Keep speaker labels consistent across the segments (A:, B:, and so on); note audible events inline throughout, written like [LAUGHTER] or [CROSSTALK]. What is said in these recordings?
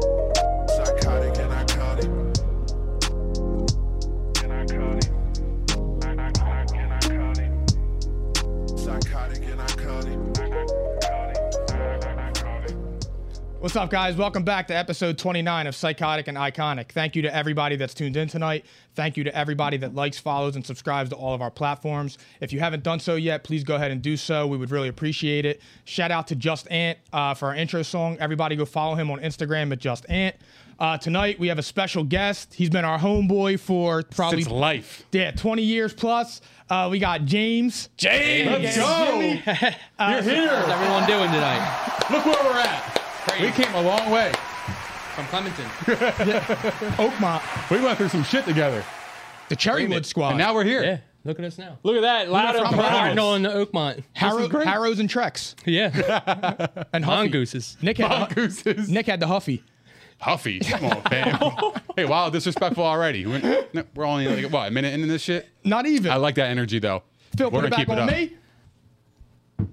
A: Psychotic and narcotic. And narcotic. And narcotic and narcotic. Psychotic and narcotic. Narcotic.
B: What's up, guys? Welcome back to episode 29 of Psychotic and Iconic. Thank you to everybody that's tuned in tonight. Thank you to everybody that likes, follows, and subscribes to all of our platforms. If you haven't done so yet, please go ahead and do so. We would really appreciate it. Shout out to Just Ant uh, for our intro song. Everybody go follow him on Instagram at Just Ant. Uh, tonight, we have a special guest. He's been our homeboy for probably
C: Since life.
B: yeah, 20 years plus. Uh, we got James.
C: James,
B: Let's go.
C: You're
D: How's
C: here.
D: everyone doing tonight?
C: Look where we're at.
D: Crazy.
C: We came a long way.
D: from Clementon.
B: Oakmont,
C: We went through some shit together.
B: the Cherrywood Squad.
C: And now we're here.
D: Yeah, look at us now. Look at that,
C: at
D: loud
C: us
D: and
C: from
D: proud
C: Providence.
D: on Oakmont.
B: Harrow,
C: is great.
B: Harrows and Treks.
D: Yeah,
B: [LAUGHS] And Huffy.
D: mongooses.
B: Nick had,
C: Mongooses.
B: Nick had the Huffy.
D: [LAUGHS]
C: Huffy. Come on, fam. hey, wow, disrespectful already. We're, no, we're only like, what, a minute into this shit?
B: Not even.
C: I like that energy, though.
B: Phil,
C: we're
B: put it
C: gonna
B: back
C: keep
B: on
C: it up.
B: me.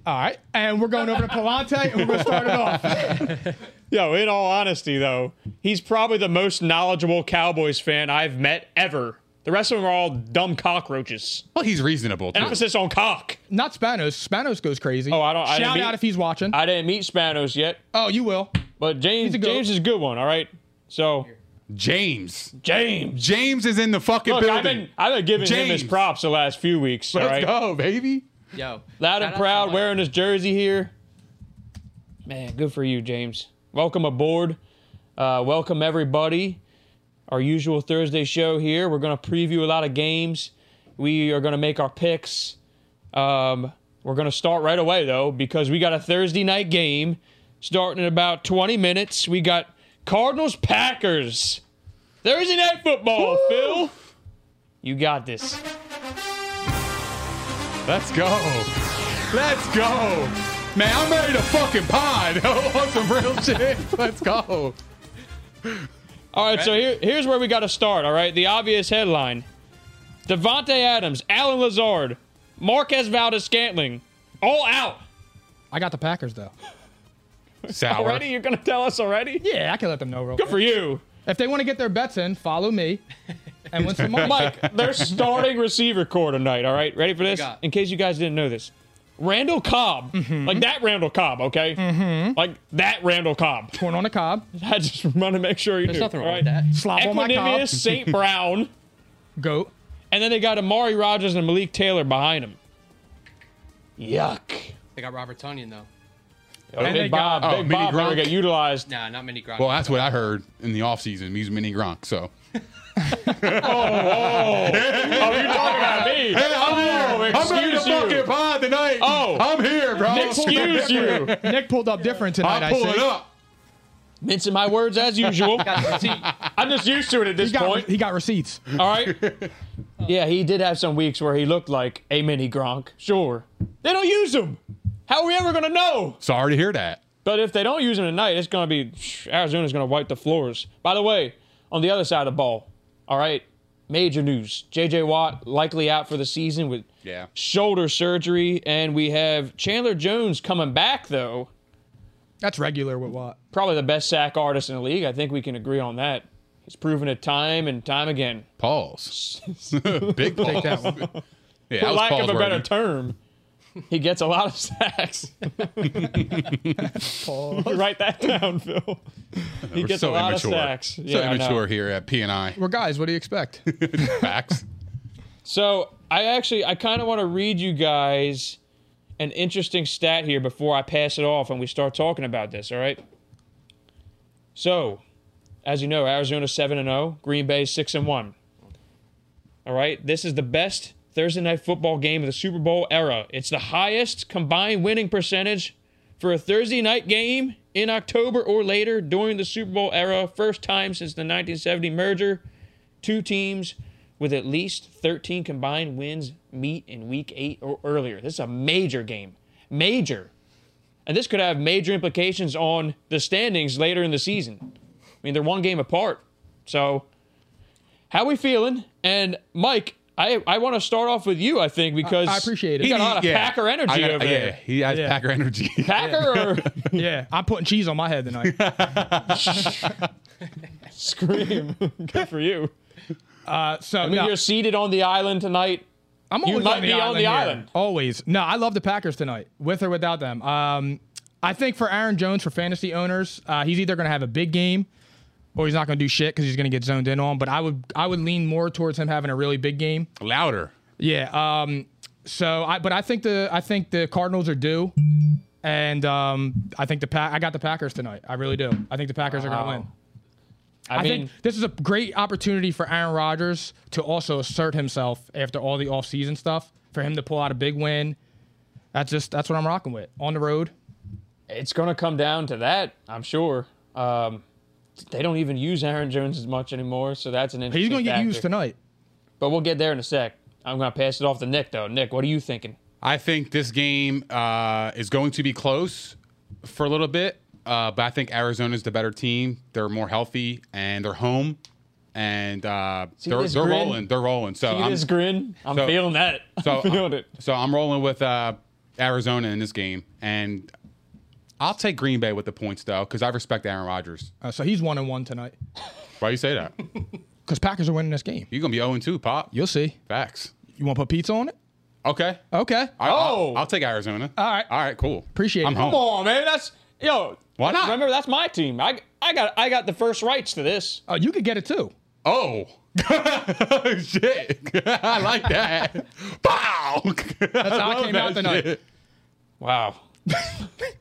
B: All right. And we're going over to Palante and we're going to start it off.
E: [LAUGHS] Yo, in all honesty, though, he's probably the most knowledgeable Cowboys fan I've met ever. The rest of them are all dumb cockroaches.
C: Well, he's reasonable, too.
E: An emphasis on cock.
B: [LAUGHS] Not Spanos. Spanos goes crazy.
E: Oh, I don't- I
B: Shout
E: didn't mean-
B: out if he's watching.
E: I didn't meet Spanos yet,
B: oh, you will.
E: but James
B: a good-
E: James is a good one. All right, so
C: James.
E: James,
C: James is in the fucking
E: look,
C: building.
E: I've been I've been giving him
C: James.
E: his props the last few weeks.
C: Let's
E: all right,
C: go, baby.
D: Yo,
E: loud and proud, wearing his jersey here. Man, good for you, James. Welcome aboard. Uh, welcome everybody. Our usual Thursday show here. We're gonna preview a lot of games. We are gonna make our picks. Um, we're gonna start right away though because we got a Thursday night game starting in about 20 minutes. We got Cardinals Packers. Thursday night football, Phil. You got this.
C: Let's go. Let's go. Man, I'm ready to fucking
B: [LAUGHS]
C: pod. on some real shit. Let's go.
E: All right, so here, here's where we got to start. All right, the obvious headline: Devonte Adams, Alan Lazard, Marquez Valdez Scantling, all out.
B: I got the Packers, though.
C: Sour.
E: Already, you're gonna tell us already?
B: Yeah, I can let them know real
E: Good
B: quick.
E: for you,
B: If they want to get their bets in, follow me and win some money.
E: [LAUGHS] Mike. Their starting receiver core tonight. All right, ready for this?
D: got?
E: In case you guys didn't know this, Randall Cobb, like that Randall Cobb, okay? Like that Randall Cobb. [LAUGHS]
B: Corn on a cob.
E: I just want to make sure you
D: there's
E: knew,
D: nothing
E: all
D: wrong with
E: right?
D: that.
B: Slop on my cob.
E: Equanimeous St. Brown,
B: Goat.
E: and then they got Amari Rogers and Malik Taylor behind him. Yuck.
D: They got Robert Tonyan though.
E: Oh,
B: they
E: Big
B: got-
E: Bob,
C: oh,
E: Big
C: Mini
E: Bob never
C: Gronk?
E: get utilized.
D: Nah, not many Gronk.
C: Well, that's what I heard in the offseason. He's mini Gronk, so.
E: Oh, you're talking about me.
C: Hey, I'm here. I'm ready to
E: oh, excuse you.
C: fucking pod tonight.
E: Oh.
C: I'm here, bro.
E: Excuse you.
B: Nick pulled up different tonight,
C: I'm
B: I see.
C: pulling up.
E: Mincing my words as usual.
D: See,
E: I'm just used to it at
B: He
E: this
B: got,
E: point.
B: he got receipts.
E: All
C: [LAUGHS]
E: right. Yeah, he did have some weeks where he looked like a mini Gronk. Sure. They don't use him. How are we ever going to know?
C: Sorry to hear that.
E: But if they don't use him tonight, it's going to be Arizona's going to wipe the floors. By the way, on the other side of the ball, all right, major news. JJ Watt likely out for the season with
C: Yeah.
E: shoulder surgery, and we have Chandler Jones coming back though.
B: That's regular with what?
E: Probably the best sack artist in the league. I think we can agree on that. He's proven it time and time again.
C: Pause. [LAUGHS] Big pause.
B: That one.
C: Yeah,
E: For
C: that was
E: lack
C: pause
E: of a better
C: worthy.
E: term. He gets a lot of sacks. [LAUGHS] Write that down, Phil. He
C: We're
E: gets
C: so
E: a lot
C: immature.
E: of sacks.
C: So
E: Yeah, I know.
C: immature here at P and I.
E: [LAUGHS]
B: Well, guys, what do you expect?
C: Facts.
E: So I actually I kind of want to read you guys an interesting stat here before I pass it off and we start talking about this. All right. So, as you know, Arizona seven and zero, Green Bay six and one. All right. This is the best Thursday night football game of the Super Bowl era. It's the highest combined winning percentage for a Thursday night game in October or later during the Super Bowl era, first time since the 1970 merger. Two teams with at least 13 combined wins meet in week eight or earlier. This is a major game. Major. And this could have major implications on the standings later in the season. I mean, they're one game apart. So, how we feeling? And Mike, I, I want to start off with you, I think, because
B: I appreciate it.
E: You got a lot of
C: Yeah.
E: Packer energy
C: I gotta-
E: over
C: yeah,
E: there.
C: he has
B: Yeah.
C: Packer
E: [LAUGHS]
C: energy.
E: Packer or
B: yeah, I'm putting cheese on my
E: [LAUGHS]
B: head tonight.
E: scream? Good for you.
B: Uh, so
E: I mean,
B: no,
E: you're seated on the island tonight.
B: I'm
E: you
B: always
E: might
B: on the
E: be on
B: island
E: the
B: here.
E: island.
B: Always. No, I love the Packers tonight, with or without them. Um, I think for Aaron Jones, for fantasy owners, uh, he's either going to have a big game or he's not going to do shit because he's going to get zoned in on. But I would I would lean more towards him having a really big game.
C: [LAUGHS] Louder.
B: Yeah. Um, so I but I think the I think the Cardinals are due. And um, I think the pa- I got the Packers tonight. I really do. I think the Packers are
E: Wow.
B: going to win.
E: I,
B: I
E: mean,
B: think this is a great opportunity for Aaron Rodgers to also assert himself after all the offseason stuff, for him to pull out a big win. That's just that's what I'm rocking with. On the road.
E: it's going to come down to that, I'm sure. Um, they don't even use Aaron Jones as much anymore, so that's an interesting.
B: He's going to get
E: factor.
B: used tonight.
E: but we'll get there in a sec. I'm going to pass it off to Nick though. Nick, what are you thinking?
C: I think this game uh, is going to be close for a little bit, uh, but I think Arizona's the better team. They're more healthy and they're home, and uh, they're,
E: this
C: they're
E: grin?
C: rolling. They're rolling. So
E: See
C: I'm
E: this grin? I'm
C: so-
E: feeling that.
C: so
E: [LAUGHS] I'm feeling it.
C: So I'm rolling with uh, Arizona in this game, and I'll take Green Bay with the points though, because I respect Aaron Rodgers.
B: Uh, so he's one and one tonight
C: Why you say that?
B: because Packers are winning this game.
C: You're gonna be 0 2, Pop.
B: You'll see.
C: Facts.
B: You want to put pizza on it?
C: Okay.
B: Okay.
C: I,
E: Oh.
C: I'll, I'll take Arizona.
B: All right.
C: All right. Cool.
B: Appreciate
C: I'm
B: it.
C: home.
E: Come on, man. That's yo.
C: Why not?
E: Remember, that's my team. I I got I got the first rights to this.
B: Oh, you could get it too.
C: Oh. [LAUGHS] shit. [LAUGHS] I like
D: [LAUGHS]
C: that. [LAUGHS] Wow. That's
B: how I came out tonight.
E: Wow.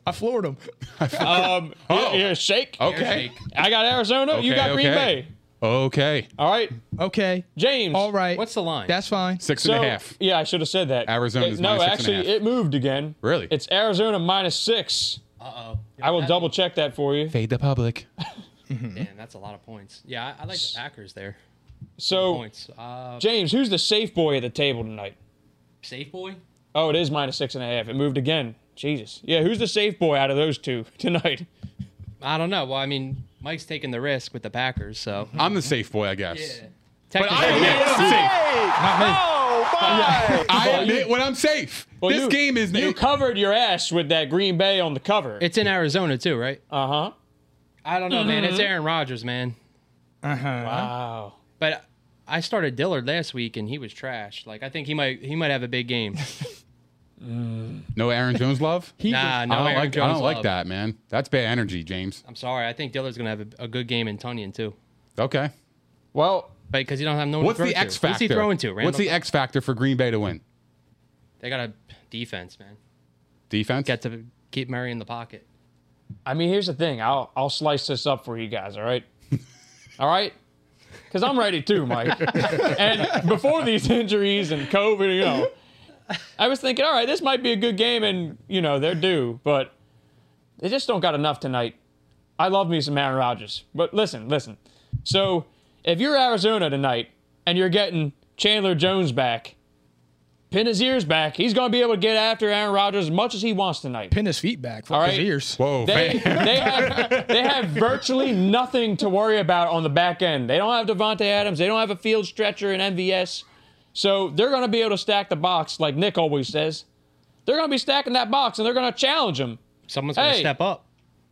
B: I floored him. [LAUGHS]
E: Um.
C: Oh.
E: Here, shake.
C: Okay.
E: I got Arizona. you
C: Okay,
E: got Green
C: okay.
E: Bay.
C: Okay.
E: All right,
B: Okay.
E: James.
B: All right.
D: What's the line?
B: That's fine.
C: Six
E: So,
C: and a half.
E: Yeah, I should have said that.
C: Arizona's
E: It- no,
C: minus six and a
E: actually,
C: half.
E: it moved again.
C: Really?
E: It's Arizona minus six.
D: Uh oh.
E: I will double check that for you.
C: Fade the public.
D: [LAUGHS] Damn, that's a lot of points. Yeah, I, I like the Packers there.
E: So,
D: Points. Uh,
E: James, who's the safe boy at the table tonight?
D: safe boy.
E: Oh, it is minus six and a half. It moved again. Jesus. Yeah, who's the safe boy out of those two [LAUGHS] tonight?
D: I don't know. Well, I mean, Mike's taking the risk with the Packers, so
C: I'm the safe boy, I guess.
D: technically,
C: I admit when I'm safe.
E: Oh,
C: I admit when I'm safe. this
E: you-
C: game is
E: You [LAUGHS] covered your ass with that Green Bay on the cover.
D: it's in Arizona too, right?
E: Uh huh.
D: I don't know, man. It's Aaron Rodgers, man.
E: Mm-hmm. Wow.
D: But I started Dillard last week, and he was trash. Like I think he might he might have a big game.
C: no Aaron Jones love.
D: [LAUGHS] nah, no,
C: I don't
D: Aaron
C: like.
D: Jones
C: I don't like
D: love.
C: that, man. That's bad energy, James.
D: I'm sorry. I think Dillard's gonna have a, a good game in Tunyon too,
C: Okay.
E: Well,
D: but because you don't have no. one
C: What's
D: to throw
C: the
D: to.
C: X factor?
D: Who's he throwing to? Randall?
C: What's the X factor for Green Bay to win?
D: They got a defense, man.
C: Defense.
D: Got to keep Murray in the pocket.
E: I mean, here's the thing. I'll I'll slice this up for you guys. All right, all right, because I'm ready too, Mike. and before these injuries and COVID, you know, I was thinking, all right, this might be a good game, and you know they're due, but they just don't got enough tonight. I love me some Aaron Rodgers, but listen, listen. So if you're Arizona tonight and you're getting Chandler Jones back, pin his ears back. He's gonna be able to get after Aaron Rodgers as much as he wants tonight.
B: Pin his feet back. Fuck
E: All
B: his
E: right.
B: ears.
C: Whoa.
E: [LAUGHS] They,
C: man. [LAUGHS]
E: they, have, they have virtually nothing to worry about on the back end. They don't have Devonte Adams. They don't have a field stretcher in MVS. So they're going to be able to stack the box, like Nick always says. They're going to be stacking that box, and they're going to challenge him.
D: Someone's gonna
E: Hey.
D: step up.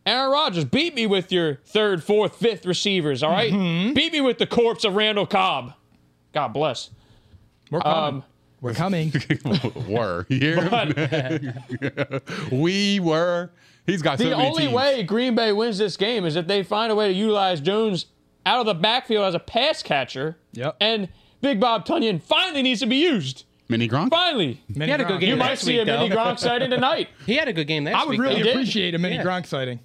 E: Aaron Rodgers, beat me with your third, fourth, fifth receivers, all
D: Mm-hmm.
E: right? Beat me with the corpse of Randall Cobb. God bless.
B: We're coming.
E: Um, [LAUGHS]
B: We're coming.
C: were here. [LAUGHS] we were. He's got so
E: The
C: many
E: only
C: teams.
E: way Green Bay wins this game is if they find a way to utilize Jones out of the backfield as a pass catcher.
B: Yep.
E: And Big Bob Tunyon finally needs to be used.
C: Mini Gronk.
E: Finally.
B: Mini
D: He had a
B: Gronk.
D: good game.
E: You might
D: last
E: see
D: week,
E: a mini
D: though.
E: Gronk
B: [LAUGHS]
E: sighting tonight.
D: He had a good game last
B: I would
D: week.
B: really
D: though.
B: appreciate a mini
D: Yeah.
B: Gronk sighting.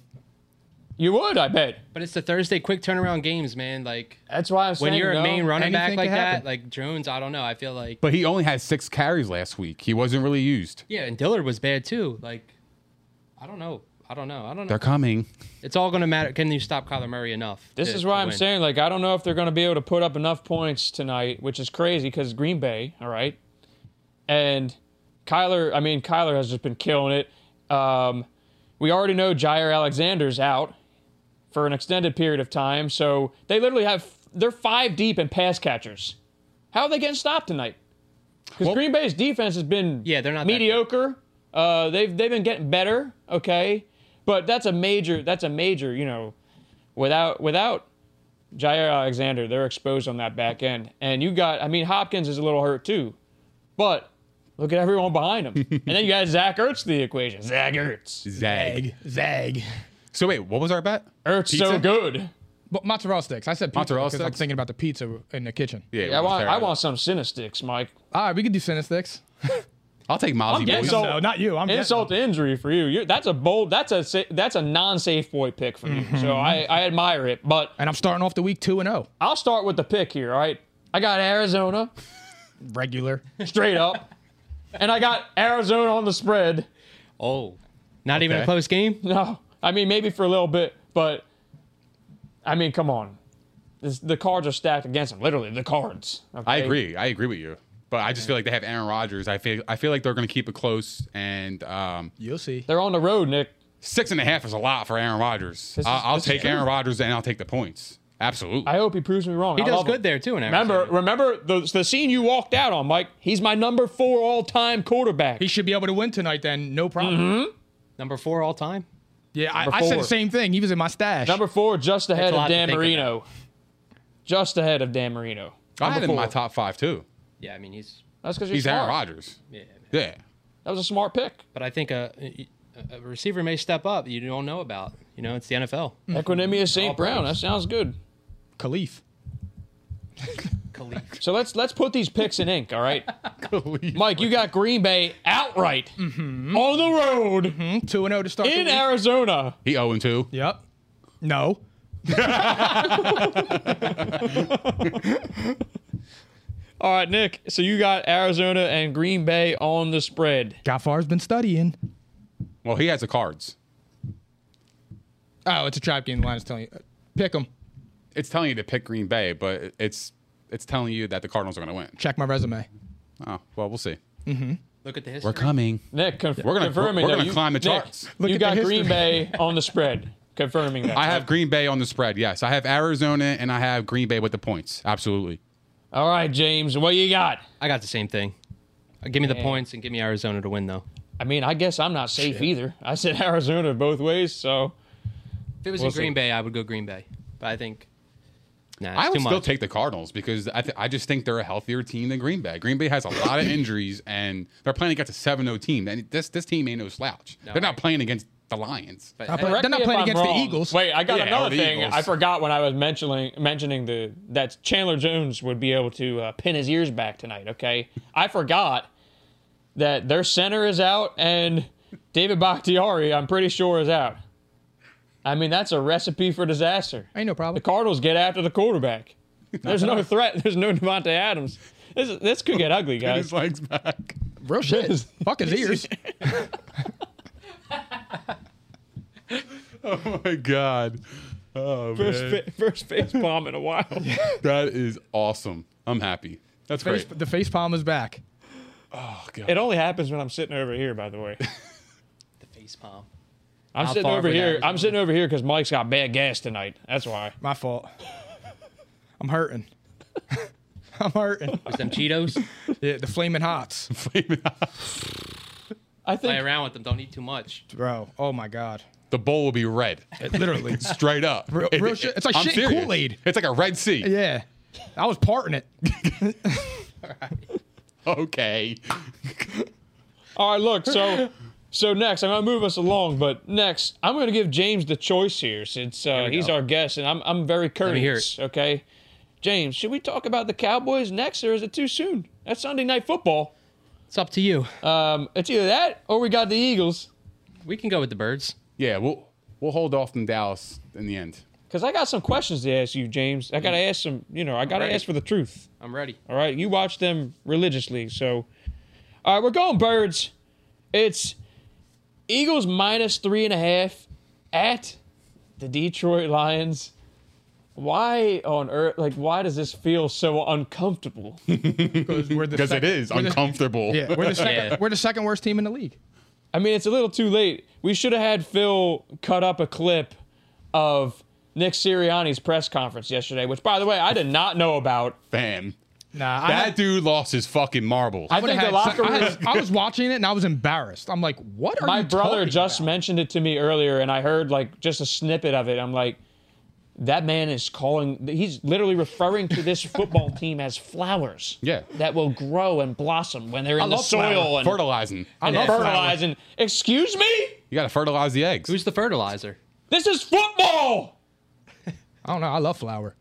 E: You would, I bet.
D: But it's the Thursday quick turnaround games, man. Like
E: That's why I'm saying
D: when you're
E: no.
D: a main running back
B: anything
D: like
B: can
D: that,
B: happen.
D: like Jones, I don't know. I feel like
C: But he only had six carries last week. He wasn't really used.
D: yeah, and Dillard was bad too. Like I don't know. I don't know. I don't know.
C: They're coming.
D: It's all gonna matter. Can you stop Kyler Murray enough?
E: This
D: to-
E: is
D: to
E: why I'm
D: win?
E: saying, like, I don't know if they're going to be able to put up enough points tonight, which is crazy because Green Bay, all right, and Kyler. I mean, Kyler has just been killing it. Um, we already know Jair Alexander's out for an extended period of time, so they literally have they're five deep in pass catchers. How are they getting stopped tonight? Because
C: Well-
E: Green Bay's defense has been
D: Yeah, they're not that good.
E: mediocre. Uh, they've they've been getting better, okay, but that's a major that's a major you know without without Jair Alexander, they're exposed on that back end. And you got, I mean, Hopkins is a little hurt too, but look at everyone
D: [LAUGHS]
E: behind him. and then you got Zach Ertz to the equation. Zach Ertz.
C: Zag.
B: Zag. Zag.
C: So wait, what was our bet?
E: Ertz so
C: Pizza?
E: good.
B: But mozzarella sticks. I said pizza
C: Mozzarella
B: because I'm
C: sticks?
B: thinking about the pizza in the kitchen.
C: Yeah,
E: Yeah, I
C: we'll
E: want,
C: tear
E: I
C: it.
E: want some Cinna sticks, Mike.
B: All right, we could do center sticks.
C: I'll take Mozzie.
E: I'm getting
C: boys.
E: some-
B: No, not you. I'm getting
E: Insult to injury for you. you that's a bold. That's a sa- that's a non-safe boy pick for you.
D: Mm-hmm.
E: So I, I admire it. But
B: And I'm starting off the week 2 and oh. 0.
E: I'll start with the pick here. All right, I got Arizona
B: Regular.
E: straight up, and I got Arizona on the spread.
D: Oh, [LAUGHS] not even a
C: Okay.
D: close game.
E: No, I mean maybe for a little bit, but I mean, come on, this, the cards are stacked against them. Literally, the cards.
C: I
E: okay?
C: agree. I agree with you. But I just feel like they have Aaron Rodgers. I feel I feel like they're going to keep it close. And um,
B: You'll see.
E: They're on the road, Nick.
C: six and a half is a lot for Aaron Rodgers.
E: This is-
C: I- I'll
E: this is
C: take
E: true.
C: Aaron Rodgers and I'll take the points. Absolutely.
E: I hope he proves me wrong.
D: He
E: I
D: does
E: love
D: good
E: him.
D: there too. In Arizona.
E: Remember, remember the, the scene you walked out on, Mike. He's my number four all-time quarterback.
B: He should be able to win tonight then. No problem.
E: Mm-hmm.
D: number four all time.
B: Yeah, I,
E: Number
B: I said
E: four.
B: the same thing. He was in my stash.
E: number four, just ahead
D: a lot
E: of
D: to
E: Dan
D: think
E: Marino. Just ahead of Dan Marino.
C: I had him in my
E: Number four.
C: top five too.
D: Yeah, I mean he's.
E: That's because
C: He's
E: smart.
C: Aaron Rodgers.
D: Yeah, man.
C: Yeah.
E: That was a smart pick.
D: but I think a, a a receiver may step up. You don't know about. You know, it's the NFL.
C: Mm-hmm.
E: Equinemius St. Brown. That
D: pros.
E: sounds good.
B: Khalif.
D: Khalif.
E: So let's let's put these picks in ink, all right? Mike, you got Green Bay outright
C: Mm-hmm.
E: on the road
B: 2 and 0 to start the
E: in
B: week.
E: Arizona.
C: He 0 and 2.
B: Yep. No.
E: All right, Nick. So you got Arizona and Green Bay on the spread.
B: Gaffar's been studying.
C: Well, he has the cards.
B: Oh, it's a trap game. The line is telling you. Pick them.
C: It's telling you to pick Green Bay, but it's it's telling you that the Cardinals are going to win.
B: Check my resume.
C: Oh, well, we'll see.
D: Look at the history.
C: We're coming.
E: Nick, conf-
C: We're gonna-
E: confirming
C: we're
E: that
C: gonna
E: you-
C: climb the
E: Nick,
C: charts.
B: Look
E: you
B: at
E: got
B: the
E: Green
B: history.
E: Bay on the spread. Confirming that.
C: I have Green Bay on the spread. Yes, I have Arizona and I have Green Bay with the points. Absolutely.
E: All right, James. What you got?
D: I got the same thing. Uh, Give me the points and give me Arizona to win though.
E: I mean, I guess I'm not safe either. I said [LAUGHS] Arizona both ways, so
D: If it was in
E: We'll see.
D: Green Bay, I would go Green Bay. But I think. Nah, it's
C: I
D: too
C: would still
D: much.
C: take the Cardinals because I, th- I just think they're a healthier team than Green Bay. Green Bay has a lot
B: [COUGHS]
C: of injuries and they're playing against a 7-0 team. And this this team ain't no slouch. they're not playing against the Lions. [LAUGHS]
D: But-
B: Not playing-
E: Correct
B: [LAUGHS] they're not
E: me
B: playing
E: if I'm
B: against the
E: wrong.
B: Eagles.
E: Wait, uh, I got
C: Yeah, or
E: another
C: the
E: thing.
C: Eagles.
E: I forgot when I was mentioning mentioning the that Chandler Jones would be able to uh, pin his ears back tonight. Okay, I forgot that their center is out and David Bakhtiari, I'm pretty sure, is out. I mean, that's a recipe for disaster.
B: Ain't no problem.
E: The Cardinals get after the quarterback.
D: [LAUGHS]
E: There's no threat. There's no Devontae Adams. This is- this could get ugly, guys.
C: His legs back.
B: Real shit. Fuck his ears.
C: [LAUGHS] Oh my god. Oh
E: First,
C: man.
E: fa- first face bomb in
D: [LAUGHS]
E: a while.
C: That is awesome. I'm happy. That's
B: Face,
C: great.
B: the face palm is back.
E: It only happens when I'm sitting over here, by the
D: [LAUGHS]
E: way.
D: the face palm.
E: I'm
D: How
E: sitting
D: far
E: over
D: would that
E: here.
D: was
E: I'm
D: going?
E: sitting over here because Mike's got bad gas tonight. That's why.
B: My fault. I'm hurting. [LAUGHS] I'm hurting.
D: With them Cheetos,
B: Yeah, the flaming hots,
E: I
D: play
E: think
D: around with them. Don't eat too much.
B: bro. Oh my god.
C: The bowl will be
B: [LAUGHS]
C: red.
B: Literally.
C: Straight up.
B: Real- real shit. It's like shit in
C: serious.
B: Kool-Aid.
C: It's like a Red Sea.
B: yeah. I was parting it.
C: [LAUGHS] okay.
E: All right,
D: [LAUGHS]
E: look, so so next, I'm gonna move us along, but next, I'm gonna give James the choice here since uh, he's our guest, and I'm I'm very
D: me hear
E: courteous. Okay, James, should we talk about the Cowboys next, or is it too soon? That's Sunday night football.
D: It's up to you.
E: Um, it's either that or we got the Eagles.
D: we can go with the birds.
C: Yeah, we'll we'll hold off on Dallas in the end.
E: Cause I got some questions to ask you, James. I gotta ask some, you know, I gotta
D: Right.
E: ask for the truth.
D: I'm ready.
E: All right, you watch them religiously. So, all right, we're going birds. It's Eagles minus three and a half at the Detroit Lions. Why on earth? Like, why does this feel so uncomfortable?
C: Because it
B: [LAUGHS]
C: is uncomfortable.
B: Yeah,
E: [LAUGHS]
B: we're the second.
D: Yeah.
B: We're the second worst team in the league.
E: I mean, it's a little too late. We should have had Phil cut up a clip of Nick Sirianni's press conference yesterday, which, by the way, I did not know about.
C: Fam.
B: Nah, I,
C: That
B: had-
C: dude lost his fucking marbles.
E: I
B: I would've
E: think the
B: had
E: locker
B: some- I,
E: room.
B: had- I was watching it and I was embarrassed. I'm like, what are
E: my
B: you
E: brother
B: talking
E: just
B: about?
E: mentioned it to me earlier and i heard like just a snippet of it i'm like that man is calling he's literally referring to this football team as flowers
C: Yeah.
E: that will grow and blossom when they're in the
C: love
E: soil
C: flour.
E: and,
C: fertilizing. I
E: and
C: love flour.
E: fertilizing excuse me
C: You gotta fertilize the eggs.
D: Who's the fertilizer?
E: this is football
B: I don't know. I love flour.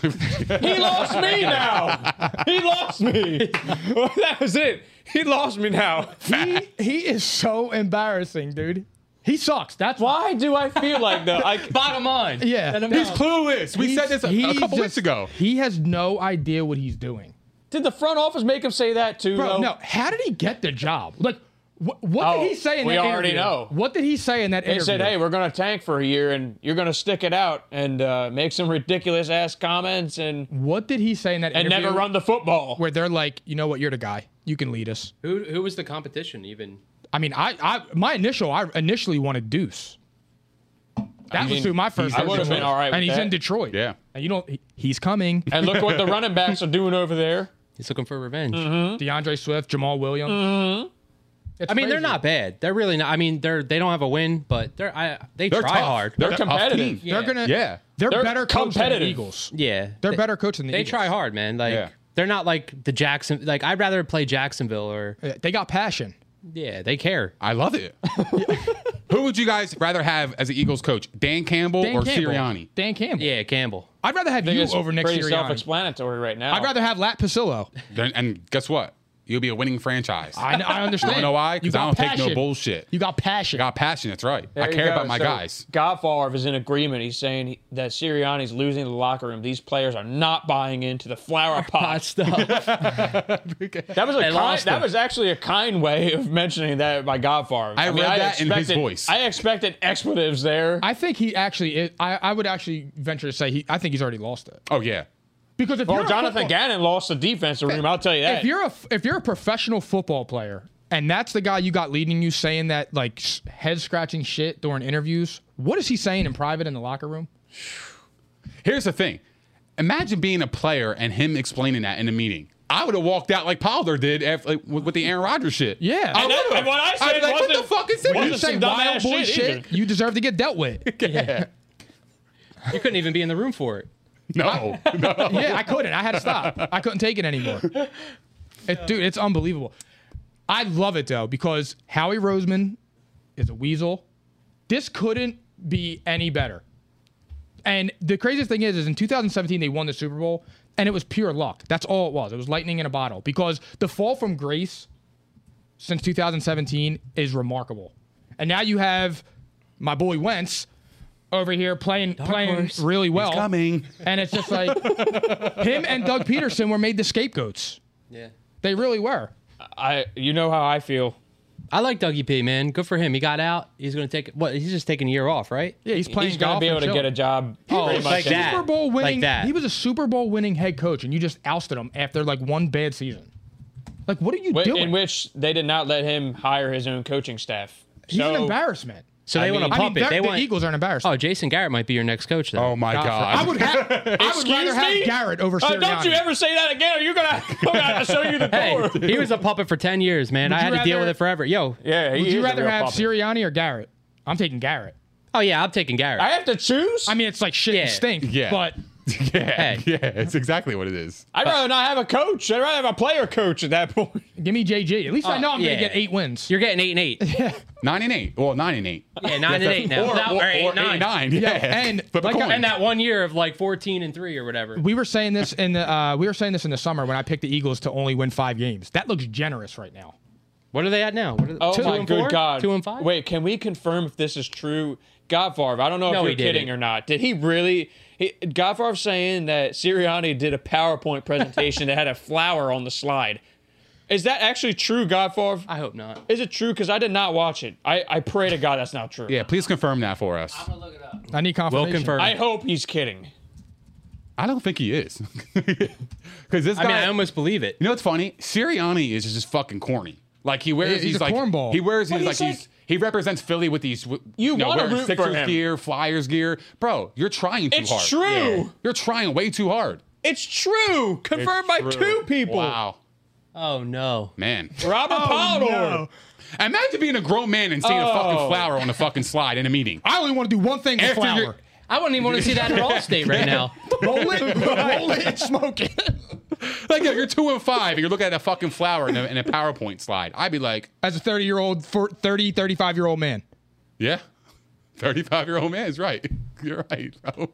E: he lost me now he lost me Well, that was it he lost me now
B: He, he is so embarrassing, dude. He sucks. That's why.
E: why do i feel like though i
D: Bottom line.
B: Yeah,
C: He's clueless. We
B: He's-
C: said this a, a
B: he's
C: couple weeks
B: just-
C: ago.
B: He has no idea what he's doing.
E: did the front office make him say that uh, too
B: Bro,
E: though?
B: no. How did he get the job? Like, what, what
E: Oh,
B: did he say in
E: we
B: that
E: already
B: interview?
E: know.
B: What did he say in that
E: They
B: interview?
E: said, "Hey, we're gonna tank for a year, and you're gonna stick it out and uh, make some ridiculous ass comments and
B: what did he say in that
E: and
B: interview?
E: never run the football."
B: Where they're like, you know what? You're the guy. You can lead us.
D: Who who was the competition even?
B: I mean, I, I my initial, I initially wanted Deuce. That
E: mean,
B: was who my first.
E: I would've been all right
B: And
E: with
B: he's in
E: that.
B: Detroit.
C: Yeah.
B: And you don't. he- he's coming.
E: And
C: [LAUGHS]
E: look what the running backs are doing over there.
D: He's looking for revenge.
B: DeAndre Swift, Jamal Williams. It's
D: Mm-hmm. I mean, they're
B: crazy.
D: not bad. They're really not. I mean, they're they don't have a win, but they're I, they
C: They're
D: try
C: tough.
D: hard.
E: They're
C: They're a tough
E: competitive.
C: team.
B: They're
D: Yeah.
B: gonna.
C: Yeah.
B: They're,
E: They're
B: better coach than the
E: competitive.
B: Eagles.
D: yeah,
B: They're better coach than the
D: They
B: Eagles.
D: try hard, man. Like
C: Yeah.
D: they're not like the Jackson. Like I'd rather play Jacksonville or
B: Yeah, Uh, They got passion.
D: yeah, they care.
C: I love it. Who would you guys rather have as the Eagles coach? Dan Campbell
B: Dan
C: or
B: Campbell.
C: Sirianni?
B: Dan Campbell.
D: Yeah, Campbell.
B: I'd rather have you
E: It's
B: over Nick
E: pretty
B: Sirianni.
E: self-explanatory right now.
B: I'd rather have Lat Pasillo.
C: Then- And guess what? You'll be a winning franchise.
B: I, I understand.
C: You know why? Because
B: You
C: I
B: got
C: don't take no
B: passion.
C: bullshit.
B: You got passion.
C: I got passion. That's right.
E: There
C: I
E: you
C: care
E: go.
C: about my
E: So
C: guys.
E: Godfarv is in agreement. He's saying he- that Sirianni's losing the locker room. These players are not buying into the flower
D: Hot
C: [LAUGHS]
E: pot.
D: stuff.
E: [LAUGHS] That was a
D: They
E: kind,
D: lost
E: that
D: him.
E: was actually a kind way of mentioning that by Godfarv.
C: I read that in his
E: expected-
C: voice.
E: I expected expletives there.
B: I think he actually. Is, I I would actually venture to say he. I think he's already lost it
C: Oh yeah.
B: because if
E: Well,
B: you're a
E: Jonathan
B: football-
E: Gannon lost the defensive room. I'll tell you that.
B: if you're a f- if you're a professional football player and that's the guy you got leading you saying that like head scratching shit during interviews, what is he saying in private in the locker room?
C: Here's the thing. Imagine being a player and him explaining that in a meeting. I would have walked out like Pollard did after, like, with, with the Aaron Rodgers shit.
B: Yeah.
C: I
B: And
E: that-
C: would've. [LAUGHS]
E: and what I
C: I'd be
E: said
C: like, what the
E: wasn't-
C: fuck is this?
E: wasn't
B: You say
E: some
B: wild
E: dumbass
B: boy
E: shit
B: shit,
E: either.
B: you deserve to get dealt with.
D: you couldn't even be in the room for it.
C: No, no.
B: [LAUGHS] yeah, I couldn't. I had to stop. I couldn't take it anymore. It- dude, it's unbelievable. I love it though because Howie Roseman is a weasel. This couldn't be any better. And the craziest thing is, is in 2017 they won the Super Bowl, and it was pure luck. That's all it was. It was lightning in a bottle because the fall from grace since 2017 is remarkable. And now you have my boy Wentz over here playing playing
D: horse.
B: really well.
C: coming.
B: And it's just like him and Doug Peterson were made the scapegoats.
D: Yeah.
B: They really were.
E: I, you know how I feel.
D: I like Dougie P, man. Good for him. He got out. He's gonna take what? He's just taking a year off, right?
B: Yeah, he's playing
E: He's going to
B: golf
E: be
B: and
E: able to
B: chill.
E: get a job.
D: Oh,
E: pretty
D: it's
E: much
D: like
E: any-
D: that.
B: Super Bowl winning.
D: Like that.
B: He was a Super Bowl winning head coach, and you just ousted him after like one bad season. Like, what are you
E: wi-
B: doing?
E: in which they did not let him hire his own coaching staff. Uh,
B: He's
E: so,
B: an embarrassment.
D: So they
E: I
D: want
E: mean-
D: to
E: I
B: I mean,
D: pump it.
B: they're-
D: They
B: the
D: want
B: Eagles are an embarrassment.
D: Oh, Jason Garrett might be your next coach, though.
C: Oh my god.
B: I would, have, I would rather
E: Excuse
B: have
E: me?
B: Garrett over
E: Uh,
B: Sirianni.
E: don't you ever say that again, or you're gonna, [LAUGHS] I'm gonna have to show you the
D: Hey,
E: door.
D: [LAUGHS] he was a puppet for 10 years, man. I
B: you
D: had to deal
B: rather-
D: with it forever. Yo.
E: yeah, he
B: Would
E: is a
B: you rather
E: real
B: have
E: puppet.
B: Sirianni or Garrett? I'm taking Garrett.
D: Oh, yeah, I'm taking Garrett.
E: I have to choose.
B: I mean, it's like shit and
D: Yeah.
B: stink.
C: Yeah.
B: But
C: Yeah, [LAUGHS] yeah, it's exactly what it is.
E: I'd rather not have a coach. I'd rather have a player coach at that [LAUGHS] point.
B: Give me JG. At least I know I'm
D: Uh, yeah.
B: gonna get eight wins.
D: You're getting eight and eight. Yeah,
C: Nine and eight. Well, nine and eight.
D: nine and eight now.
C: Or,
D: Without-
C: or,
D: or
C: or
D: eight,
C: eight,
D: nine.
C: nine. Yeah,
B: and
C: flip a
B: like I-
C: coin.
D: And that one year of like fourteen and three or whatever.
B: We were saying this in the uh, we were saying this in the summer when I picked the Eagles to only win five games. That looks generous right now.
D: What are they at now? What are,
E: Oh
D: two
E: my
D: and
E: good
D: four?
E: God!
D: Two and five.
E: Wait, can we confirm if this is true? Godfarv, I don't know if
D: No,
E: you're
D: he didn't.
E: kidding or not. Did he really? He, Godfarv's saying that Sirianni did a PowerPoint presentation that had a flower on the slide. Is that actually true, Godfarv?
D: I hope not.
E: Is it true? Because I did not watch it. I, I pray to God that's not true.
C: yeah, please confirm that for us.
B: I need confirmation.
C: We'll confirm.
E: I
C: I,
E: hope he's kidding.
C: don't think he is, [LAUGHS] because this guy.
D: I mean, I almost believe it.
C: You know what's funny? Sirianni is just fucking corny. Like he wears,
B: He's
C: these,
B: a
C: like
B: cornball.
C: he wears
E: But
C: these like
E: he's
C: these. He represents Philly with these. You,
E: You
C: know,
E: wanna
C: wearing
E: root for
C: Sixers
E: him.
C: gear, Flyers gear, bro. You're trying too
E: It's
C: hard.
E: true.
C: You're trying way too hard.
E: It's true.
C: It's
E: Confirmed by
C: true.
E: two people.
C: Wow,
D: Oh no.
C: man.
E: Robert
D: Oh,
E: Polidor.
C: Imagine being a grown man and seeing a fucking
E: Oh.
C: flower on a fucking slide in a meeting.
B: I only want to do one thing with
C: After
B: flour.
C: you're-
D: I wouldn't even want to see that at all state right now.
B: Roll [LAUGHS] it, roll it, and smoke it.
C: Like if you're two and five and you're looking at a fucking flower in a, in a PowerPoint slide, I'd be like,
B: As a 30 year old, 30, 35 year old man,
C: yeah, 35 year old man is right. [LAUGHS] You're right, bro.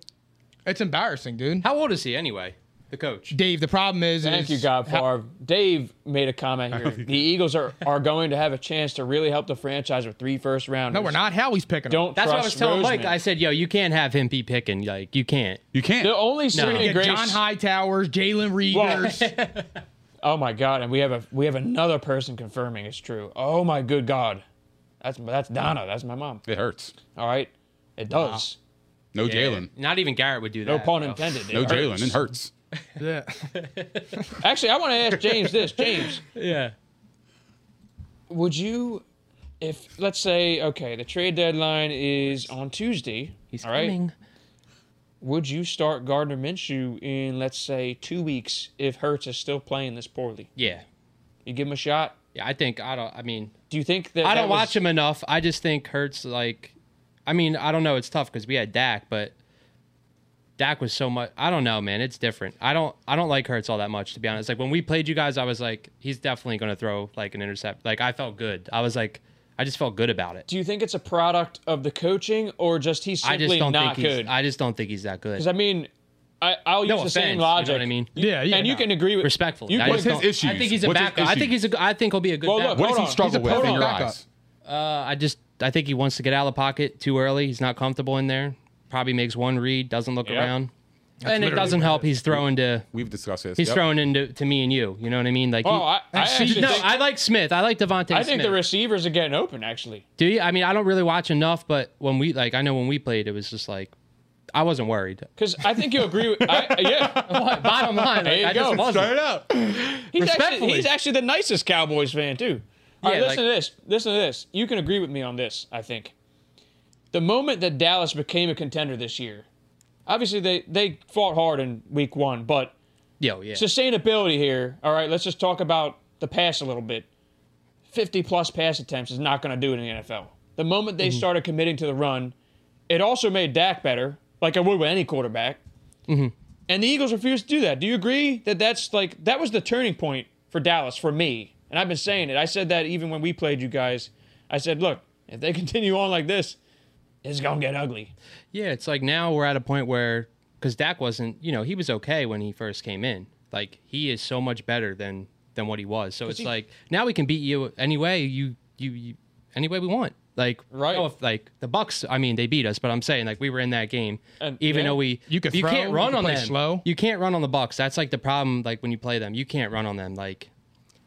B: it's embarrassing, dude.
D: [LAUGHS] How old is he anyway? The coach.
B: Dave, the problem is,
E: Thank
B: is
E: you, God Favre. Dave made a comment
B: [LAUGHS]
E: here. The Eagles are, are going to have a chance to really help the franchise with three first rounders.
B: No, we're not. Howie's picking. 'em.
E: Don't
D: That's
E: trust
D: what I was telling
E: Roseman.
D: Mike. I said, "Yo, you can't have him be picking. Like, you can't."
C: You can't.
E: the only saving
B: You get
E: grace.
B: John Hightower's, Jalen
E: [LAUGHS]
B: Reeders.
E: oh my God! And we have a we have another person confirming it's true. Oh my good God! That's that's Donna. That's my mom.
C: It hurts.
E: All right, it does.
C: No Jalen.
D: Not even Garrett would do that.
E: No pun
D: bro.
E: intended. It
C: No
E: hurts.
C: Jalen. It hurts.
B: yeah.
E: Actually, I want to ask
D: [LAUGHS]
E: James this. James,
D: Yeah.
E: would you, if let's say, okay, the trade deadline is on Tuesday.
D: He's
E: all right?
D: coming.
E: Would you start Gardner Minshew in, let's say, two weeks if Hertz is still playing this poorly?
D: Yeah.
E: You give him a shot.
D: Yeah. I think I don't. I mean,
E: Do you think that
D: I
E: that
D: don't
E: was-
D: watch him enough. I just think Hurts like, I mean, I don't know. It's tough because we had Dak, but Dak was so much. I don't know, man. It's different. I don't. I don't like Hurts all that much to be honest. Like when we played you guys, I was like, he's definitely going to throw like an intercept. Like I felt good. I was like, I just felt good about it.
E: Do you think it's a product of the coaching or just he's
D: I
E: simply
D: just don't
E: not
D: think he's.
E: good?
D: I just don't think he's that good.
E: Because I mean, I, I'll
D: No
E: use the
D: offense, you
E: same
D: know what I
E: logic.
D: mean?
B: Yeah, yeah,
E: And you
B: no.
E: can agree with
D: Respectfully,
E: You
D: I
E: can-
C: What's
D: just
C: his
D: don't-
C: issues?
D: I think he's a
C: What's his
D: back. I think
C: issues?
D: he's. A, I think he'll be a good.
E: Well,
D: backup.
E: look,
C: What does he
E: Hold on.
C: struggle
B: He's a
C: with in
B: perfect
C: your
B: backup.
C: eyes?
D: Uh, I just I think he wants to get out of the pocket too early. He's not comfortable in there. Probably makes one read, doesn't look
E: Yeah.
D: around, and it
B: literally
D: doesn't
B: what it
D: help. He's throwing to
C: We've discussed this.
D: he's
C: Yep.
D: throwing into to me and you. You know what I mean? Like,
E: Oh,
D: he-
E: I, I
B: I've seen
E: actually
B: it.
D: no,
E: think,
D: I like Smith. I like Devontae.
E: I think
D: Smith.
E: the receivers are getting open. Actually,
D: Do you? I mean, I don't really watch enough, but when we like, I know when we played, it was just like I wasn't worried. [LAUGHS]
E: because I think you agree with. I, [LAUGHS] yeah,
D: Bottom line,
E: There
D: like,
E: you
D: I
E: go.
D: just wasn't.
C: Straight up.
E: he's actually,
D: Respectfully.
E: he's actually the nicest Cowboys fan too. All right,
D: Yeah,
E: listen to this. Listen to this. You can agree with me on this. I think the moment that Dallas became a contender this year, obviously they they fought hard in Week One, but
D: Yo, yeah.
E: sustainability here. All right, let's just talk about the pass a little bit. 50 plus pass attempts is not going to do it in the NFL. The moment
D: Mm-hmm.
E: they started committing to the run, it also made Dak better, like it would with any quarterback.
D: Mm-hmm.
E: And the Eagles refused to do that. Do you agree that that's like that was the turning point for Dallas for me? And I've been saying it. I said that even when we played you guys. I said, look, if they [LAUGHS] continue on like this, it's going to get ugly.
D: Yeah, it's like now we're at a point where because Dak wasn't, you know, he was okay when he first came in. Like he is so much better than than what he was. So it's
E: he-
D: like now we can beat you any way you you, you any way we want. Like
E: Right.
D: oh, if, like the Bucks. I mean, they beat us, but I'm saying like we were in that game,
E: And-
D: even
E: yeah.
D: though we
B: You could
D: you
B: throw,
D: can't
B: you
D: run
B: could
D: on
B: play
D: them.
B: slow.
D: You can't run on the Bucks. That's like the problem. Like when you play them, you can't run on them. Like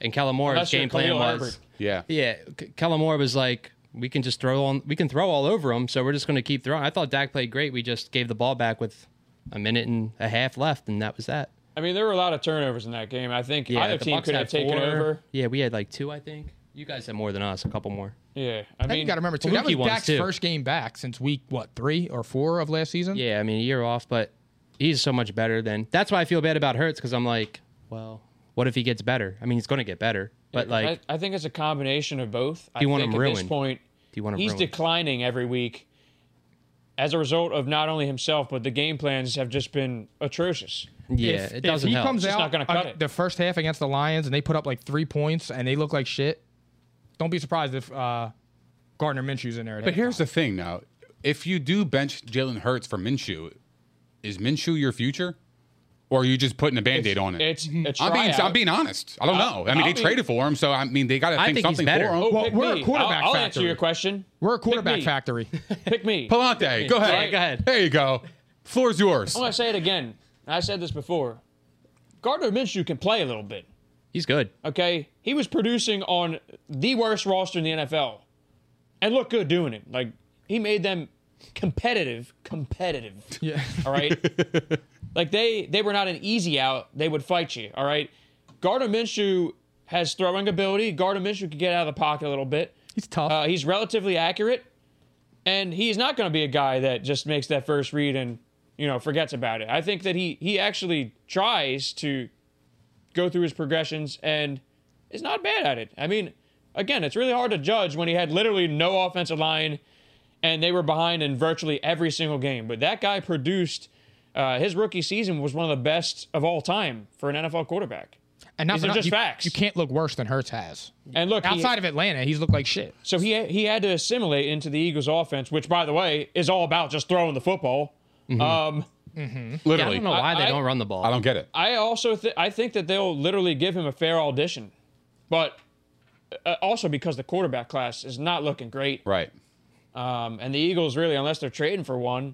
D: and Kellen Moore's
E: Unless you're
D: game plan
E: Khalil
D: was.
E: Herbert.
C: Yeah.
D: Yeah, K- Kellen Moore was like, we can just throw on, we can throw all over them, so we're just going to keep throwing. I thought Dak played great. We just gave the ball back with a minute and a half left, and that was that.
E: I mean, there were a lot of turnovers in that game. I think
D: Yeah,
E: either
D: the
E: team
D: Bucks
E: could
D: had
E: have taken
D: four.
E: over.
D: Yeah, we had like two, I think. You guys had more than us, a couple more.
E: Yeah. I
B: And
E: mean,
B: you got to remember too.
D: Well,
B: That was
D: Lukey won,
B: Dak's
D: too.
B: first game back since week what three or four of last season.
D: Yeah, I mean a year off, but he's so much better than. That's why I feel bad about Hurts because I'm like, well, what if he gets better? I mean, he's going to get better, but like,
E: I, I think it's a combination of both.
D: you
E: I
D: want
E: think
D: him
E: at this
D: ruined?
E: point,
D: do you want to?
E: he's declining every week. as a result of not only himself but the game plans have just been atrocious.
D: Yeah,
B: if,
D: it
B: if
D: doesn't
B: he
D: help.
B: comes
E: It's
B: out
E: not gonna cut
B: uh,
E: it.
B: the first half against the Lions and they put up like three points and they look like shit, don't be surprised if uh, Gardner Minshew's in there.
C: But here's the thing now. If you do bench Jalen Hurts for Minshew, is Minshew your future? Or are you just putting a band aid on it?
E: It's a
C: I'm being,
E: tryout.
C: I'm being honest. I don't know. I mean,
E: I'll
C: they
E: be-
C: traded for him, so I mean, they got to
D: I
C: think,
D: think he's
C: something
D: better.
C: for him.
E: Oh,
B: Well,
E: pick
B: we're a
E: me.
B: quarterback
E: I'll, I'll
B: factory.
E: answer your question.
B: we're a
E: Pick
B: quarterback
E: me. [LAUGHS]
B: factory. [LAUGHS]
E: Pick me.
C: Palante, go ahead.
D: Yeah, go ahead.
C: There you go. Floor's yours.
E: I'm
D: Oh,
E: gonna say it again. I said this before. Gardner Minshew can play a little bit.
D: He's good.
E: Okay, he was producing on the worst roster in the NFL, and looked good doing it. Like he made them competitive, competitive.
B: yeah.
E: All right, like they they were not an easy out. They would fight you. All right, Gardner Minshew has throwing ability. Gardner Minshew can get out of the pocket a little bit.
B: He's tough.
E: Uh, he's relatively accurate, and he's not going to be a guy that just makes that first read and you know forgets about it. I think that he he actually tries to go through his progressions and is not bad at it. I mean, again, it's really hard to judge when he had literally no offensive line and they were behind in virtually every single game. But that guy produced. Uh, his rookie season was one of the best of all time for an NFL quarterback.
B: and not
E: these
B: for
E: are
B: nothing,
E: just
B: you,
E: facts.
B: You can't look worse than Hurts has.
E: And look, he-
B: Outside of Atlanta, he's looked like shit.
E: So he he had to assimilate into the Eagles' offense, which, by the way, is all about just throwing the football. Um,
D: Yeah, I
C: Literally.
D: don't know why they
E: I-
D: don't run the ball.
C: I don't get it.
E: I also th- I think that they'll literally give him a fair audition, but uh, also because the quarterback class is not looking great,
C: Right.
E: um, and the Eagles really, unless they're trading for one,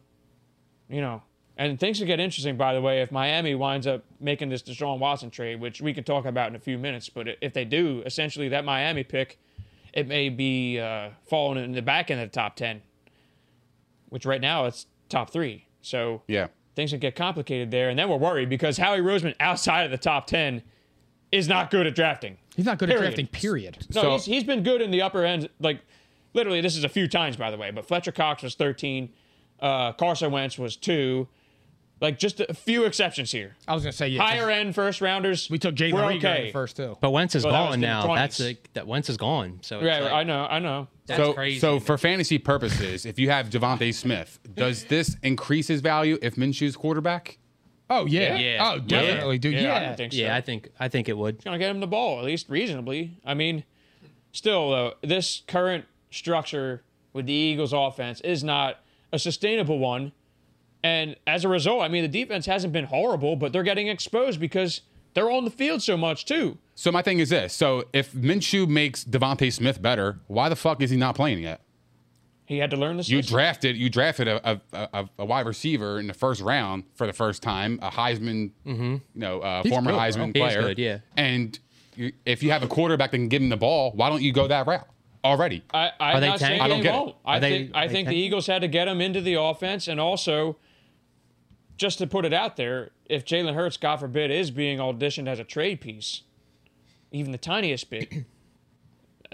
E: you know. And things could get interesting, by the way, if Miami winds up making this Deshaun Watson trade, which we can talk about in a few minutes. But i- if they do, essentially that Miami pick, it may be uh, falling in the back end of the top ten, which right now it's top three. So
C: Yeah.
E: things can get complicated there, and then we're worried because Howie Roseman outside of the top ten is not good at drafting.
B: He's not good
E: Period.
B: at drafting, period.
E: No,
C: So-
E: he's, he's been good in the upper end. Like, literally, this is a few times, by the way. But Fletcher Cox was 13. Uh, Carson Wentz was two. Like, just a few exceptions here.
B: I was going to say, yeah. 'cause
E: Higher end first rounders.
B: We took Jalen
E: we're
B: Rieger in
E: okay.
B: the first, too.
D: But Wentz is
E: Well, that was
D: gone
E: in the
D: now.
E: 20s.
D: That's a, that Wentz is gone. So it's
E: Right,
D: like,
E: I know, I know.
D: That's
C: So,
D: crazy.
C: so for fantasy purposes, if you have Javante Smith, does this increase his value if Minshew's quarterback?
B: Oh, yeah.
D: Yeah.
B: Oh, definitely, dude. Yeah.
E: I don't think so.
D: yeah, I think I think it
E: [LAUGHS]
D: would.
E: gonna get him the ball at least reasonably. I mean, still though, this current structure with the Eagles' offense is not a sustainable one, and as a result, I mean, the defense hasn't been horrible, but they're getting exposed because they're on the field so much too.
C: So my thing is this: so if Minshew makes Devonte Smith better, why the fuck is he not playing yet?
E: He had to learn this.
C: You drafted you drafted a a, a, a wide receiver in the first round for the first time, a Heisman, you know, uh, former
B: good,
C: Heisman
D: bro. He is
C: player.
D: good, yeah.
C: And you, if you have a quarterback that can give him the ball, why don't you go that route already?
E: I, I'm
D: Are they
E: not saying
D: tanking? I
C: don't
E: they
C: get it.
E: won't. I
D: Are they-
E: think I
D: are they
E: think the
D: tanking?
E: Eagles had to get him into the offense, and also, just to put it out there, if Jalen Hurts, God forbid, is being auditioned as a trade piece, even the tiniest bit, [CLEARS THROAT]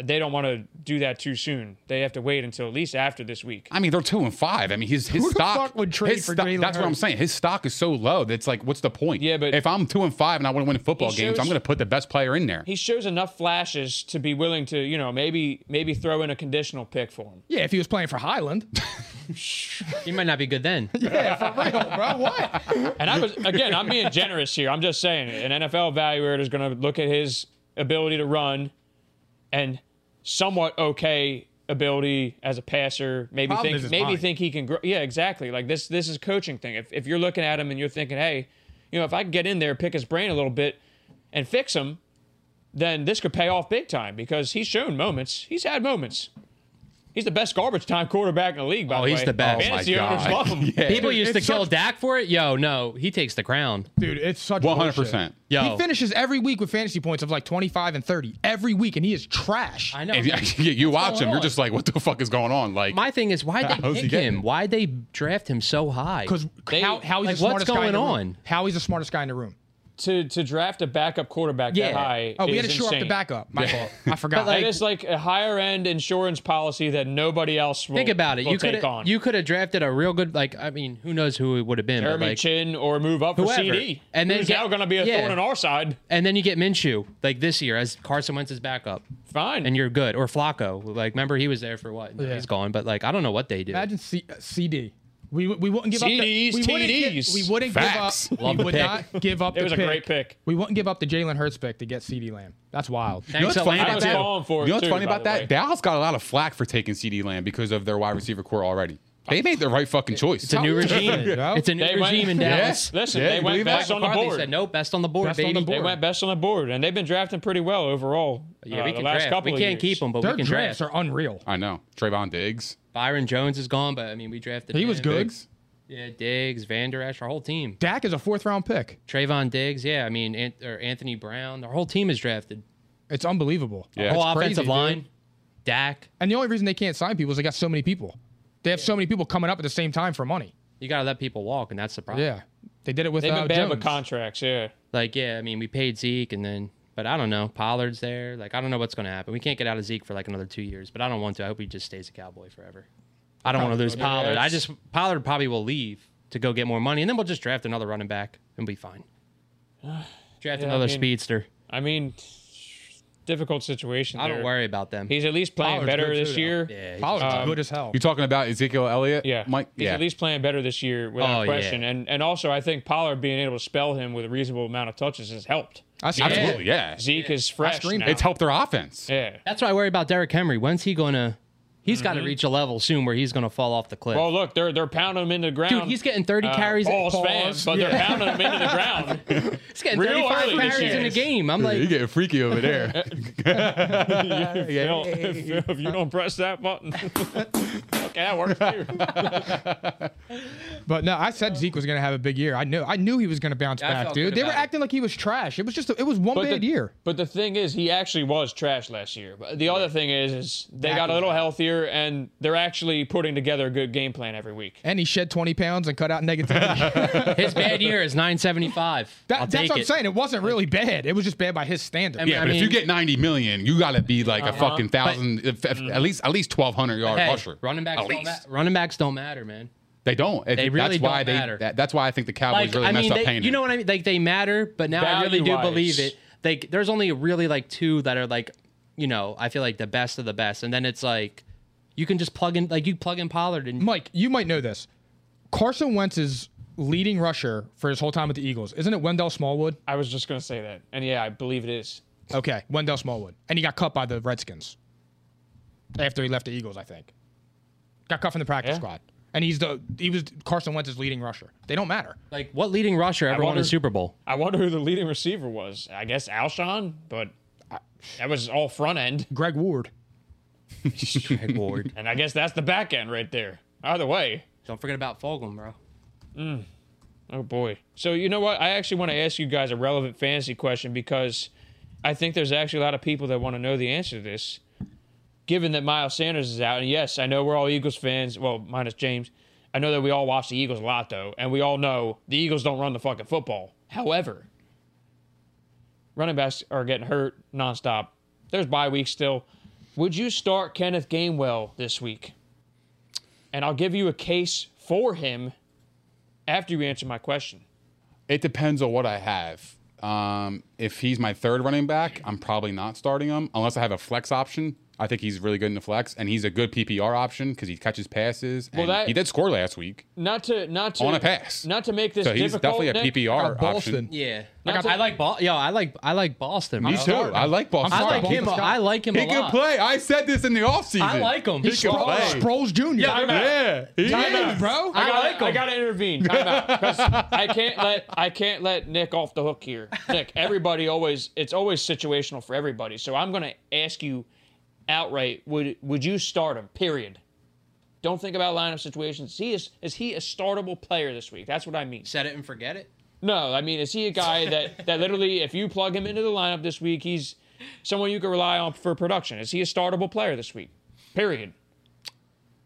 E: they don't want to do that too soon. They have to wait until at least after this week.
C: I mean, they're two and five. I mean, his his
B: Who the
C: stock
B: fuck would trade
C: his
B: for
C: stock-
B: Jalen
C: That's what I'm
B: Hurts?
C: saying. His stock is so low that it's like, what's the point?
E: Yeah, but-
C: if I'm two and five and I want to win football
E: He
C: games,
E: shows-
C: I'm going to put the best player in there.
E: He shows enough flashes to be willing to, you know, maybe maybe throw in a conditional pick for him.
B: Yeah, if he was playing for Highland. [LAUGHS]
D: He might not be good then.
B: yeah, for real, bro. What?
E: And I was again, I'm being generous here. I'm just saying an NFL evaluator is going to look at his ability to run and somewhat okay ability as a passer. Maybe
B: Problem is
E: think
B: his
E: maybe
B: mind.
E: think he can grow. Yeah, exactly. Like this this is coaching thing. If if you're looking at him and you're thinking, "Hey, you know, if I can get in there, pick his brain a little bit and fix him, then this could pay off big time because he's shown moments. He's had moments. He's the best garbage time quarterback in the league, by
D: Oh,
E: the way.
D: he's the best. Oh, my
E: Fantasy owners
C: God.
D: [LAUGHS]
E: love him.
C: Yeah.
D: People
B: Dude,
D: used to
B: it's
D: kill
B: such-
D: Dak for it. Yo, no, he takes the crown.
B: Dude, it's such
C: 100%.
B: bullshit.
D: Yo.
B: He finishes every week with fantasy points of like 25 and 30 every week, and he is trash.
D: I know.
C: If you, [LAUGHS] you watch him,
D: going
C: you're
D: on?
C: just like, what the fuck is going on? Like,
D: My thing is why they
C: How's he
D: pick
C: getting
D: him?
C: it?
D: Why they draft him so high?
B: Because how, how he's
D: like,
B: the
D: what's
B: smartest guy in
D: going
B: the
D: on?
B: room. How he's the smartest guy in the room.
E: to to draft a backup quarterback
D: Yeah.
E: that high.
B: Oh, we
E: is
B: had to shore up the
E: insane.
B: backup. My fault.
D: [LAUGHS]
B: I forgot.
E: That is like a higher end insurance policy that nobody else will
D: think about it.
E: will
D: You
E: take
D: could
E: on
D: you could have drafted a real good like I mean, who knows who it would have been? but,
E: Jeremy
D: like,
E: Chin or move up for
D: Whoever.
E: CD,
D: And then
E: who's
D: get-
E: now going to be a
D: yeah.
E: thorn in our side.
D: and then you get Minshew like this year as Carson Wentz's backup,
E: Fine,
D: and you're good. Or Flacco, like remember he was there for what?
B: Yeah.
D: He's gone, but like I don't know what they do.
B: Imagine C- uh, CD. We, we wouldn't give
E: CDs,
B: up. The, we wouldn't gi-
E: TDs.
B: we wouldn't
E: Facts.
B: give up.
D: Love
B: we
D: the
B: would
D: pick.
B: not give up.
E: It
B: the
E: was a great pick.
B: We wouldn't give up the Jalen Hurts pick to get C.D. Lamb. That's wild.
C: You know what's funny
E: I
C: about
E: was
C: that?
E: falling for it
C: you know what's
E: too,
C: funny
E: by
C: about
E: the
C: that?
E: way.
C: Dallas got a lot of flack for taking CD Lamb because of their wide receiver core already. They made the right fucking choice.
D: It's a new regime.
B: Yeah.
D: It's a new
E: They went-
D: regime in
E: Yeah.
D: Dallas.
E: Listen,
C: Yeah,
E: they
C: you
E: went
C: believe that?
E: best on the
D: Mike McCarthy
E: board.
D: said, no, best on the board,
B: Best on
D: baby.
B: the board.
E: They went best on the board, and they've been drafting pretty well overall.
D: Yeah,
E: uh,
D: we
E: the
D: can
E: last
D: draft. We
E: couple of
D: can't
E: years.
D: keep him, but
B: Their
D: we can
B: drafts
D: draft.
B: are unreal.
C: I know. Trayvon Diggs.
D: Byron Jones is gone, but I mean, we drafted.
B: He was
D: him.
B: good.
C: Diggs.
D: Yeah, Diggs, Van Der Esch, our whole team.
B: Dak is a fourth round pick.
D: Trayvon Diggs. Yeah, I mean, Ant- or Anthony Brown. Our whole team is drafted.
B: It's unbelievable.
C: Yeah.
D: whole
B: It's crazy,
D: offensive
B: dude.
D: line. Dak.
B: And the only reason they can't sign people is they got so many people. They have so many people coming up at the same time for money.
D: You gotta let people walk, and that's the problem.
B: Yeah, they did it with
E: They've been
B: uh,
E: bad with
B: Jones.
E: contracts. Yeah,
D: Like, yeah, I mean, we paid Zeke, and then, but I don't know. Pollard's there. Like, I don't know what's gonna happen. We can't get out of Zeke for like another two years, but I don't want to. I hope he just stays a Cowboy forever. I don't want to lose Pollard. I just Pollard probably will leave to go get more money, and then we'll just draft another running back and be fine. Draft
E: [SIGHS] Yeah, I
D: another
E: mean-
D: speedster.
E: I mean, difficult situation.
D: I don't
E: there.
D: worry about them.
E: He's at least playing
B: Pollard's
E: better
B: good,
E: this
B: too,
E: year.
D: Yeah, he's-
B: Pollard's good as hell.
C: You talking about Ezekiel Elliott?
E: Yeah,
C: Mike.
E: He's
C: yeah.
E: at least playing better this year without
D: Oh, yeah.
E: question, and and also I think Pollard being able to spell him with a reasonable amount of touches has helped.
B: I see
C: Absolutely. Yeah.
E: Zeke is fresh
B: screamed
E: now.
C: It's helped their offense.
E: yeah.
D: That's what I worry about Derrick Henry. When's he gonna? He's got to
E: Mm-hmm.
D: reach a level soon where he's gonna fall off the cliff.
E: Well, Oh, look, they're they're pounding him into the ground.
D: Dude, he's getting 30
E: uh,
D: carries.
E: balls
D: Pause.
E: fans, but they're pounding
D: [LAUGHS]
E: him into the ground.
D: He's getting
E: real
D: 35
E: early this
D: carries in
E: year.
D: a game. I'm
C: You're
D: like,
C: getting freaky over there.
D: [LAUGHS]
E: Phil, Phil, if you don't press that
D: [LAUGHS]
E: button, okay, that works. too.
B: But no, I said Zeke was going to have a big year. I knew, I knew he was going to bounce
D: Yeah, I
B: back,
D: felt
B: dude.
D: good
B: They were
D: about it.
B: acting like he was trash. It was just, a, it was one bad year.
E: But the thing is, he actually was trash last year. But the other thing is, is they got a little healthier and they're actually putting together a good game plan every week.
B: And he shed 20 pounds and cut out negativity.
D: his bad year is 975.
B: That-
D: I'll
B: that's
D: take
B: what I'm
D: it.
B: saying. It wasn't really bad. It was just bad by his standards.
C: Yeah,
D: I
C: but if you
D: mean- Uh-huh.
C: get 90 million, you got to be like a fucking thousand, if, if- at least at least 1,200 yard
D: mm. Hey,
C: rusher.
D: running backs
C: at
D: don't
C: least
D: ma- running backs don't matter, man.
C: they don't. It-
D: They really
C: that's why
D: don't
C: they.
D: matter.
C: that- that's why I think the Cowboys
D: Like,
C: really
D: I
C: messed
D: mean,
C: up
D: they-
C: paying.
D: you
C: him.
D: know what I mean? Like they matter, but now I really do
E: Value-wise.
D: believe it. Like there's only really like two that are like, you know, I feel like the best of the best, and then it's like, you can just plug in like you plug in Pollard and
B: Mike, you might know this. Carson Wentz's leading rusher for his whole time with the Eagles, isn't it Wendell Smallwood?
E: I was just gonna say that, and yeah, I believe it is.
B: Okay, Wendell Smallwood. And he got cut by the Redskins after he left the Eagles, I think. Got cut from the practice
E: Yeah.
B: squad. And he's the he was Carson Wentz's leading rusher. They don't matter.
D: like what leading rusher ever won
E: wonder-
D: a Super Bowl?
E: I wonder who the leading receiver was. I guess Alshon, but I, that was all front end,
C: [LAUGHS]
B: Greg Ward.
D: Greg
B: [LAUGHS]
D: Ward.
E: and I guess that's the back end right there. Either way,
D: Don't forget about Foglum, bro.
E: oh boy. So you know what? I actually want to ask you guys a relevant fantasy question because I think there's actually a lot of people that want to know the answer to this. Given that Miles Sanders is out, and yes, I know we're all Eagles fans. Well, minus James. I know that we all watch the Eagles a lot though, and we all know the Eagles don't run the fucking football. However, running backs are getting hurt nonstop. There's bye weeks still. Would you start Kenneth Gainwell this week? And I'll give you a case for him after you answer my question.
C: It depends on what I have. Um, if he's my third running back, I'm probably not starting him unless I have a flex option. I think he's really good in the flex, and he's a good PPR option because he catches passes. And
E: Well, that-
C: he did score last week
E: Not to not to
C: on a pass.
E: Not to make this
C: so he's
E: difficult.
C: definitely a
E: Nick.
C: PPR option.
D: Yeah,
E: Not to-
D: I like Bal- yo, I like I like Boston.
C: Me
D: bro.
C: too. I like Boston.
D: I
B: sorry,
D: like him.
B: Boston.
D: I like him
C: He
D: a
C: can
D: lot.
C: play. I said this in the offseason.
D: I like him.
C: He
D: He's
C: can
D: strong.
C: play.
B: Sproles Jr.
C: Yeah, he
B: Yeah,
C: is.
B: bro.
E: I gotta,
D: like him.
E: I gotta intervene. Time out. 'Cause I can't let I can't let Nick off the hook here. Nick, everybody always it's always situational for everybody. So I'm gonna ask you outright, would would you start him? Period. Don't think about lineup situations. He is is he a startable player this week? That's what I mean.
D: Set it and forget it.
E: No, I mean, is he a guy that that literally if you plug him into the lineup this week, he's someone you can rely on for production? Is he a startable player this week? Period.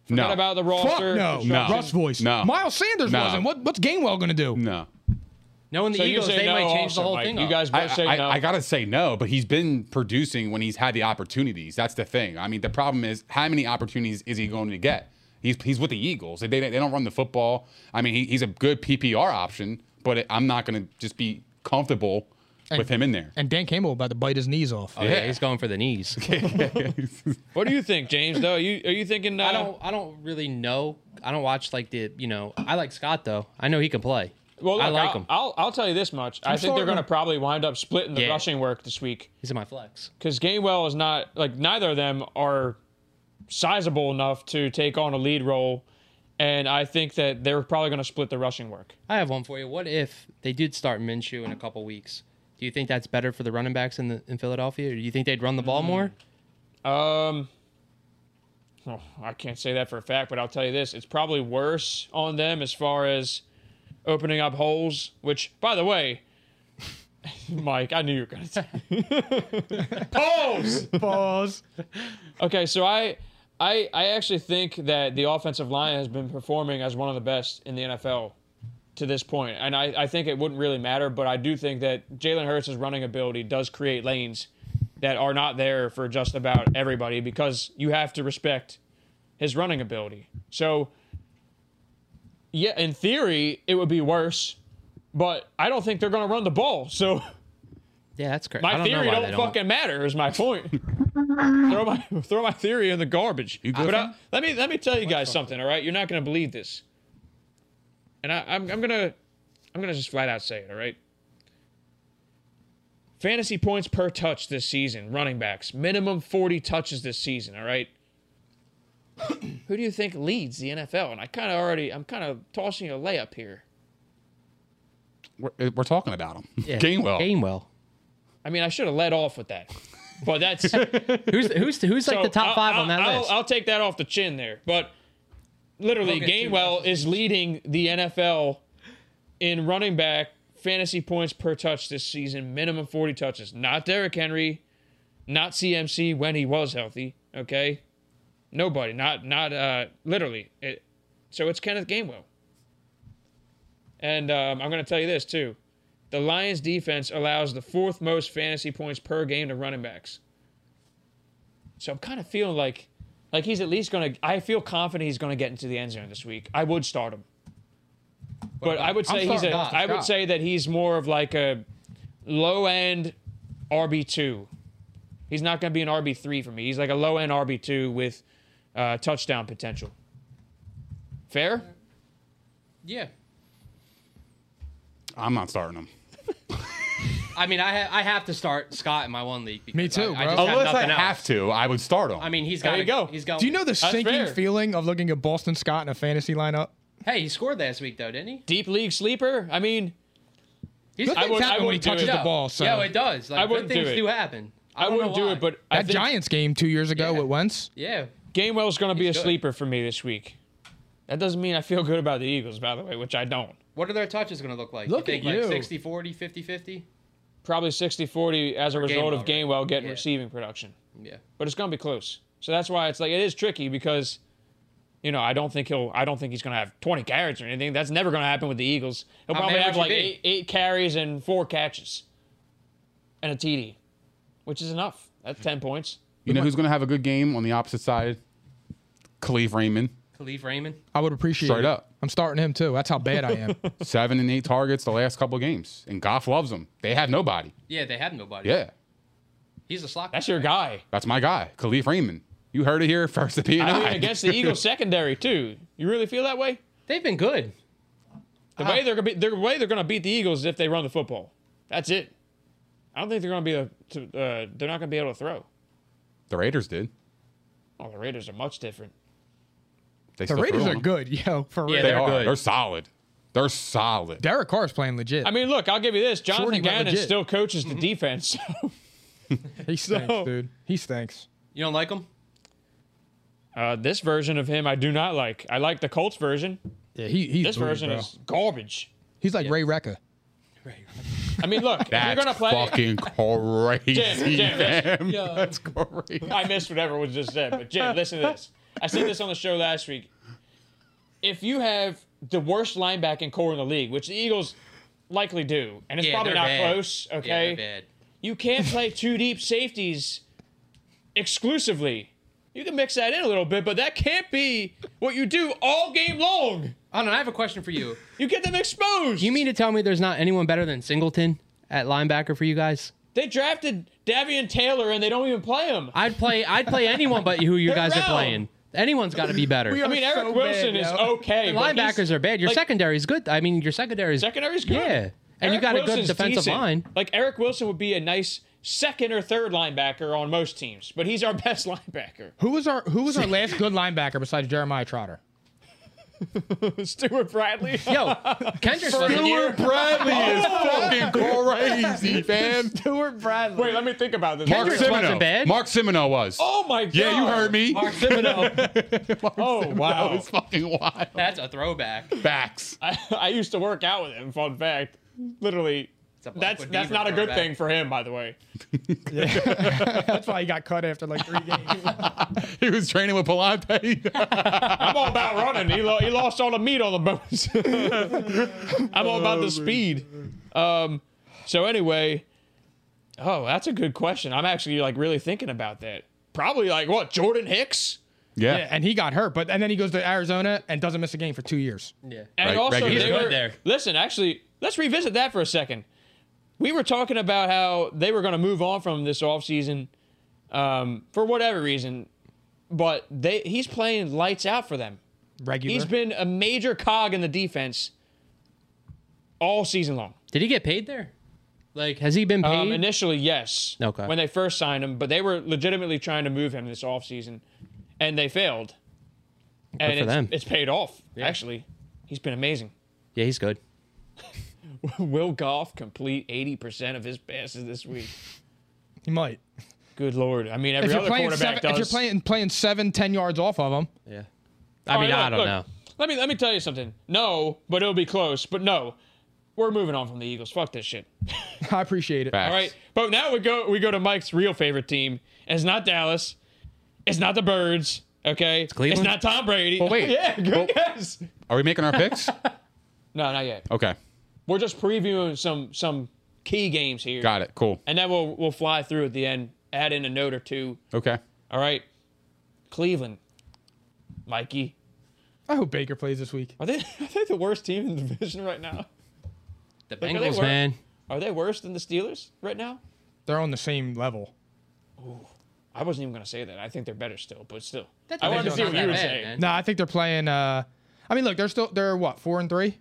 C: No.
E: Forget about the
B: Fuck
E: roster.
B: no.
C: No.
B: Russ voice.
C: No.
B: Miles Sanders
C: No.
B: wasn't. What, what's Gainwell going to do?
C: No.
D: Knowing the
E: So you
D: Eagles,
E: say
D: they
E: no
D: might change
E: also,
D: the whole
E: Mike.
D: thing.
E: You
D: up.
E: guys
C: I,
E: both say
C: I-
E: no.
C: I gotta say no, but he's been producing when he's had the opportunities. That's the thing. I mean, the problem is how many opportunities is he going to get? He's he's with the Eagles. They they, they don't run the football. I mean, he, he's a good PPR option, but I'm not gonna just be comfortable with him in there.
B: And Dan Campbell about to bite his knees off.
D: Oh, yeah. he's going for the knees.
E: What do you think, James? Though you are you thinking? Uh,
D: I don't. I don't really know. I don't watch like the. You know, I like Scott though. I know he can play.
E: Well, look,
D: I like
E: I'll,
D: him.
E: I'll I'll tell you this much. i think
B: sorry,
E: they're going to
B: man.
E: probably wind up splitting the
D: Yeah.
E: rushing work this week
D: He's in my flex.
E: because Gainwell is not like neither of them are sizable enough to take on a lead role, and I think that they're probably going to split the rushing work.
D: I have one for you. What if they did start Minshew in a couple weeks? Do you think that's better for the running backs in the in Philadelphia? Or do you think they'd run the ball
E: Mm.
D: more?
E: Um, oh, I can't say that for a fact, but I'll tell you this: it's probably worse on them as far as opening up holes. Which, by the way, [LAUGHS] Mike, I knew you were going to holes.
B: Balls.
E: Okay, so I, I, I actually think that the offensive line has been performing as one of the best in the NFL to this point, and I, I think it wouldn't really matter, but I do think that Jalen Hurts' running ability does create lanes that are not there for just about everybody because you have to respect his running ability. So, yeah, in theory, it would be worse, but I don't think they're going to run the ball. So [LAUGHS]
D: Yeah, that's correct. I
E: my
D: don't know
E: theory
D: why
E: don't,
D: they don't.
E: fucking matter is my point. throw my throw my theory in the garbage.
C: You good?
E: But I, let me let me tell you guys something. All right, you're not gonna believe this, and I, I'm I'm gonna I'm gonna just flat out say it. All right. Fantasy points per touch this season, running backs minimum 40 touches this season.
D: [COUGHS]
E: All right. Who do you think leads the NFL? And I kind of already I'm kind of tossing you a layup here.
C: We're, we're talking about him.
D: Yeah.
C: Gainwell.
D: Gainwell.
E: I mean, I should have led off with that, but
D: [LAUGHS]
E: that's.
D: Who's who's who's like the
E: So,
D: top
E: I'll-
D: 5 on
E: I'll-
D: that
E: I'll,
D: list?
E: I'll take that off the chin there. But literally, Gainwell is leading the NFL in running back fantasy points per touch this season, minimum 40 touches. Not Derrick Henry, not CMC when he was healthy. Okay, nobody. Not not uh, literally. It, so it's Kenneth Gainwell. And um, I'm going to tell you this too. The Lions defense allows the fourth most fantasy points per game to running backs. So I'm kind of feeling like like he's at least going to I feel confident he's going to get into the end zone this week. I would start him. But I would say he's a,
C: starting Dobbs,
E: I would
C: Dobbs.
E: say that he's more of like a low end RB2. He's not going to be an RB3 for me. He's like a low end RB2 with uh, touchdown potential. Fair?
D: yeah.
C: I'm not starting him.
D: I mean, I ha- I have to start Scott in my one league. because
B: Me too,
D: I, I
B: bro.
D: just have
C: Unless I
D: nothing else.
C: have to, I would start him.
D: I mean, he's
E: There
D: got
E: you go. Uh,
D: He's got
B: Do you know the sinking
E: fair.
B: feeling of looking at Boston Scott in a fantasy lineup?
D: Hey, he scored last week though, didn't he?
E: Deep league sleeper? I mean,
D: He's
B: Good
E: I
B: things
E: would- I
B: happen when he
E: wouldn't do
B: touches
E: it.
B: the ball. So
D: Yeah, it does. Like
E: I
D: good
E: wouldn't do
D: things
E: it.
D: do happen.
E: I,
D: don't know
E: wouldn't do
D: why.
E: it, but I
B: that
E: think
B: Giants game two years ago
D: Yeah.
B: at Wentz.
D: yeah,
E: Gainwell's going to be a
D: He's good.
E: sleeper for me this week. That doesn't mean I feel good about the Eagles, by the way, which I don't.
D: what are their touches going to look like?
B: Look
D: you think
B: at
D: like
B: you.
D: 60 40, 50 50?
E: Probably 60 40 as a result of
D: Gainwell,
E: Gainwell getting
D: Yeah.
E: receiving production.
D: Yeah.
E: But it's going to be close. So that's why it's like, it is tricky because, you know, I don't think he'll, I don't think he's going to have 20 carries or anything. That's never going to happen with the Eagles. He'll
D: How
E: probably
D: mad
E: have
D: would
E: like
D: you be?
E: eight, eight carries and four catches and a TD, which is enough. That's 10 points.
C: you know who's going to have a good game on the opposite side? Khalif Raymond.
D: Khalif Raymond.
B: I would appreciate
C: Straight
B: it.
C: up.
B: I'm starting him too. That's how bad I am.
C: Seven and eight targets the last couple of games. And Goff loves him. They have nobody.
D: Yeah, they had nobody.
C: Yeah.
D: He's a slot.
E: That's your guy.
C: That's my guy, Khalif Raymond. You heard it here first at P&I.
E: I mean, against
C: [LAUGHS]
E: the Eagles secondary too. You really feel that way?
D: They've been good.
E: The
C: Uh-huh.
E: way they're gonna be, the way they're gonna beat the Eagles is if they run the football. That's it. I don't think they're gonna be a, to, uh, they're not gonna be able to throw.
C: the Raiders did.
E: Oh, the Raiders are much different.
C: They
B: the
C: still
B: Raiders
C: threw
B: are
C: them.
B: good, yo. For
D: Yeah,
B: real.
C: They
D: They're
C: are.
D: good.
C: They're solid. They're solid.
B: Derek Carr's playing legit.
E: I mean, look, I'll give you this.
B: Shorty
E: Jonathan
B: went
E: Gannon
B: legit.
E: still coaches
C: Mm-hmm.
E: the defense. [LAUGHS]
B: he stinks,
E: so-
B: dude. He stinks.
D: You don't like him?
E: uh, this version of him, I do not like. I like the Colts version.
B: Yeah, he, he's
E: This
B: booty,
E: version
B: bro.
E: is garbage.
B: He's like Ray Recca.
E: I mean, look, if you're
C: That's
E: gonna play. [LAUGHS]
C: fucking crazy,
E: Jim, Jim,
C: man. That's crazy.
E: I missed whatever was just said, but Jim, listen to this. I said this on the show last week. If you have the worst linebacking core in the league, which the Eagles likely do, and it's
D: Yeah,
E: probably
D: they're
E: not
D: bad.
E: close,
D: Yeah, they're
E: okay?
D: bad.
E: you can't play two deep safeties exclusively. You can mix that in a little bit, but that can't be what you do all game long.
D: Oh, no, I have a question for you.
E: You get them exposed.
D: You mean to tell me there's not anyone better than Singleton at linebacker for you guys?
E: They drafted Davian Taylor and they don't even play him.
D: I'd play. I'd play anyone but who you
E: They're
D: guys are
E: round.
D: playing. Anyone's got to be better.
E: I mean,
B: They're
E: Eric
B: so
E: Wilson
B: bad,
E: is
B: yo.
E: okay.
D: The
E: but he's-
D: linebackers are bad. Your
E: like,
D: secondary is good. I mean, your secondary is
E: Secondary's good.
D: Yeah, and you
E: Eric
D: got a good
E: Wilson's
D: defensive
E: decent.
D: line.
E: Like Eric Wilson would be a nice second or third linebacker on most teams, but he's our [LAUGHS] best linebacker.
B: Who was our Who was our last good linebacker besides Jeremiah Trotter?
E: Stuart Bradley.
D: [LAUGHS] Yo, Kendrick Fuller.
F: Bradley is
E: Oh!
F: fucking crazy, fam.
B: Stuart Bradley.
E: Wait, let me think about this.
C: Mark
D: Kendricks wasn't
C: Simino.
D: bad.
C: Mark Simino was.
E: Oh my god.
C: yeah, you heard me. [LAUGHS]
E: Mark Thibodeau. oh
C: That
E: wow.
C: was fucking wild.
D: [LAUGHS] That's a throwback.
C: Backs.
E: I, [LAUGHS] I used to work out with him. Fun fact. Literally.
D: a Blackwood
E: That's that's
D: Beaver
E: not a good
D: throwback.
E: thing for him, by the way.
B: That's why he got cut after like three games.
C: He was training with Palante. [LAUGHS]
E: I'm all about running. He, lo- he lost all the meat on the bones. [LAUGHS] I'm all about the speed. Um, so anyway, oh, that's a good question. I'm actually like really thinking about that. Probably like what Jordan Hicks
C: yeah.
B: Yeah, [LAUGHS] and he got hurt, but and then he goes to Arizona and doesn't miss a game for two years.
D: Yeah.
E: and
C: Right,
E: also
C: regular.
E: they
D: He's good
E: were,
D: there.
E: Listen, actually, let's revisit that for a second. We were talking about how they were going to move on from this offseason um, for whatever reason, but they he's playing lights out for them.
B: Regular.
E: He's been a major cog in the defense all season long.
D: Did he get paid there? Like, has he been paid?
E: Um, initially, yes.
D: Okay.
E: When they first signed him, but they were legitimately trying to move him this offseason, and they failed. and
D: for
E: it's,
D: them.
E: it's paid off, actually. He's been amazing. [LAUGHS]
D: yeah, he's good.
E: Will Goff complete 80% of his passes this week?
B: he might.
E: Good Lord. I mean, every
B: If you're,
E: other
B: playing
E: quarterback
B: seven,
E: does.
B: if you're playing playing seven, ten yards off of him,
D: Yeah. I
E: All
D: mean,
E: right,
D: I
E: Oh, look,
D: don't
E: look.
D: know.
E: Let me, let me tell you something. No, but it'll be close. But no, we're moving on from the Eagles. Fuck this shit.
B: [LAUGHS] I appreciate it.
E: All right, but now we go we go to Mike's real favorite team. And it's not Dallas. It's not the Birds. Okay, it's
D: Cleveland?
E: not Tom Brady.
C: Well, wait.
E: [LAUGHS] yeah, good
C: Well-
E: guess.
C: Are we making our
E: [LAUGHS]
C: picks?
E: No, not yet.
C: Okay.
E: We're just previewing some some key games here.
C: Got it. Cool.
E: And then we'll we'll fly through at the end, add in a note or two.
C: Okay.
E: All right, Cleveland, Mikey,
B: I hope Baker plays this week.
E: are they [LAUGHS] are they the worst team in the division right now?
D: The
E: are they
D: Bengals,
E: wor-
D: man.
E: Are they worse than the Steelers right now?
B: They're on the same level.
E: I wasn't even gonna say that. I think they're better still, but still.
D: That
E: I wanted to
D: division's not
E: see what
D: that
E: you would
D: bad,
E: say.
D: man.
B: No, I think they're playing. uh I mean, look, they're still they're what four and three.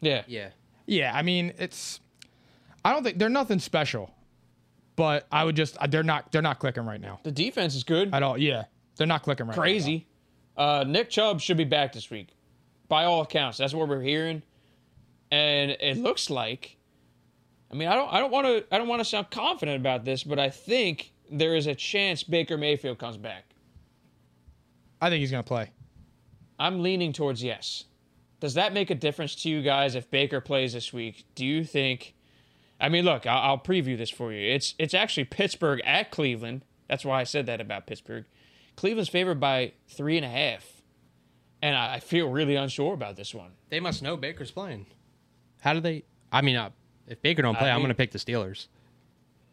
E: Yeah.
D: Yeah.
B: Yeah, I mean, it's. I don't think they're nothing special, but I would just they're not they're not clicking right now
E: The defense is good.
B: at all. Yeah, they're not clicking right. Now.
E: crazy. Uh, Nick Chubb should be back this week, by all accounts. That's what we're hearing, and it looks like. I mean, I don't, I don't want to, I don't want to sound confident about this, but I think there is a chance Baker Mayfield comes back.
B: I think he's gonna play.
E: I'm leaning towards yes. Does that make a difference to you guys if Baker plays this week? Do you think? I mean, look, I'll, I'll preview this for you. It's it's actually Pittsburgh at Cleveland. That's why I said that about Pittsburgh. Cleveland's favored by three and a half, and I, I feel really unsure about this one.
D: They must know Baker's playing. How do they? I mean, uh, if Baker don't play, I am
E: mean-
D: going to pick the Steelers.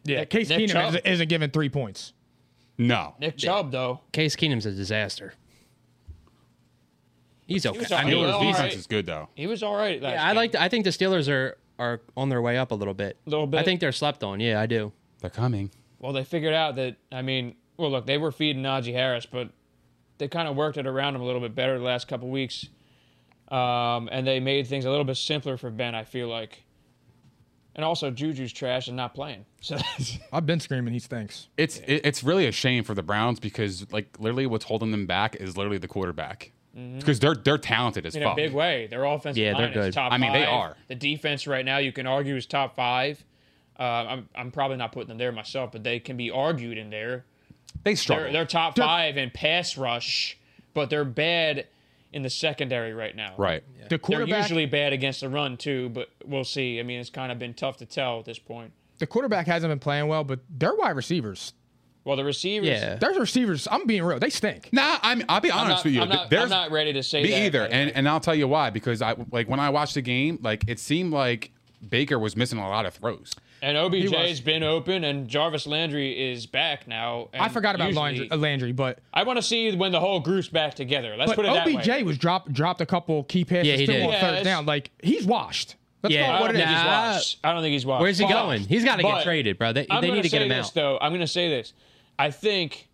B: Yeah,
E: Nick-
B: Case
E: Nick
B: Keenum
E: Chubb.
B: isn't, isn't giving three points.
C: No.
E: Nick Chubb, though,
D: Case Keenum's a disaster. He's okay.
E: was
D: I
E: all-
D: mean,
E: he was
C: Steelers
E: all
C: defense
E: right.
C: is good though.
E: he was all right. Last
D: yeah, I
E: game.
D: like. I think the Steelers are are on their way up a little bit.
E: Little bit.
D: I think they're slept on. Yeah, I do.
C: They're coming.
E: Well, they figured out that I mean, well, look, they were feeding Najee Harris, but they kind of worked it around him a little bit better the last couple weeks, um, and they made things a little bit simpler for Ben. I feel like, and also Juju's trash and not playing. [LAUGHS] So that's-
B: I've been screaming he stinks.
C: It's it, it's really a shame for the Browns because like literally what's holding them back is literally the quarterback. Because they're they're talented as
E: in
C: fuck.
E: a Mm-hmm. big way, their offensive
D: Yeah, they're
E: line is
D: good.
E: top.
C: I mean, they
E: five.
C: are.
E: The defense right now, you can argue, is top five. Uh, I'm I'm probably not putting them there myself, but they can be argued in there.
C: They
E: They're,
C: struggle.
E: they're top five in pass rush, but they're bad in the secondary right now.
C: right.
B: The
E: They're
B: quarterback,
E: usually bad against the run too, but we'll see. I mean, it's kind of been tough to tell at this point.
B: the quarterback hasn't been playing well, but their wide receivers,
E: Well, the receivers.
D: Yeah.
B: their receivers. I'm being real, they stink.
C: Nah, I'm I'll be
E: I'm
C: honest
E: not,
C: with you.
E: I'm not,
C: There's-
E: I'm not ready to say
C: me
E: that,
C: either
E: but-
C: and and i'll tell you why because i like when i watched the game like it seemed like baker was missing a lot of throws
E: and OBJ has been open, and Jarvis Landry is back now.
B: I
E: and
B: forgot about
E: usually-
B: Landry, uh, Landry, but
E: I want to see when the whole group's back together. Let's
B: but
E: put it that way.
B: OBJ was dropped dropped a couple key passes
D: Yeah, he
B: to
D: did.
B: him on
E: Yeah,
B: third
E: it's-
B: down. Like he's washed.
E: Let's
D: Yeah.
E: call it what it is.
D: Nah.
E: He's washed. I don't think he's washed.
D: Where's he
E: But-
D: going? He's gotta get
E: but
D: traded, bro. They-
E: I'm
D: they need
E: gonna
D: to get
E: say
D: him
E: this,
D: out.
E: Though I'm going to say this, I think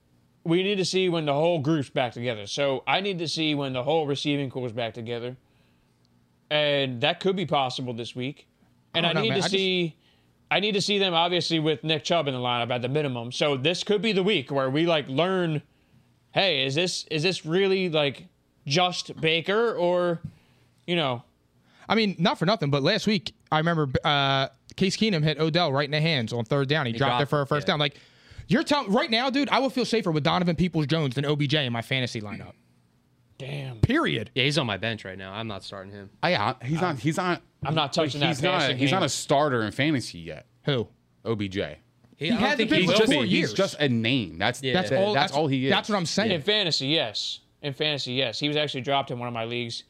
E: we need to see when the whole group's back together. So I need to see when the whole receiving core is back together, and that could be possible this week. And
B: I
E: I,
B: don't know,
E: need
B: man.
E: to
B: I just-
E: see. I need to see them obviously with Nick Chubb in the lineup at the minimum. So this could be the week where we like learn, hey, is this is this really like just Baker or you know
B: I mean, not for nothing, but last week I remember uh, Case Keenum hit Odell right in the hands on third down. He, dropped,
D: dropped
B: it for a
D: it,
B: first
D: yeah.
B: down. Like you're telling right now, dude, I will feel safer with Donovan Peoples Jones than OBJ in my fantasy lineup.
E: Damn.
B: Period.
D: Yeah, he's on my bench right now. I'm not starting him.
C: Yeah, uh, he's not. He's not.
E: I'm not touching that
C: He's
E: passing
C: not. He's not
E: game.
C: a starter in fantasy yet.
B: Who?
C: OBJ.
D: He, I don't
E: had the
D: think
E: big
D: he
E: one
D: will
E: for
C: Just,
D: be.
E: four
C: he's just a name. That's
D: Yeah.
C: that's,
D: That's
C: all, that's all he is.
B: That's what I'm saying.
E: In fantasy, yes. In fantasy, yes. He was actually dropped in one of my leagues.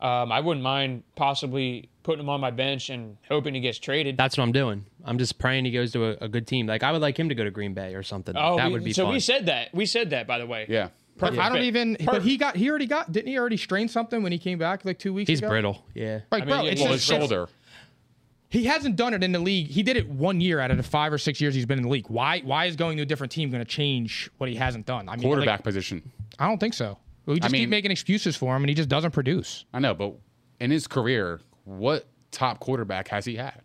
E: Um, I wouldn't mind possibly putting him on my bench and hoping he gets traded.
D: That's what I'm doing. I'm just praying he goes to a, a good team. Like I would like him to go to Green Bay or something.
E: oh,
D: that
E: we-
D: would be
E: so
D: fun.
E: we said that. We said that, by the way.
C: Yeah.
E: Perfect.
B: I don't
E: fit.
B: even. But
E: Perfect.
B: he got. He already got. Didn't he already strain something when he came back like two weeks
D: he's
B: ago?
D: brittle. Yeah.
B: Like,
E: I mean,
B: bro,
E: yeah,
B: it's
E: well,
C: His
B: just- it's-
C: shoulder.
B: He hasn't done it in the league. He did it one year out of the five or six years he's been in the league. Why? Why is going to a different team going to change what he hasn't done? I mean, like,
C: Quarterback position.
B: I don't think so. We just keep
C: mean-
B: making excuses for him, and he just doesn't produce.
C: I know, but in his career, what top quarterback has he had?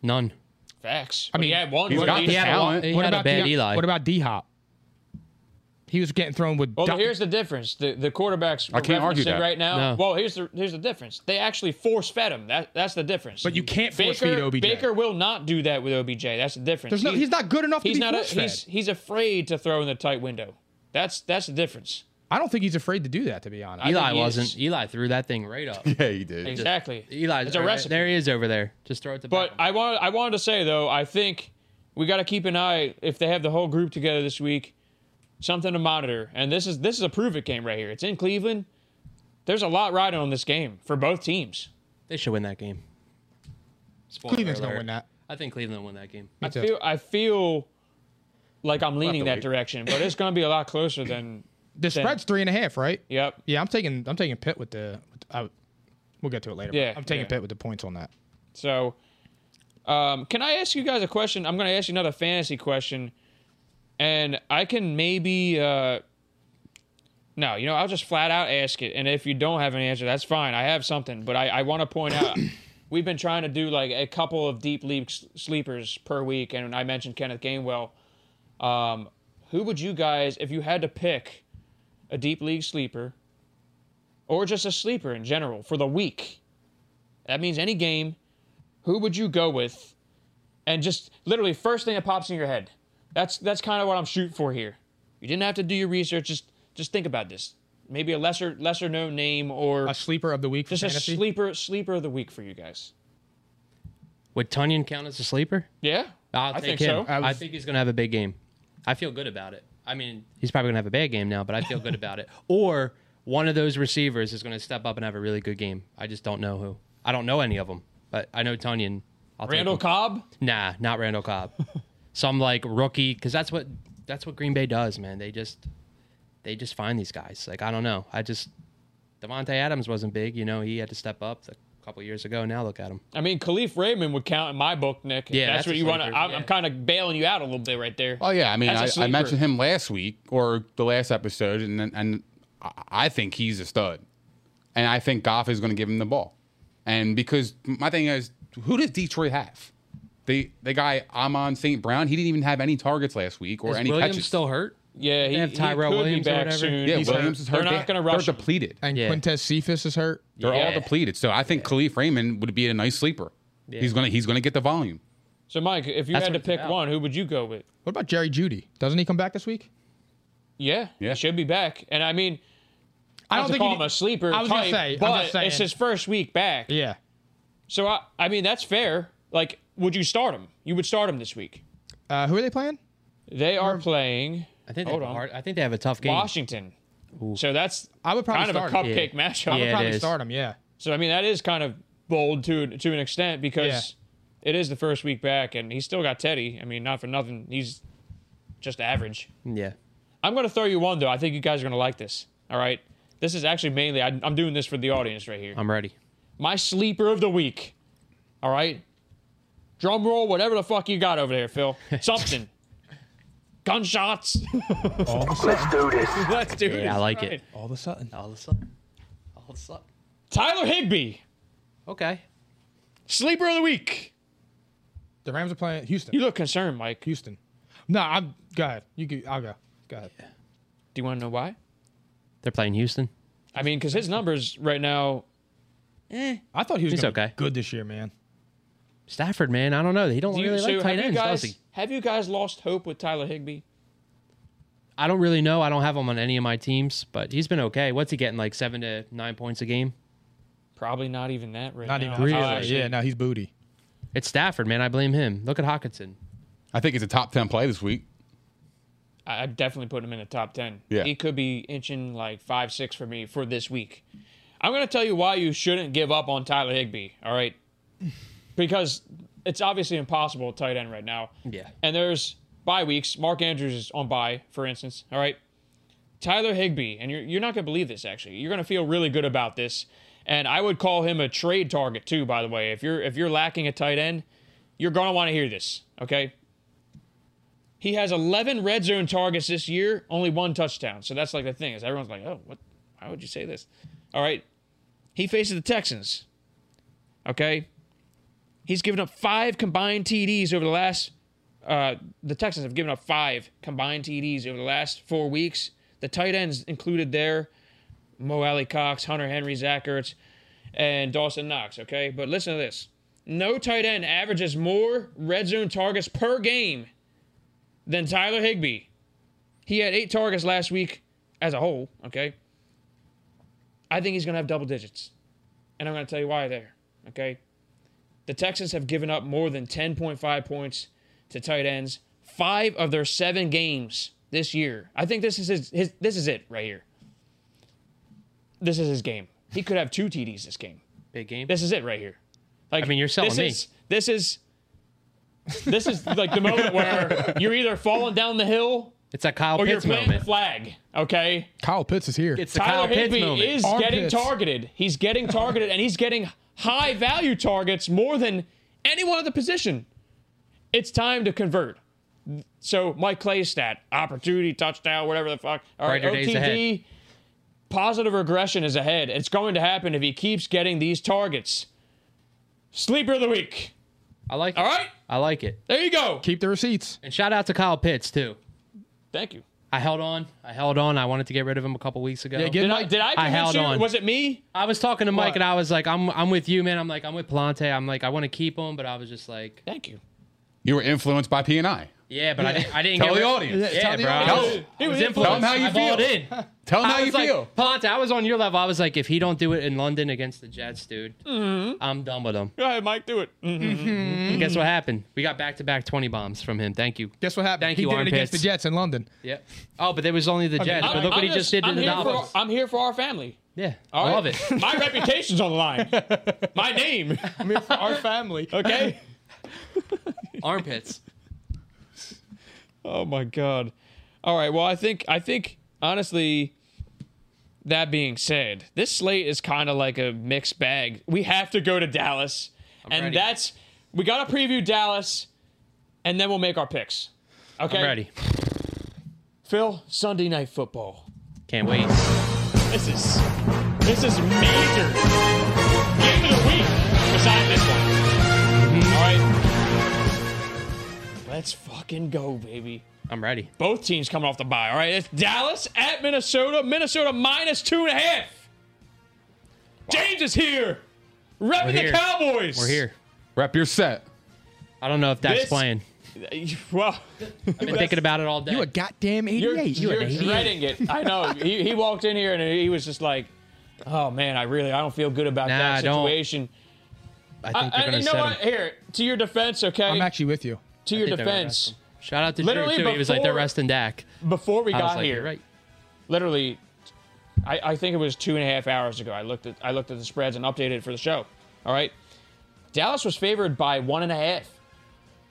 D: None.
E: Facts. I mean,
B: mean,
E: he had one.
C: he's
E: where
C: got
E: he
C: the
E: had
C: talent.
E: one-
D: He had a bad
B: Deion-
D: Eli.
B: What about D Hop? He was getting thrown with.
E: Well,
B: Doc-
E: but here's the difference. The the quarterbacks
C: I can't
E: we're
C: argue
E: referencing
C: that.
E: right now.
D: No.
E: Well, here's the here's the difference. They actually force fed him. That that's the difference.
B: But you can't
E: Baker,
B: force feed OBJ.
E: Baker will not do that with OBJ. That's the difference.
B: There's no- he's not good enough to
E: He's
B: be
E: not. a-
B: force-fed.
E: he's he's afraid to throw in the tight window. That's that's the difference.
B: I don't think he's afraid to do that. To be honest,
D: Eli
E: he is.
D: wasn't. Eli threw that thing right
E: [LAUGHS]
D: up.
C: Yeah, he did.
E: Exactly.
D: Eli's
E: it's a
D: over there.
E: recipe.
D: There he is over there. Just throw it to.
E: But
D: Beckham.
E: I want I wanted to say though, I think we got to keep an eye if they have the whole group together this week, something to monitor. And this is this is a prove it game right here. It's in Cleveland. There's a lot riding on this game for both teams.
D: they should win that game. Spoiler
B: Cleveland's gonna
D: alert.
B: win that.
D: I think Cleveland will win that game.
E: I feel I feel like I'm leaning
C: to
E: that
C: wait.
E: direction, but it's going to be a lot closer than.
B: The spread's three and a half, right?
E: Yep.
B: Yeah, I'm taking. I'm taking Pitt with the. With the- I, we'll get to it later. but
E: Yeah,
B: I'm taking
E: yeah.
B: Pitt with the points on that.
E: So, um, can I ask you guys a question? I'm going to ask you another fantasy question, and I can maybe. Uh, no, you know, I'll just flat out ask it, and if you don't have an answer, that's fine. I have something, but I, I want to point out we've been trying to do like a couple of deep leagues sleepers per week, and I mentioned Kenneth Gainwell. Um, who would you guys, if you had to pick a deep league sleeper, or just a sleeper in general for the week? That means any game who would you go with? And just literally first thing that pops in your head. That's that's kind of what I'm shooting for here. You didn't have to do your research. Just just think about this. Maybe a lesser lesser known name or
B: A sleeper of the week for
E: just a
B: fantasy.
E: sleeper sleeper of the week for you guys.
D: Would Tunyon count as a sleeper?
E: Yeah,
D: I'll
E: I
D: take
E: think
D: him.
E: so.
D: I,
B: I was-
D: think he's going to have a big game. I feel good about it. I mean, he's probably going to have a bad game now, but I feel
E: [LAUGHS]
D: good about it. Or one of those receivers is going to step up and have a really good game. I just don't know who. I don't know any of them, but I know Tunyon. I'll take
E: Randall
D: him.
E: Cobb.
D: Nah, not Randall [LAUGHS] Cobb. Some like rookie, because that's what that's what Green Bay does, man. They just they just find these guys. Like I don't know. I just Devontae Adams wasn't big, you know. He had to step up a couple years ago. Now look at him.
E: I mean, Khalif Raymond would count in my book, Nick. If
D: Yeah,
E: that's,
D: that's
E: what
D: a
E: you want to.
D: sleeper,
E: I'm,
D: yeah.
E: I'm kind of bailing you out a little bit right there.
C: Oh yeah, I mean, I,
E: That's a
C: I
E: sleeper.
C: mentioned him last week or the last episode, and then- and I- I think he's a stud, and I think Goff is going to give him the ball, and because my thing is, who does Detroit have? The the guy Amon St. Brown, he didn't even have any targets last week or
D: Is
C: any
D: Williams
C: catches.
D: still hurt?
E: Yeah, he,
D: have
E: he
D: Tyrell
E: could
D: Williams
E: be
D: or
E: back
D: whatever.
E: soon.
C: yeah,
E: He's
C: Williams is hurt.
E: They're not
C: They-
E: going to rush.
C: They're
E: him.
C: depleted.
B: and
D: Yeah.
B: Quintez Cephas is hurt.
C: They're all
E: Yeah.
C: depleted. So I think Khalif Raymond would be a nice sleeper. He's gonna he's gonna get the volume.
E: So, Mike, if you
D: That's
E: had
D: what
E: to
D: it's
E: pick
D: about.
E: one, who would you go with?
B: What about Jerry Judy? Doesn't he come back this week?
E: Yeah,
C: Yeah.
E: he should be back. And I mean,
B: I
E: not to call
B: he-
E: him a sleeper
B: I was
E: type,
B: gonna say, I was
E: but
B: just saying.
E: it's his first week back.
B: yeah.
E: So I, I mean, that's fair. Like, would you start him? You would start him this week.
B: Uh, who are they playing?
E: They are playing
D: I think they
E: Hold
D: have a
E: on.
D: hard, I think they have a tough game.
E: Washington, so that's
B: I would probably
E: kind of a
B: start him.
E: cupcake
D: Yeah.
E: matchup.
D: Yeah. it
B: Probably
D: is.
B: start him. Yeah.
E: So I mean, that is kind of bold to to an extent because it is the first week back, and he's still got Teddy. I mean, not for nothing, he's just average.
D: Yeah.
E: I'm going to throw you one though. I think you guys are going to like this. All right, this is actually mainly I, I'm doing this for the audience right here.
D: I'm ready.
E: My sleeper of the week All right? Drum roll, whatever the fuck you got over there, Phil. Something. Gunshots. [LAUGHS]
B: Let's do this.
E: Let's do this. Right.
B: All of a sudden.
D: All of a sudden. All of a sudden.
E: Tyler Higby.
D: Okay.
E: Sleeper of the week.
B: The Rams are playing Houston.
E: You look concerned, Mike.
B: Houston. No, I'm. Go ahead. You. Can, I'll go. Go ahead.
E: Do you want to know why?
D: They're playing Houston.
E: I mean, because his numbers right now. Eh.
B: I thought he was
D: He's
B: gonna be
D: okay.
B: good this year, man.
D: Stafford, man, I don't know. He don't
E: Do you,
D: really
E: so
D: like tight
E: have you
D: ends, does
E: guys
D: he?
E: have you guys lost hope with Tyler Higby?
D: I don't really know. I don't have him on any of my teams, but he's been okay. What's he getting? Like seven to nine points a game?
E: Probably not even that right
B: Not
E: now.
B: even really.
E: Oh, actually,
B: yeah, no, he's booty.
D: It's Stafford, man. I blame him. Look at Hawkinson.
C: I think it's a top ten play this week.
E: I- I'd definitely put him in the top ten.
C: Yeah.
E: He could be inching like five, six for me for this week. I'm gonna tell you why you shouldn't give up on Tyler Higby, all right? Because it's obviously impossible at tight end right now.
D: Yeah.
E: And there's bye weeks. Mark Andrews is on bye, for instance. All right. Tyler Higby, and you're, you're not going to believe this, actually. You're going to feel really good about this. And I would call him a trade target, too, by the way. If you're, if you're lacking a tight end, you're going to want to hear this, okay? He has 11 red zone targets this year, only one touchdown. So that's like the thing is everyone's like, oh, what? Why would you say this? All right. He faces the Texans, okay? He's given up five combined TDs over the last uh, the Texans have given up five combined TDs over the last four weeks. The tight ends included there Mo Alley Cox, Hunter Henry, Zach Ertz, and Dawson Knox. Okay, but listen to this no tight end averages more red zone targets per game than Tyler Higbee. He had eight targets last week as a whole. Okay, I think he's going to have double digits, and I'm going to tell you why there. Okay, the Texans have given up more than 10.5 points to tight ends five of their seven games this year. I think this is his, his this is it right here. This is his game. He could have two TDs this game.
D: Big game.
E: This is it right here. Like
D: I mean, you're selling
E: this
D: me.
E: Is, this is this is like the
D: [LAUGHS]
E: moment where you're either falling down the hill
D: It's that Kyle
E: or Oh, you're
D: Pitts
E: playing
D: moment.
E: the flag. Okay.
B: Kyle Pitts is here.
D: It's the
E: Tyler
D: Kyle Pitts
E: Higby
D: moment.
E: is
B: Armpits.
E: getting targeted. He's getting targeted, and he's getting high value targets more than anyone at the position. It's time to convert. So Mike Clay's stat, opportunity, touchdown, whatever the fuck. All right,
D: Brighter days ahead.
E: OTD, positive regression is ahead. It's going to happen if he keeps getting these targets. Sleeper of the week.
D: I like.
E: All
D: it.
E: right,
D: I like it.
E: there you go.
B: Keep the receipts.
D: And shout out to Kyle Pitts too.
E: Thank you.
D: I held on. I held on. I wanted to get rid of him a couple weeks ago.
B: Yeah, get-
E: Did I? Did I?
D: I held
E: convince you?
D: on.
E: Was it me?
D: I was talking to Mike
E: What?
D: and I was like, I'm I'm with you, man. I'm like, I'm with Palante. I'm like, I want to keep him, but I was just like,
E: Thank you.
C: You were influenced by P and I.
D: yeah, but I didn't. I didn't
C: Tell
D: get
C: the
D: rid-
C: audience.
D: Yeah,
B: Tell the
D: bro. I
C: audience.
D: was-
E: He
D: I
E: was
D: was
E: influenced.
D: influenced.
C: Tell 'em how you
D: I balled
C: feel.
D: in.
C: Tell them how
D: I
C: you
D: was like,
C: feel.
D: Palante, I was on your level. I was like, if he don't do it in London against the Jets, dude,
E: Mm-hmm.
D: I'm done with him.
E: Go ahead, Mike. Do it.
D: And guess what happened? We got back to back 20 bombs from him. Thank you.
B: Guess what happened?
D: Thank
B: he
D: you,
B: did it
D: armpits.
B: against the Jets
E: [LAUGHS]
B: in London.
D: Yep. Oh, but there was only the Jets.
E: I'm-
D: but look
E: I'm
D: what he just did to
E: I'm
D: the
E: here for-
D: Dolphins.
E: I'm here for our family.
D: Yeah.
E: All
D: I
E: right?
D: love it.
E: [LAUGHS] My reputation's on the [LAUGHS] line. My name.
B: I mean, for our [LAUGHS] family.
E: Okay.
D: Armpits.
E: Oh my god. All right. Well, I think I think honestly. That being said, this slate is kind of like a mixed bag. We have to go to Dallas, and
D: ready.
E: that's we got to preview Dallas, and then we'll make our picks. Okay.
D: I'm ready.
E: Phil, Sunday night football.
D: Can't wait.
E: This is this is major game of the week. Besides this one,
D: Mm-hmm.
E: All right, let's fucking go, baby.
D: I'm ready.
E: Both teams coming off the bye. All right, it's Dallas at Minnesota. Minnesota minus two and a half. James is here,
D: We're
E: repping the
D: here.
E: Cowboys.
D: We're here.
C: Rep your set.
D: I don't know if that's
E: This-
D: playing.
E: [LAUGHS] Well,
D: I've been thinking about it all day.
B: You a goddamn 88.
E: you're,
B: an
E: you're
B: 88.
E: dreading it.
D: [LAUGHS]
E: I know. he, he walked in here and he was just like, "Oh man, I really I don't feel good about
D: Nah,
E: that
D: I don't.
E: situation."
D: I think
E: I-
D: they're
E: I-
D: going to
E: you know
D: set
E: what?
D: him.
E: Here, to your defense, okay?
B: I'm actually with you.
E: to your
D: think they're gonna
E: defense,
D: rest Shout out to
E: Literally
D: Drew, too. He was like, they're
E: before-
D: resting Dak.
E: before we
D: I was
E: got
D: like,
E: here,
D: you're right.
E: literally, I, I think it was two and a half hours ago. I looked at I looked at the spreads and updated it for the show. All right, Dallas was favored by one and a half.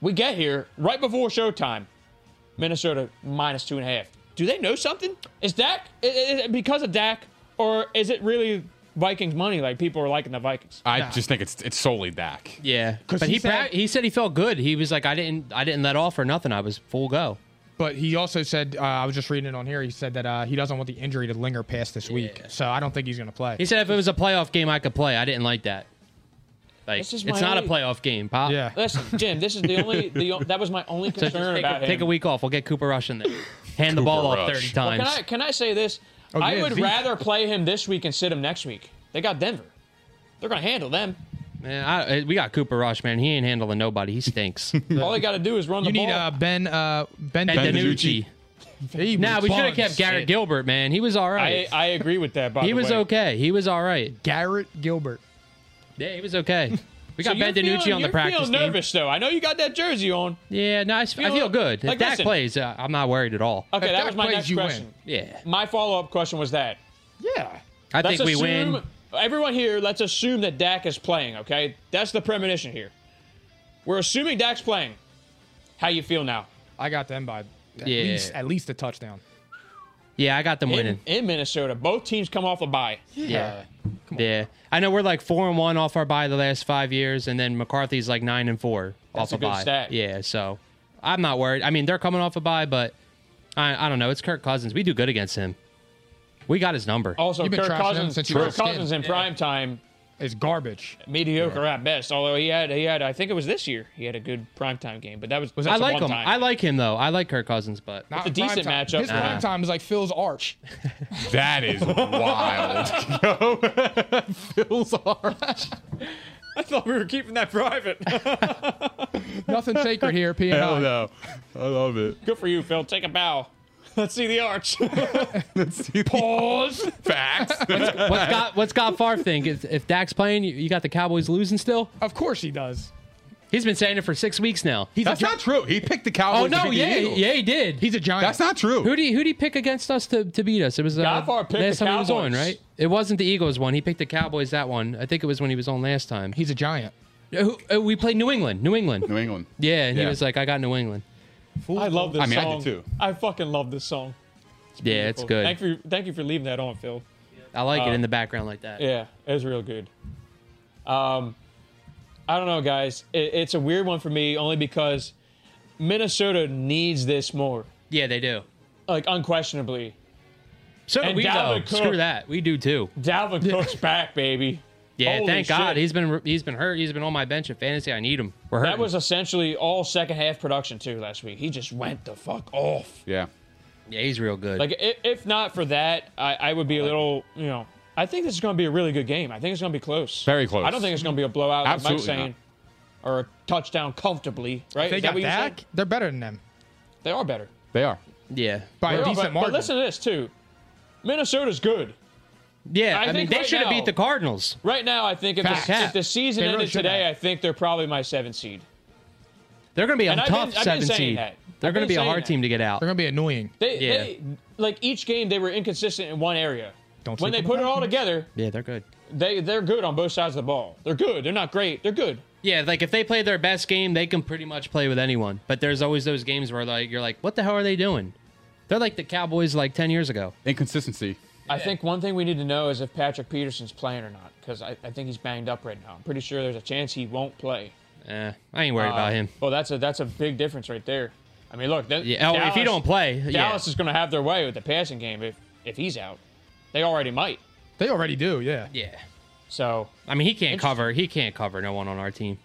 E: We get here right before showtime. Minnesota minus two and a half. Do they know something? Is Dak i- i- is it because of Dak, or is it really Vikings money. Like people are liking the Vikings.
C: I just think it's it's solely Dak.
D: Yeah,
E: 'Cause
D: but
E: he
D: he pra-
E: said-
D: he said he felt good. He was like, I didn't I didn't let off or nothing. I was full go.
B: But he also said, uh, I was just reading it on here. He said that uh, he doesn't want the injury to linger past this week, so I don't think he's going to play.
D: He said if it was a playoff game, I could play. I didn't like that. Like
E: This
D: it's
E: is my
D: not a
E: only-
D: playoff game, pop. Yeah.
E: Listen, Jim, this is the only the, o- that was my only
D: So just
E: concern
D: take,
E: about
D: a,
E: him.
D: take a week off. We'll get Cooper Rush in there. Hand the ball
C: Cooper
D: off
C: Rush.
D: thirty
E: Well,
D: times.
E: can I can I say this?
D: Oh,
E: I
D: yeah,
E: would
D: Zeke.
E: rather play him this week and sit him next week. They got Denver. They're gonna
D: [LAUGHS]
E: handle them.
D: Man, I, uh, we got Cooper Rush, man. He ain't handling nobody. He [LAUGHS] stinks.
E: All they got to do is run
B: You
E: the ball.
B: need uh, Ben uh, Ben,
D: Ben DiNucci.
B: He
D: Nah,
B: was
D: we should
B: fun
D: have kept Garrett
B: shit.
D: Gilbert, man. He was all
E: I,
D: right.
E: I agree with that. By
D: he
E: the
D: was
E: way.
D: okay. He was all right.
B: Garrett Gilbert.
D: Yeah, he was
E: [LAUGHS]
D: okay. We got
E: So
D: Ben
E: you're
D: DiNucci
E: feeling-
D: on the
E: you're
D: practice
E: feeling
D: team.
E: nervous though. I know you got that jersey on.
D: Yeah, no, I, s- I
E: Feeling-
D: feel good.
E: like,
D: if Dak
E: listen.
D: plays, uh, I'm not worried at all.
E: Okay,
B: If
E: that
B: Dak
E: was my
B: plays,
E: next
B: you win.
E: question.
D: Yeah,
E: My follow up question was that.
B: Yeah.
D: I
E: Let's
D: think we
E: assume-
D: win.
E: Everyone here, let's assume that Dak is playing. Okay, that's the premonition here. We're assuming Dak's playing. How you feel now?
B: I got them by at
D: Yeah.
B: least at least a touchdown.
D: Yeah, I got them
E: In,
D: winning.
E: in Minnesota, both teams come off a bye.
D: Yeah. Yeah. I know we're like four and one off our bye the last five years, and then McCarthy's like nine and four off
E: That's a
D: a,
E: good
D: bye.
E: stat.
D: Yeah, so I'm not worried. I mean, they're coming off a bye, but I, I don't know. It's Kirk Cousins. We do good against him. We got his number.
E: Also,
B: You've been
E: Kirk
B: trashing him
E: Cousins.
B: since you were
E: Kirk
B: a kid.
E: Cousins in prime time,
B: It's garbage.
E: mediocre at best. Although he had, he had, I think it was this year, he had a good prime time game, but that was, was
D: I like him. I like him though. I like Kirk Cousins, but
B: Not
E: a
B: prime
E: decent
B: time.
E: matchup.
B: His
E: Nah.
B: prime time is like Phil's arch.
C: That
D: [LAUGHS]
C: is wild.
B: Phil's arch.
E: I thought we were keeping that private.
B: Nothing sacred here, P and I.
C: no. I love it.
E: [LAUGHS] good for you, Phil. Take a bow. Let's see the [LAUGHS] arch.
C: Pause. Facts.
D: what's got what's got Favre think? If, if Dak's playing, you, you got the Cowboys losing still.
B: Of course he does.
D: He's been saying it for six weeks now. He's
C: That's
D: a,
C: not true. [LAUGHS] He picked the Cowboys.
D: Oh
C: to
D: no,
C: beat the
D: yeah,
C: Eagles.
D: yeah, he did.
B: He's a giant.
C: That's not true.
D: Who do you, who do you pick against us to, to beat us? It was uh,
E: Godfather picked
D: last
E: the
D: time he was on,
E: Cowboys.
D: right? It wasn't the Eagles one. He picked the Cowboys that one. I think it was when he was on last time. He,
B: He's a giant.
D: who- uh, we played New England. New England.
C: New England.
D: Yeah, and he
C: Yeah.
D: was like, I got New England.
E: I love this
C: I mean, I
E: song.
C: did too.
E: I fucking love this song.
D: Yeah, it's
E: Thank
D: good.
E: you, thank you for leaving that on, Phil.
D: I like it in the background like that.
E: Yeah, it was real good. Um, I don't know, guys. It, it's a weird one for me only because Minnesota needs this more,
D: Yeah, they do.
E: like unquestionably.
D: So do
E: And
D: we
E: Dalvin
D: though.
E: Cook.
D: Screw that. We do too.
E: Dalvin Cook's back, baby.
D: Yeah,
E: Holy
D: thank God.
E: shit.
D: He's been he's been hurt. He's been on my bench in fantasy. I need him. We're hurt.
E: That was essentially all second half production too last week. He just went the fuck off.
C: Yeah.
D: yeah, he's real good.
E: Like i- if not for that, I, I would be a little, you know. I think this is going to be a really good game. I think it's going to be close.
C: Very close.
E: I don't think it's going to be a blowout. Like Mike's
C: Absolutely
E: saying, or a touchdown comfortably. Right?
B: They
E: Is that
B: got
E: what you said?
B: Dak. They're better than them
E: They are better.
C: They are.
D: yeah,
B: by
E: They
B: a
E: are,
B: decent
E: but,
B: margin.
E: but listen to this too. Minnesota's good
D: yeah.
E: I
D: I, mean,
E: think
D: they
E: right
D: should have
E: now-
D: beat the Cardinals.
E: right now. I think if,
D: Facts.
E: the, if the season
B: They really
E: ended
B: should
E: today,
B: have.
E: I think they're probably my seventh seed.
D: They're going to be a
E: And I've
D: tough
E: been- I've been
D: seven
E: saying
D: seed.
E: that.
D: They're
E: I've
D: going to
E: been
D: be a
E: saying
D: hard
E: that.
D: team to get out.
B: They're gonna be annoying.
E: They,
D: Yeah.
E: they like each game they were inconsistent in one area.
B: Don't
E: when
B: sleep
E: they
B: on the
E: put it all
B: Falcons.
E: together,
D: Yeah, they're good.
E: they they're good on both sides of the ball. They're good. They're not great. They're good.
D: Yeah, like if they play their best game, they can pretty much play with anyone. But there's always those games where like you're like, what the hell are they doing? They're like the Cowboys like ten years ago.
C: Inconsistency.
E: I think one thing we need to know is if Patrick Peterson's playing or not, because I, I think he's banged up right now. I'm pretty sure there's a chance he won't play.
D: Eh, I ain't worried about
E: Uh,
D: him.
E: Well, that's a that's a big difference right there. I mean, look, that,
D: Yeah, oh, if he
E: Dallas-
D: don't play, yeah.
E: Dallas is going to have their way with the passing game if if he's out. They already might.
B: They already do. Yeah.
D: yeah.
E: So
D: I mean, he can't cover. He can't cover no one on our team.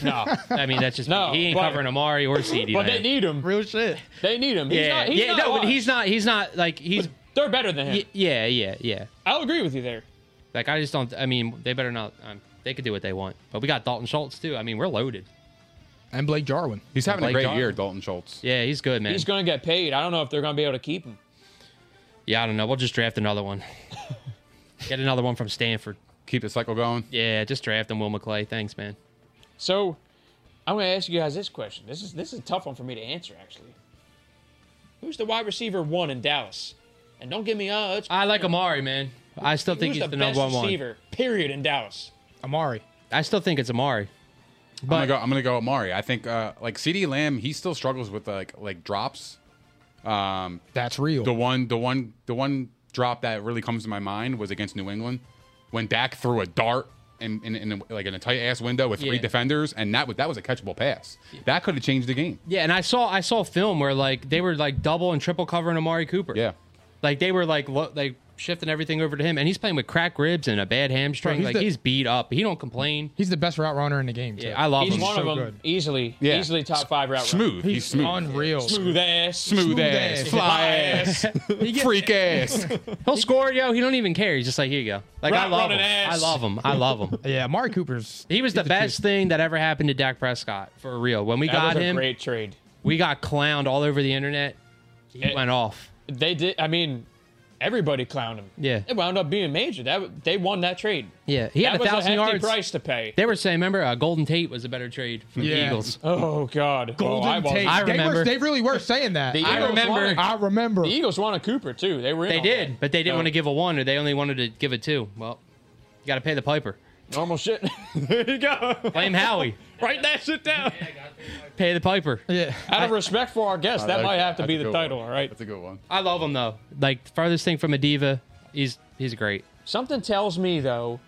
E: no,
D: [LAUGHS] I mean, that's just
E: No,
D: he ain't
E: but-
D: covering Amari or CD.
E: but they
D: Lamb.
E: need him.
B: Real shit.
E: They need him. He's
D: yeah,
E: not, he's
D: yeah,
E: not
D: no, but
E: washed.
D: he's not. He's not like
E: [LAUGHS]
D: he's.
E: They're better than him.
D: y- Yeah, yeah, yeah.
E: I'll agree with you there.
D: Like I just don't. I mean, they better not. Um, they could do what they want, but we got Dalton Schultz too. I mean, we're loaded.
B: And Blake Jarwin.
C: He's having a
D: Blake
C: great
D: Jarwin.
C: year, Dalton Schultz.
D: Yeah, he's good, man.
E: He's going to get paid. I don't know if they're going to be able to keep him.
D: Yeah, I don't know. We'll just draft another
E: [LAUGHS]
D: one. Get another one from Stanford.
C: Keep the cycle going.
D: Yeah, just draft him, Will McClay. Thanks, man.
E: So I'm going to ask you guys this question. This is this is a tough one for me to answer actually. Who's the wide receiver one in Dallas? And don't give me uh, it's,
D: I like Amari, man. I still think
E: who's
D: he's
E: the,
D: the
E: best
D: number one one.
E: receiver? Period in Dallas.
B: Amari.
D: I still think it's Amari.
C: I'm gonna go. I'm gonna go Amari. I think uh, like C.D. Lamb, he still struggles with like like drops. Um,
B: That's real.
C: the one, the one, the one drop that really comes to my mind was against New England when Dak threw a dart in, in, in a, like in a tight ass window with three
D: Yeah.
C: defenders, and that was that was a catchable pass. That could have changed the game.
D: Yeah, and I saw I saw film where like they were like double and triple covering Amari Cooper. Yeah, like they were like lo- like shifting everything over to him, and he's playing with crack ribs and a bad hamstring.
B: Bro, he's
D: like
B: the-
D: he's beat up. He don't complain.
B: He's the best route runner in the game. Too.
D: Yeah, I love
B: He's
D: him.
B: one of
D: so
B: them.
D: good.
E: Easily,
D: Yeah.
E: easily top five route.
D: Smooth.
E: runner.
D: He's smooth.
B: Unreal.
E: Smooth ass.
C: Smooth ass. Fly ass. Freak ass.
D: [LAUGHS] He'll score, yo. He don't even care. He's just like, here you go. Like I
B: Route
D: love
B: running
D: him.
B: ass.
D: I love him. I love him.
B: yeah, Amari Cooper's.
D: He was the, best thing that ever happened to Dak Prescott for real. When we
E: That
D: got
E: was a
D: him,
E: great trade.
D: We got clowned all over the internet. He
E: It-
D: went off.
E: They did. I mean, everybody clowned him.
D: Yeah.
E: It wound up being major. That they won that trade.
D: Yeah, he had a
E: that was
D: thousand
E: hefty
D: yards.
E: price to pay.
D: They were saying, remember, uh, Golden Tate was a better trade for the
E: Yeah.
D: Eagles.
E: Oh God,
B: Golden
E: I wasn't.
B: Tate.
D: I
B: They,
D: remember.
B: were, they really were saying that.
E: The
D: I
E: Eagles
D: remember.
E: wanted-
B: I remember.
E: The Eagles wanted Cooper too. They were. In
D: They
E: on
D: did,
E: that.
D: but they didn't
E: So-
D: want to give a one, or they only wanted to give a two. Well, you got to pay the piper.
E: Normal shit. [LAUGHS] there you go. [LAUGHS]
D: Blame [LAUGHS] Howie.
E: Write that shit down.
D: Pay the piper.
B: Yeah.
E: Out of respect for our guests,
D: Oh,
E: that
D: that-
E: might have to
D: that's
E: be
D: a
E: the
D: good
E: title. All right.
C: That's a good one.
D: I love him though. Like farthest thing from a diva. He's he's great.
E: Something tells me though,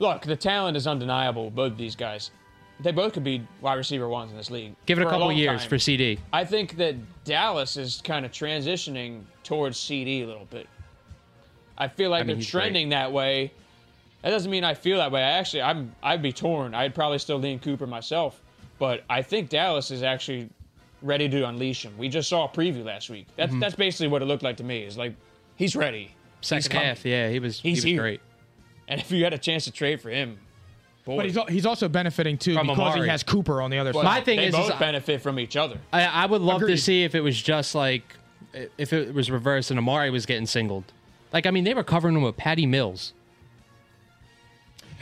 E: look, the talent is undeniable. Both of these guys, they both could be wide receiver ones in this league.
D: Give it
E: for
D: a couple
E: long
D: years
E: time.
D: for CD.
E: I think that Dallas is kind of transitioning towards CD a little bit. I feel like
D: I mean,
E: they're
D: he's great.
E: trending that way. That doesn't mean I feel that way. I actually, I'm, I'd be torn. I'd probably still lean Cooper myself, but I think Dallas is actually ready to unleash him. We just saw a preview last week. That's
D: Mhm.
E: that's basically what it looked like to me. Is like he's ready.
D: Second
E: coming.
D: half, yeah, he was
E: He's
D: he was
E: here.
D: great.
E: And if you had a chance to trade for him, boy,
B: But he's al- he's also benefiting too
D: From
B: because
D: Amari.
B: he has Cooper on the other
E: But
B: side.
E: they both benefit from each other.
D: I, I would love
B: Agreed.
D: to see if it was just like if it was reversed and Amari was getting singled. Like I mean, they were covering him with Patty Mills.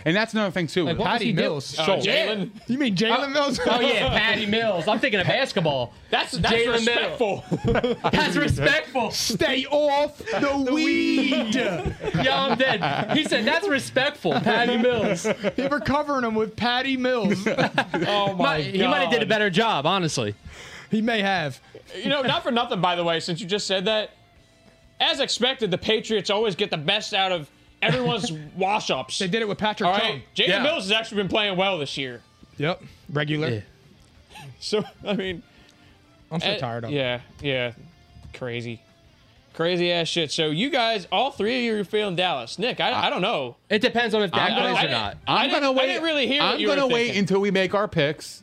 C: And that's another thing too.
D: Like, what was he do- Uh,
C: Schultz.
D: Jalen-
B: You mean Jalen Mills?
D: [LAUGHS] Oh
B: [LAUGHS]
D: yeah, Patty Mills. I'm thinking of basketball.
E: That's that's
D: Jalen Mills.
E: respectful. [LAUGHS]
D: That's [LAUGHS] respectful.
B: Stay off the, weed. [LAUGHS]
D: Yeah, I'm dead. He said that's respectful, [LAUGHS] Patty Mills.
B: They were covering him with Patty [LAUGHS] Mills.
E: oh my
D: He might have did a better job, honestly.
B: he may have.
E: You know, not for nothing, by the way, since you just said that, as expected, the Patriots always get the best out of
C: [LAUGHS]
E: everyone's wash ups.
B: They did it with Patrick
E: All
B: Chung.
E: right. Jalen
B: Yeah.
E: Mills has actually been playing well this year.
B: Yep. Regular.
E: So, I mean,
B: I'm so
E: eh,
B: tired of him.
E: Yeah, yeah. Crazy. Crazy ass shit. So, you guys, all three of you are feeling Dallas. Nick, I, I, don't know.
D: It depends on if Dak
C: I'm gonna-
D: plays
C: I-
D: or not.
E: I
C: I'm
E: didn't-
C: gonna
E: I
C: wait.
E: didn't really hear what
C: I'm
E: you were
C: gonna wait
E: thinking.
C: until we make our picks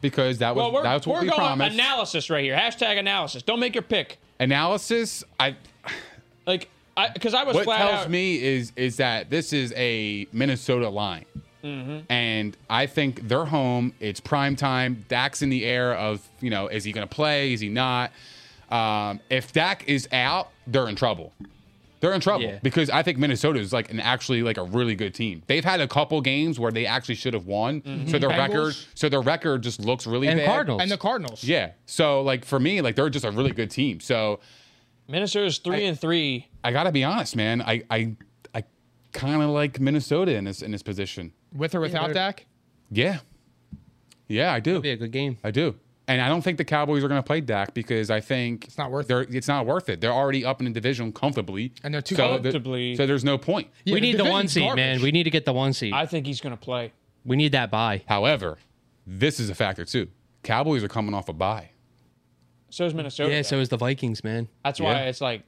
C: because that was
E: Well, we're,
C: that's what
E: we're
C: we
E: going
C: promised.
E: analysis right here. Hashtag analysis. Don't make your pick.
C: Analysis. I
E: Like, because I, was
C: what
E: flat
C: tells
E: out.
C: me is is that this is a Minnesota line, and I think they're home. It's prime time. Dak's in the air of you know is he going to play? Is he not? Um, if Dak is out, they're in trouble. They're in trouble
D: Yeah.
C: because I think Minnesota is like an actually like a really good team. They've had a couple games where they actually should have won, so their
B: Bengals.
C: record so their record just looks really
D: And
C: bad.
D: Cardinals.
B: And the Cardinals.
C: Yeah. So like for me, like they're just a really good team. So
E: Minnesota's three and three.
C: I gotta be honest, man. I I, I kind of like Minnesota in this in this position.
B: With or without Dak?
C: Yeah, yeah, I do.
D: be a good game.
C: I do. And I don't think the Cowboys are gonna play Dak because I think it's
B: not worth
C: it. It's not worth it. They're already up in the division comfortably,
B: And they're too
C: so the-
E: Comfortably.
C: so there's no point.
D: we
B: the
D: need the, one
B: division's
D: seed,
B: garbage.
D: man. We need to get the one seed.
E: I think he's going to play.
D: we need that bye.
C: However, this is a factor too. Cowboys are coming off a bye.
E: So is Minnesota.
D: yeah,
E: though.
D: so is the Vikings, man.
E: That's
C: Yeah.
E: why it's like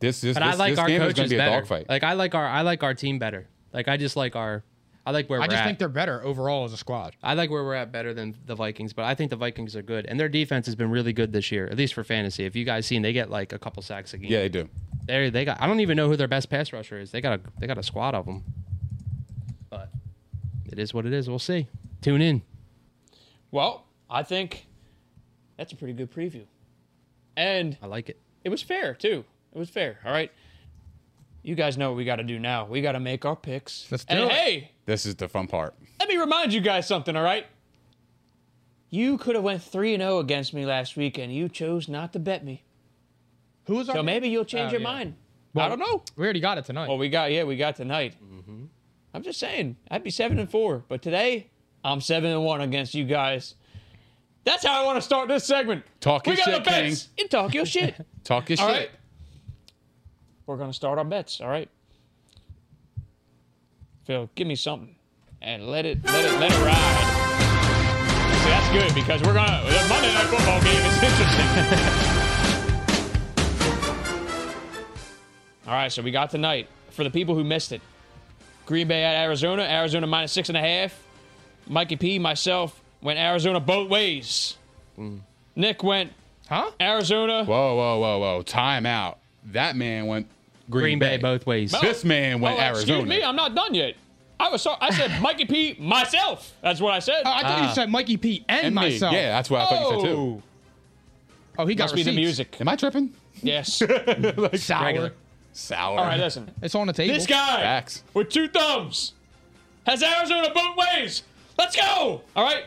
C: This this,
D: But
C: this,
D: I like
C: this
D: our
C: game is
D: coaches
C: gonna be a
D: better.
C: dogfight.
D: Like I like our I like our team better. Like I just like our I like where
B: I
D: we're
B: just
D: at.
B: think they're better overall as a squad.
D: I like where we're at better than the Vikings, but I think the Vikings are good, and their defense has been really good this year, at least for fantasy. If you guys seen, they get like a couple sacks a game.
C: Yeah, they do.
D: they they got. I don't even know who their best pass rusher is. They got a they got a squad of them. But it is what it is. We'll see. Tune in.
E: Well, I think that's a pretty good preview. And
D: I like it.
E: it was fair, too. It was fair. All right. You guys know what we got to do now. We got to make our picks.
B: Let's do
E: and
B: it.
E: hey,
C: This is the fun part.
E: let me remind you guys something, all right? You could have went 3 and 0 against me last week and you chose not to bet me.
B: Who is our
E: So maybe you'll change
B: Oh,
E: your
B: yeah.
E: mind.
B: Well,
E: I don't know.
B: We already got it tonight.
E: Well, we got yeah, we got tonight.
C: Mm-hmm.
E: I'm just saying, I'd be 7 and 4, but today I'm 7 and 1 against you guys. That's how I want to start this segment.
C: Talk
E: we
C: your
E: got
C: shit,
E: the bets. You talk
C: [LAUGHS]
E: your shit.
C: Talk your
E: All
C: shit.
E: right. We're gonna start our bets. All right. Phil, give me something and let it let it let it ride. See, that's good because we're gonna the Monday night football game is interesting. [LAUGHS] All right, so we got tonight for the people who missed it. Green Bay at Arizona. Arizona minus six and a half. Mikey P, myself went Arizona both ways. Nick went, huh? Arizona.
C: Whoa, whoa, whoa, whoa. Time out. That man went Green,
D: Green Bay both ways.
C: This man went
E: Oh,
C: Arizona.
E: Excuse me, I'm not done yet. I was sorry. I said
B: [LAUGHS]
E: Mikey P myself. That's what I said.
B: Uh, I thought you said Mikey P and,
C: And me.
B: myself.
C: Yeah, that's what I thought you said, too.
B: Oh, he got
E: Must be the
B: receipts.
E: music.
C: Am I tripping?
E: Yes.
B: Sour.
C: Regular. Sour.
E: All right, listen.
B: It's on the table.
E: This guy
C: Facts.
E: with two thumbs has Arizona both ways. Let's go. All right.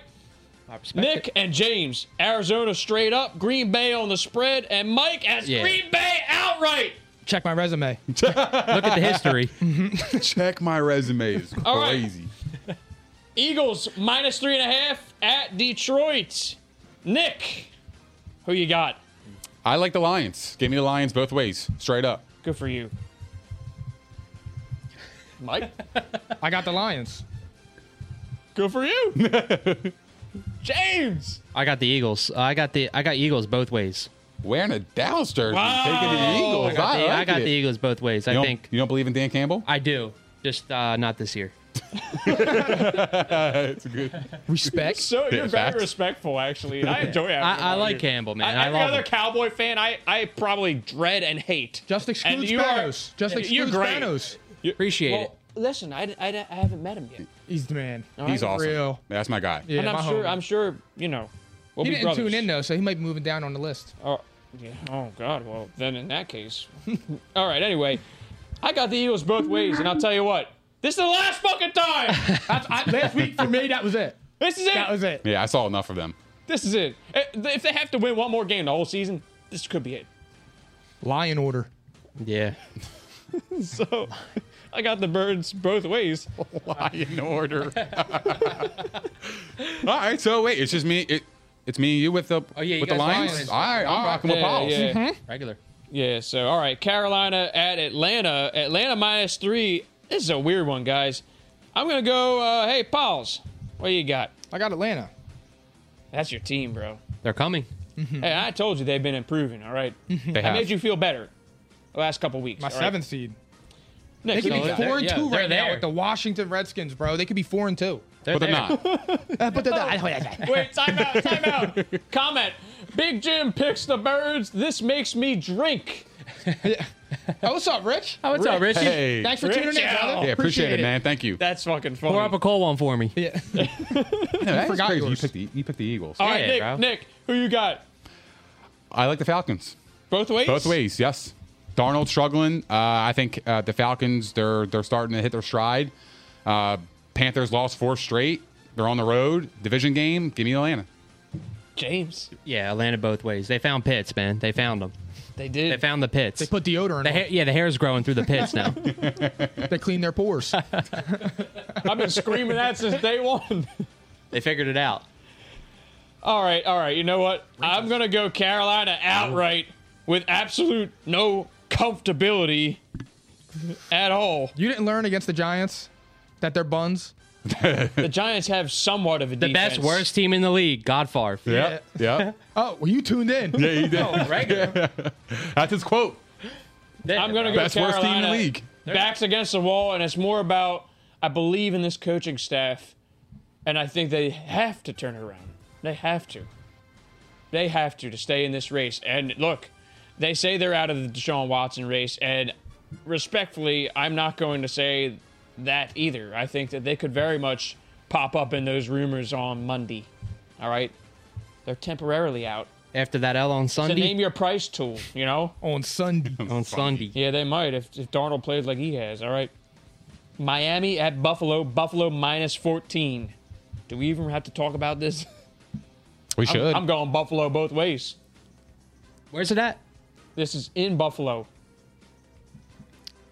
E: Nick and James, Arizona straight up, Green Bay on the spread, and Mike as
B: Yeah.
E: Green Bay outright.
B: Check
E: [LAUGHS]
B: my resume.
D: Look at the history.
C: [LAUGHS] Check my resume. It's
E: All right.
C: crazy.
E: Eagles minus three and a half at Detroit. Nick, who you got?
C: I like the Lions. Give me the Lions both ways. Straight up.
E: Good for you. Mike,
B: [LAUGHS] I got the Lions.
E: good for you. [LAUGHS] James.
D: I got the Eagles. Uh, I got the I got Eagles both ways.
C: Wearing a Dallas jersey. Taking the Eagles. I,
D: I got, the, I
C: like
D: got
C: it.
D: the Eagles both ways.
C: You
D: I
C: don't-
D: think
C: You don't believe in Dan Campbell?
D: I do. Just uh, not this year.
C: It's good.
B: Respect.
E: So you're
C: facts.
E: very respectful, actually. [LAUGHS] and I enjoy it.
D: I, I like Campbell, man. I,
E: every
D: love
E: other
D: him.
E: cowboy fan, I, I probably dread and hate.
B: Just
E: And
B: exclude
E: you are-
B: Spanos. Just exclude
E: you're great.
B: Spanos.
D: Appreciate it.
E: Well, listen, I, I, I haven't met him yet,
B: He's the man.
C: He's awesome.
B: Real.
C: That's my guy.
B: Yeah,
E: and
B: my
E: I'm sure
B: homie.
E: I'm sure you know. We'll
B: He
E: be
B: didn't
E: brothers.
B: tune in though, so he might be moving down on the list.
E: Oh, yeah. oh God. Well, then in that case, [LAUGHS] all right. Anyway, I got the Eagles both ways, and I'll tell you what. This is the last fucking time.
B: That's,
D: [LAUGHS]
B: I, last week for me, that was [LAUGHS] it.
E: This is it.
B: That was it.
C: Yeah, I saw enough of them.
E: This is it. Eh, If they have to win one more game the whole season, this could be it.
B: Lion order.
D: Yeah.
E: So, I got the birds both ways.
C: Lion order. all right, so wait, it's just me. It, it's me and you with the oh,
D: yeah, you
C: with the
D: guys
C: Lions.
D: Lions.
C: All right, I'm rocking with
E: Yeah,
C: Pauls.
E: yeah.
D: Regular.
E: Yeah, so all right, Carolina at Atlanta. Atlanta minus three. This is a weird one, guys. I'm gonna go. Uh, hey, Pauls, what you got?
B: I got Atlanta.
E: That's your team, bro.
D: They're [LAUGHS] coming.
B: Hmm.
E: Hey, I told you they've been improving. All
B: [LAUGHS]
E: right,
C: They
E: I
D: [LAUGHS]
C: have.
E: made you feel better the last couple weeks.
B: My
E: all right?
B: seventh seed.
E: Nick,
B: They could
E: who
B: be
E: you got?
B: four and
D: yeah,
B: two
D: they're
B: right now
D: there.
B: with the Washington Redskins, bro. They could be four and two.
D: They're
C: but they're
D: there.
C: not.
B: Uh, [LAUGHS] but they're not.
E: Wait, time out,
B: [LAUGHS]
E: time out. Comment. Big Jim picks the birds. This makes me drink.
B: Oh, what's up, Rich?
D: Oh, what's up, Richie?
C: Hey,
B: Thanks for
E: Rich,
B: tuning in,
E: yeah.
B: brother.
C: yeah, appreciate it, man. Thank you.
E: That's fucking funny.
D: Pour up a cold one for me.
B: Yeah.
C: No, that's
B: forgot
C: crazy. You
B: yours.
C: picked the you picked the Eagles.
E: all right,
D: Yeah,
E: Nick,
D: bro.
E: Nick, who you got?
C: I like the Falcons
E: Both ways.
C: both ways. Yes, Darnold struggling. Uh, I think uh, the Falcons they're they're starting to hit their stride. Uh, Panthers lost four straight. They're on the road. Division game. Give me Atlanta.
E: James,
D: Yeah, Atlanta both ways. They found pits, man. They found them.
E: they did.
D: They found the pits.
B: They put deodorant
D: the hair, yeah, the hair's growing through the pits now.
B: on. They clean their [LAUGHS] pores.
E: I've been screaming that since day one.
D: [LAUGHS]
E: [LAUGHS]
D: they figured it out.
E: All right, all right. You know what? I'm gonna go Carolina outright with absolute no comfortability at all.
B: you didn't learn against the Giants that they're buns?
E: The Giants have somewhat of a
D: The best worst team in the league, God Favre.
C: Yeah, yeah.
B: Oh, well, you
C: [LAUGHS]
B: tuned in.
D: Regular.
C: That's his quote.
E: I'm gonna go
C: Best worst team in the
E: Carolina.
C: league.
E: Backs against the wall, and it's more about I believe in this coaching staff, and I think they have to turn it around. They have to. They have to to stay in this race. And look, they say they're out of the Deshaun Watson race, and respectfully, I'm not going to say that either. I think that they could very much pop up in those rumors on Monday. All right, they're temporarily out.
D: After that L on
E: It's a name
D: Sunday.
E: your price tool, you know.
B: On Sunday.
C: [LAUGHS]
D: On Sunday.
E: Yeah, they might if, if Darnold plays like he has. All right. Miami at Buffalo. Buffalo minus 14. Do we even have to talk about this? [LAUGHS]
C: We should.
E: I'm going Buffalo both ways.
D: Where's it at?
E: This is in Buffalo.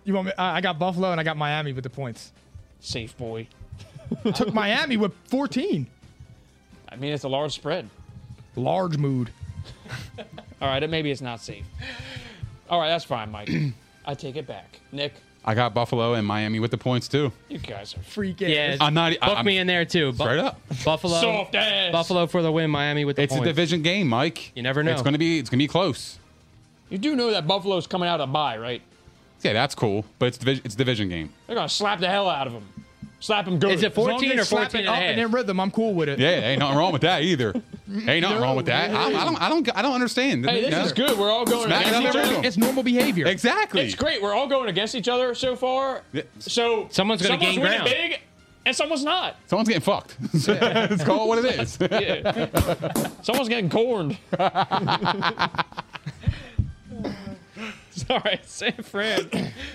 B: You want me? I I got Buffalo and I got Miami with the [LAUGHS] points.
E: Safe boy.
B: Took Miami with 14.
E: I mean, it's a large spread.
B: Large mood.
C: [CLEARS THROAT]
E: All right, maybe it's not safe. All right, that's fine, Mike. I take it back. Nick,
C: I got Buffalo and Miami with the points too.
E: You guys are
B: freaking.
D: Yeah,
C: I'm not.
D: Book me in there too. Bu-
C: Straight up.
D: Buffalo.
C: Soft ass.
D: Buffalo for the win. Miami with the
C: It's a
D: points.
C: division game, Mike. You
D: never know.
C: It's gonna be. It's gonna be close.
E: You do know that Buffalo's coming out of bye, right?
C: Yeah, that's cool. But it's division. It's a division game.
E: They're gonna slap the hell out of him. Slap him good.
B: As long as they slap it up and in rhythm, I'm cool with it.
C: Yeah, ain't nothing wrong with that
E: [LAUGHS]
C: either. Ain't nothing wrong with that. I, I don't. I don't. I don't understand.
E: Hey, this
C: No.
E: is good. We're all going
C: Smack it
E: against
C: up
E: each
C: and
E: other.
C: rhythm.
B: It's normal behavior.
C: Exactly.
E: It's great. We're all going against each other so far.
C: Yeah.
E: So
C: Someone's gonna
E: someone's
C: gain
E: winning
C: ground.
E: big, and
C: [LAUGHS]
E: someone's not.
C: Someone's getting fucked. Let's call it what it
E: [LAUGHS]
C: is.
E: Someone's
C: [LAUGHS]
E: getting corned. Sorry, San Fran.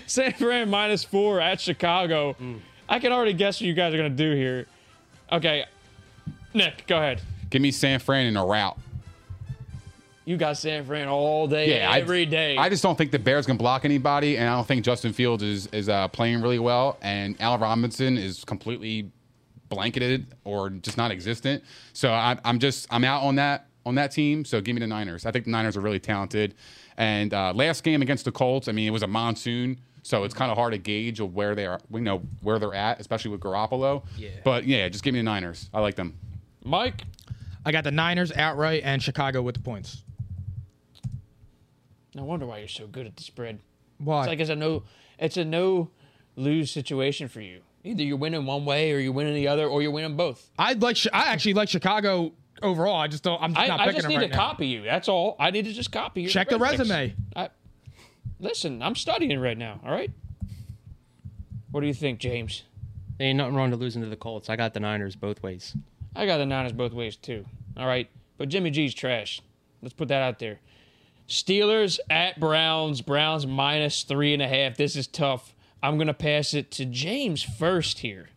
E: San Fran minus four at Chicago. I can already guess what you guys are gonna do here. Okay, Nick, go ahead.
C: Give me San Fran in a route.
E: You got San Fran all day,
C: Yeah, I-
E: every day.
C: I just don't think the Bears can block anybody, and I don't think Justin Fields is is uh, playing really well, and Al Robinson is completely blanketed or just not existent. So I, I'm just I'm out on that on that team. So give me the Niners. I think the Niners are really talented. And uh, last game against the Colts, I mean, it was a monsoon, so it's kind of hard to gauge of where they are. We know where they're at, especially with Garoppolo. Yeah. But yeah, just give me the Niners. I like them.
E: Mike,
B: I got the Niners outright and Chicago with the points.
E: no wonder why you're so good at the spread.
B: Why?
E: It's like it's a no, it's a no lose situation for you. Either you're winning one way, or you're winning the other, or you're winning both.
B: I like. Chi- I actually like Chicago overall. I just don't. I'm just
E: I,
B: not
E: I
B: picking
E: just
B: them
E: need
B: right
E: to
B: now.
E: copy you. That's all. I need to just copy you.
B: Check the resume.
E: I, listen, I'm studying right now. All right. What do you think, James?
D: Ain't nothing wrong to losing to the Colts. I got the Niners both ways.
E: I got the Niners both ways too. All right, but Jimmy G's trash. Let's put that out there. Steelers at Browns. Browns minus three and a half. This is tough. I'm gonna pass it to James first here.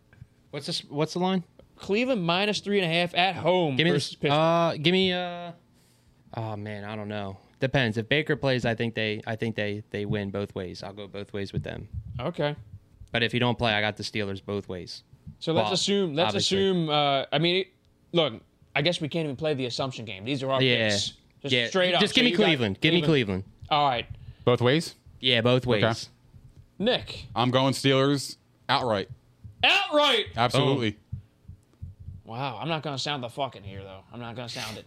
D: What's this? What's the line?
E: Cleveland minus three and a half at home
D: Give me
E: Mm, versus
D: this.
E: Pittsburgh.
D: Uh, give me. Uh, oh man, I don't know. Depends. If Baker plays, I think they. I think they. They win both ways. I'll go both ways with them.
E: okay.
D: But if he don't play, I got the Steelers both ways.
E: So let's
D: Well,
E: assume. Let's
D: obviously.
E: assume. Uh, I mean, it- look. I guess we can't even play the assumption game. These are our
D: Yeah.
E: picks. Just
D: yeah.
E: straight up.
D: Just
E: So
D: give me
E: you got
D: Cleveland. Give me Cleveland.
E: All right,
C: Both ways.
D: Yeah, both ways.
C: Okay.
E: Nick.
C: I'm going Steelers outright.
E: Outright.
C: Absolutely.
E: Wow. I'm not gonna sound the fucking here though. I'm not gonna sound it.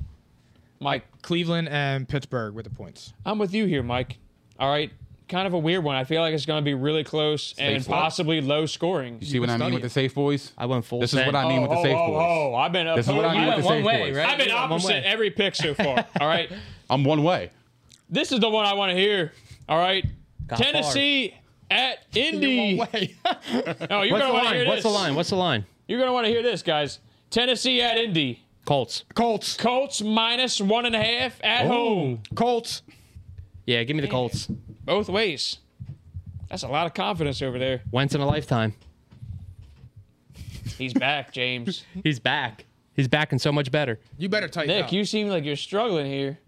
E: Mike,
B: Cleveland and Pittsburgh with the points.
E: I'm with you here, Mike. All right. Kind of a weird one. I feel like it's gonna be really close and
C: Safe one.
E: possibly low scoring.
C: You see what I mean
B: study
C: with the
B: it.
C: safe boys?
D: I went full.
C: This is what I mean with the
E: oh,
C: safe
E: oh,
C: boys.
E: oh, I've been
C: This is what I
E: opposed-
C: mean with the
D: one
C: safe
D: way,
C: boys.
D: right?
E: I've been
D: Yeah, one
E: opposite
D: way.
E: every pick so far. All right.
C: I'm one way.
E: This is the one I want to hear. All right.
D: Got
E: Tennessee at Indy. [LAUGHS]
B: Way.
E: Oh, you're
D: What's
E: gonna
D: the
E: want to hear
D: line?
E: this.
D: What's the line? What's the line?
E: You're gonna want to hear this, guys. Tennessee at Indy.
D: Colts.
B: Colts.
E: Colts minus one and a half
D: Oh.
E: at home.
B: Colts.
D: Yeah, give me the Colts.
E: Both ways. That's a lot of confidence over there.
D: Once in a lifetime.
E: He's
D: [LAUGHS]
E: back, James.
D: He's back. He's back and so much better.
B: You better tighten
E: Nick,
B: up.
E: you seem like you're struggling here.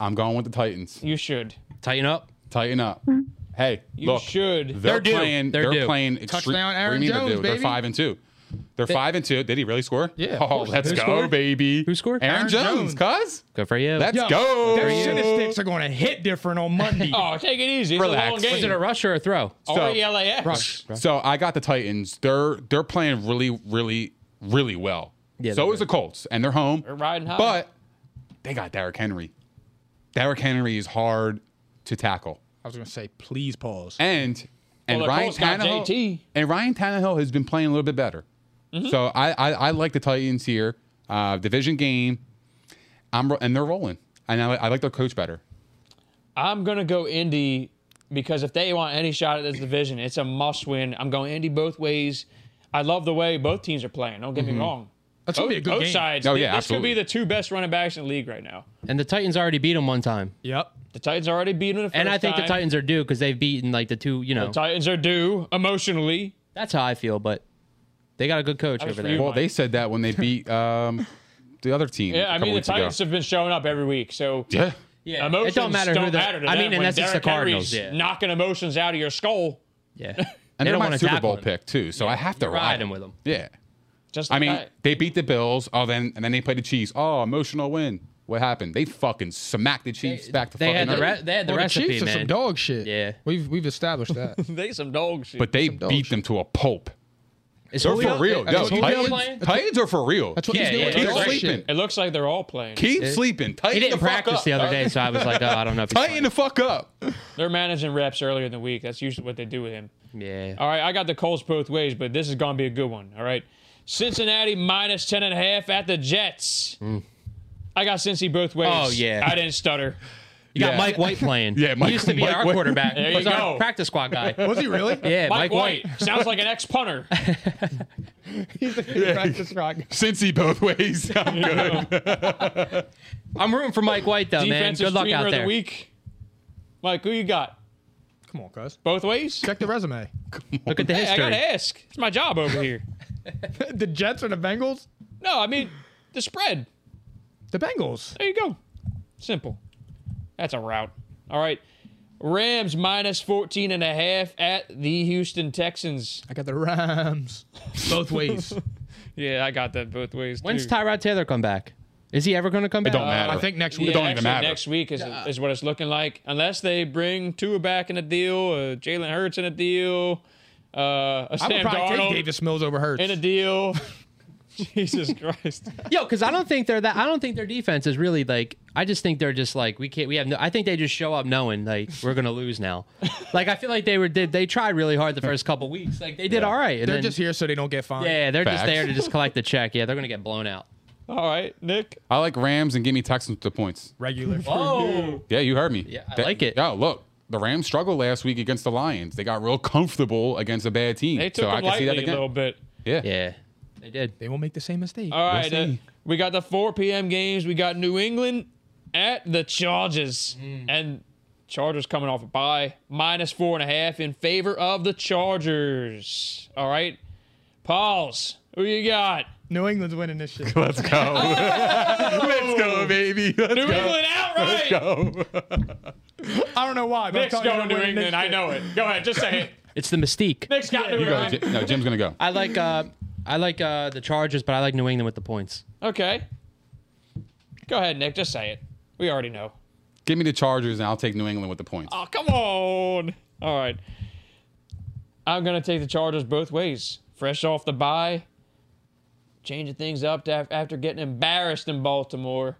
C: I'm going with the Titans.
E: You should.
D: Tighten up.
C: Tighten up. Hey,
E: You
C: look,
E: should.
C: they're,
D: They're due.
C: playing.
D: They're
C: They're,
D: due.
C: playing. Extre-
B: Touchdown, Aaron
C: what do you mean
B: Jones,
C: they're, due? they're
B: baby.
C: five and two. They're five and two. Did he really score?
B: Yeah, of
C: Oh,
B: course.
C: let's
B: Who
C: go,
B: scored?
C: baby.
D: Who scored?
C: Aaron,
B: Aaron
C: Jones,
B: Jones.
C: cuz.
D: Go for you.
C: Let's go.
B: Their shitty sticks are going to hit different on Monday.
E: Oh, take it easy. It's
C: Relax.
E: a long
C: Was
E: game.
D: Is it a rush or a throw?
E: Already LAX.
B: Rush.
C: So I got the Titans. They're they're playing really, really, really well.
D: Yeah,
C: so
D: they're
C: is the Colts, and they're home.
E: They're riding high.
C: But they got Derrick Henry. Derrick Henry is hard to tackle.
B: I was going to say, please pause.
C: And and
E: Well, the
C: Ryan
E: Colts got
C: Tannehill
E: JT.
C: and Ryan Tannehill has been playing a little bit better.
D: Mm-hmm.
C: So I, I I like the Titans here. Uh, division game. I'm ro- and they're rolling. And I, I like their coach better.
E: I'm gonna go Indy because if they want any shot at this division, it's a must-win. I'm going Indy both ways. I love the way both teams are playing. Don't get
D: Mm-hmm.
E: me wrong.
B: That's going to be a good
E: both
B: game.
E: sides.
C: Oh,
E: Th-
C: yeah,
E: this
C: absolutely.
E: could be the two best running backs in the league right now.
D: And the Titans already beat them one time.
B: Yep.
E: The Titans already beat them the first
D: And I think the
E: time.
D: Titans are due because they've beaten like the two, you know.
E: The Titans are due emotionally.
D: That's how I feel, but they got a good coach
E: was
D: over
E: for
D: there.
E: you.
C: Well, they said that when
D: [LAUGHS]
C: they beat um, the other team. a
E: Yeah, I
C: couple
E: mean the
C: weeks ago.
E: Titans have been showing up every week, so
C: Yeah.
D: Yeah.
E: emotions
D: it don't matter who the,
E: to
D: I
E: them
D: mean,
E: when
D: unless it's the
E: Derrick
D: Cardinals.
E: Henry's
D: Yeah.
E: knocking emotions out of your skull.
D: yeah.
C: And
D: they
C: they're
D: don't
C: my
D: want to
C: Super
D: tackle
C: Bowl
D: him.
C: pick too, so I have to
D: You're
C: ride
D: riding with them.
C: Yeah.
E: Just
C: I
E: like
C: mean,
E: that. [LAUGHS]
C: they beat the Bills. Oh, then and then they play the Chiefs. Oh, emotional win. What happened? They fucking smacked the Chiefs back to
D: they
C: fucking
D: had the
C: earth.
D: re- they had the
B: Well,
D: recipe,
B: the Chiefs are
D: man.
B: some dog shit.
D: Yeah.
B: We've we've established that.
E: they some dog shit.
C: but they beat them to a pulp.
E: Is
C: they're
E: Julio-
C: for real.
E: is
C: Yo,
E: Julio
C: Titans,
E: playing?
C: Titans are for real.
E: That's what
C: Keep-
E: he's doing.
C: keep
E: They're all
C: sleeping.
E: shit. It looks like they're all playing.
C: Keep sleeping. Tighten
E: He didn't
C: the fuck
E: practice
C: up,
E: the other day,
D: so I was like, oh, I don't know if he's
C: Tighten the fuck up. [LAUGHS]
E: They're managing reps earlier in the week. That's usually what they do with him.
D: Yeah.
E: All right, I got the Colts both ways, but this is going to be a good one. All right. Cincinnati minus 10.5 at the Jets. I got Cincy both ways.
D: Oh, yeah.
E: I didn't stutter.
D: You got Mike White playing.
E: Yeah, Mike-
D: he used to be
E: Mike
D: our
E: White.
D: quarterback.
E: There
D: was
E: you
D: our
E: go.
D: practice squad guy.
E: Was he really?
D: Yeah, Mike,
E: Mike White. Sounds like an ex punter.
D: [LAUGHS]
B: practice rock.
C: Cincy both [LAUGHS] ways. I'm good.
D: I'm rooting for Mike White though, man.
E: Defensive
D: Good luck
E: streamer
D: out
E: of the
D: there.
E: week. Mike, who you got?
B: Come on, cuz.
E: Both ways?
B: Check the resume. [LAUGHS]
D: Look at the
E: Hey,
D: history.
E: I got to ask. It's my job over here.
B: the Jets or the Bengals?
E: No, I mean, the spread.
B: The Bengals.
E: There you go. Simple. That's a route. All right. Rams minus 14 and a half at the Houston Texans.
B: I got the Rams. Both ways.
E: Yeah, I got that both ways.
D: When's
E: too.
D: Tyrod Taylor come back? Is he ever going to come back?
C: don't matter.
B: I think next
E: Yeah,
B: week.
C: Don't even
E: actually,
C: matter.
E: Next week is, is what it's looking like, unless they bring Tua back in a deal, uh, Jalen Hurts in a deal, uh, a
B: I would
E: Sam
B: probably take
E: Darnold
B: Davis Mills over Hurts.
E: in a deal. [LAUGHS] Jesus Christ!
D: Yo, because I don't think they're that. I don't think their defense is really like. I just think they're just like we can't. We have no. I think they just show up knowing like we're gonna lose now. like I feel like they were did. They tried really hard the first couple weeks. Like they did all right. And
B: They're
D: then,
B: just here so they don't get fined.
D: Yeah, they're just
C: Facts.
D: there to just collect the check. Yeah, they're gonna get blown out.
E: All right, Nick.
C: I like Rams and give me Texans to points.
B: Regular.
D: Oh,
C: Yeah, you heard me.
D: Yeah, I like it.
C: Yo, look, the Rams struggled last week against the Lions. They got real comfortable against a bad team.
E: They took
C: so I
E: him
C: can see that
E: lightly a
C: again.
E: little bit.
C: Yeah.
D: yeah, they did.
B: [LAUGHS] They won't make the same mistake.
E: All right, uh,
C: see.
E: we got the 4 p.m. games. We got New England at the Chargers, and Chargers coming off a bye, minus four and a half in favor of the Chargers. All right, Pauls, who you got?
B: New England's winning this shit.
C: Let's go. Let's go, baby. Let's
E: New England outright.
C: go.
B: I don't know why, but
E: Nick's
B: I'm telling
E: going
B: you, they're
E: New
B: winning this
E: England. I
B: shit.
E: know it. Go ahead, just [LAUGHS] say it.
D: It's the mystique.
E: Nick's got New
C: You go. [LAUGHS]
E: England.
C: Jim- No, Jim's gonna go.
D: I like. uh I like uh the Chargers, but I like New England with the points.
E: Okay. Go ahead, Nick. Just say it. We already know.
C: Give me the Chargers and I'll take New England with the points.
E: Oh, come on. All right. I'm going to take the Chargers both ways. Fresh off the bye, changing things up to, after getting embarrassed in Baltimore.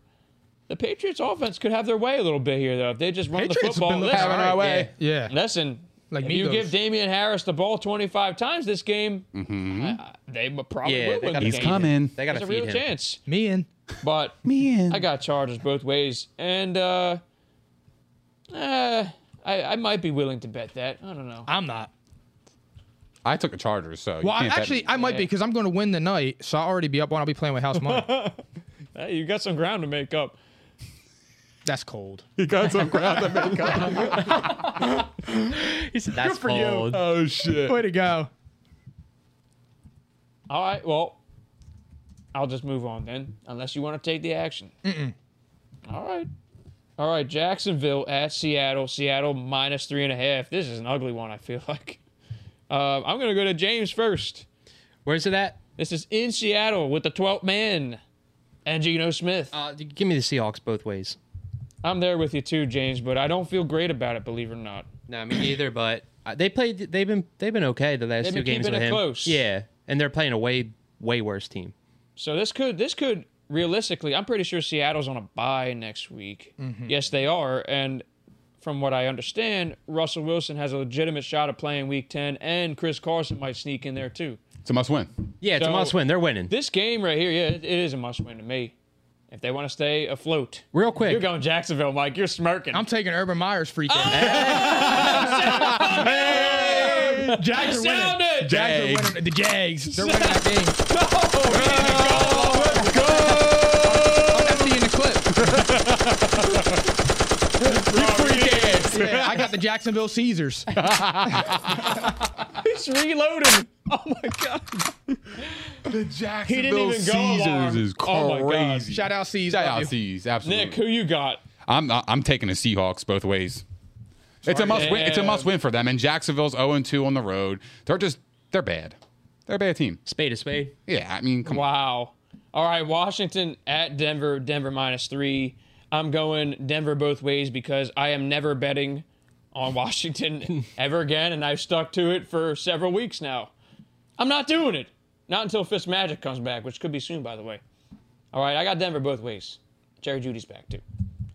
E: The Patriots offense could have their way a little bit here, though. If they just run the
B: Patriots have
E: football.
B: been
E: Listen,
B: looking
C: Having our way.
B: Yeah.
E: listen,
B: Like
E: if you
B: Migos.
E: give Damian Harris the ball 25 times this game,
B: Mm-hmm.
E: I- I- they would probably
D: Yeah,
E: will
D: they
E: win
D: gotta
E: the
C: He's
D: feed
E: game.
D: him.
C: coming.
D: They gotta
E: There's a
D: feed
E: real
D: him.
E: chance.
B: Me in.
E: But
C: Me in.
E: I got Chargers both ways, and uh, uh, I, I might be willing to bet that. I don't know.
B: I'm not.
C: I took the Chargers, so
B: Well,
C: you
B: I,
C: can't bet
B: actually,
C: me.
B: I might be because I'm going to win the night, so I'll already be up one. I'll be playing with house money.
E: Hey, you got some ground to make up.
B: That's cold.
C: he got some ground to make up.
D: He said that's
B: for you. Uh,
D: cold.
C: Oh shit.
B: Way to go.
E: All right, well, I'll just move on then, unless you want to take the action. All right. All right, Jacksonville at Seattle. Seattle minus three and a half. This is an ugly one, I feel like. Uh, I'm going to go to James first.
D: Where's it at?
E: This is in Seattle with the 12th man and Geno Smith.
D: Uh, give me the Seahawks both ways.
E: I'm there with you too, James, but I don't feel great about it, believe it or not.
D: No, me neither. But uh, they played. They've been they've been okay the last
E: They've
D: two
E: been
D: games
E: keeping
D: with
E: it
D: him.
E: close.
D: Yeah, and they're playing a way way worse team.
E: So this could this could realistically, I'm pretty sure Seattle's on a bye next week. Yes, they are, and from what I understand, Russell Wilson has a legitimate shot of playing Week 10, and Chris Carson might sneak in there too.
C: It's a must win.
D: Yeah, it's
E: So-
D: a must win. They're winning.
E: This game right here, yeah, it, it is a must-win to me. If they want to stay afloat,
D: Real
E: you're
D: quick,
E: going Jacksonville, Mike. You're smirking.
B: I'm taking Urban Meyer's free kick. Hey! Jags are winning.
E: sounded.
B: Jags are winning. The Jags. They're winning that game.
C: Let's go.
B: That's me in the [LAUGHS] clip.
C: Freak ass.
B: Yeah, I got the Jacksonville Caesars.
E: [LAUGHS] He's reloading. Oh my god.
C: Jacksonville
E: even go alarm.
C: Caesars is
E: Oh my God.
C: crazy.
B: Shout out Caesars.
C: Shout
B: Love
C: out
B: you.
C: C's, absolutely.
E: Nick, who you got?
C: I'm I'm taking the Seahawks both ways. It's a must win. It's a must win for them. And Jacksonville's 0 2 on the road. They're just they're bad. They're a bad team.
D: spade a spade.
C: Yeah, I mean, come on.
E: Wow. All right, Washington at Denver, Denver minus three. I'm going Denver both ways because I am never betting on
D: [LAUGHS]
E: Washington ever again, and I've stuck to it for several weeks now. I'm not doing it. Not until Fist Magic comes back, which could be soon, by the way. All right, I got Denver both ways. Jerry Judy's back too,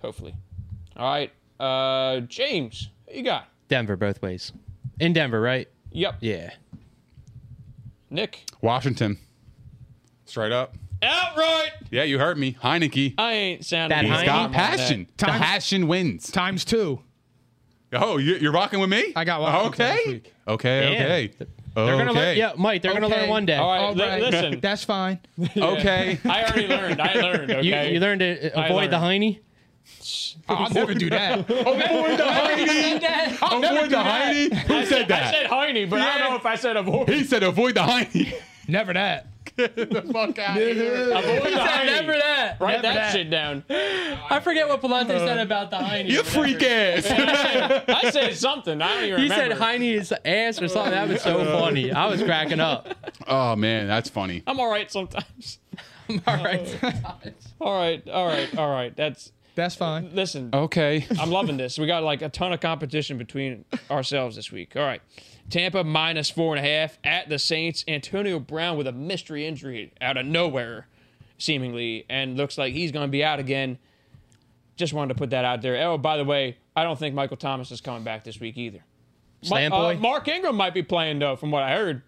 E: hopefully. All right, uh, James, who you got?
D: Denver both ways. In Denver, right?
E: Yep.
D: Yeah.
E: Nick.
C: Washington. Straight up.
E: Outright.
C: Yeah, you heard me. Heineke.
E: I ain't sounding
C: He's
E: dumb
C: got
E: about that.
C: passion. passion wins.
B: Times two.
C: Oh, you- you're rocking with me? I
B: got
C: Washington Okay. this week. Okay,
D: Damn.
C: okay.
D: They're gonna learn.
C: Okay.
D: Yeah, Mike. They're gonna learn
B: Okay.
D: one day.
E: All right, li- listen.
B: [LAUGHS] That's fine.
C: Okay.
E: I already learned. I
D: [LAUGHS]
E: learned.
D: You,
E: Okay.
D: you learned to
E: I
D: avoid the hiney.
B: I'll never do that.
C: Avoid the Heine. Avoid the Heine. Who said
E: I
C: that?
E: said Heine, but I don't know if I said avoid.
C: He said avoid the Heine.
B: Never that.
C: the fuck out of here.
E: Avoid the Heine.
F: Never that.
E: Write that,
B: that.
E: shit down.
F: I forget what Palante said about the Heine.
C: You freak ass.
E: [LAUGHS] I said something. I don't even
D: He
E: remember.
D: said Heine's ass or something. That was
C: [LAUGHS]
D: so funny. I was cracking up.
C: [LAUGHS] oh man, that's funny.
E: I'm all right sometimes. [LAUGHS]
D: All right.
E: All right, all right, all right. That's
B: That's fine.
E: listen.
C: Okay.
E: I'm loving this. We got like a ton of competition between ourselves this week. All right. Tampa minus four and a half at the Saints. Antonio Brown with a mystery injury out of nowhere, seemingly, and looks like he's going to be out again. Just wanted to put that out there. Oh, by the way, I don't think Michael Thomas is coming back this week either. Mi-
D: Slam
E: uh,
D: boy?
E: Mark Ingram might be playing, though, from what I heard.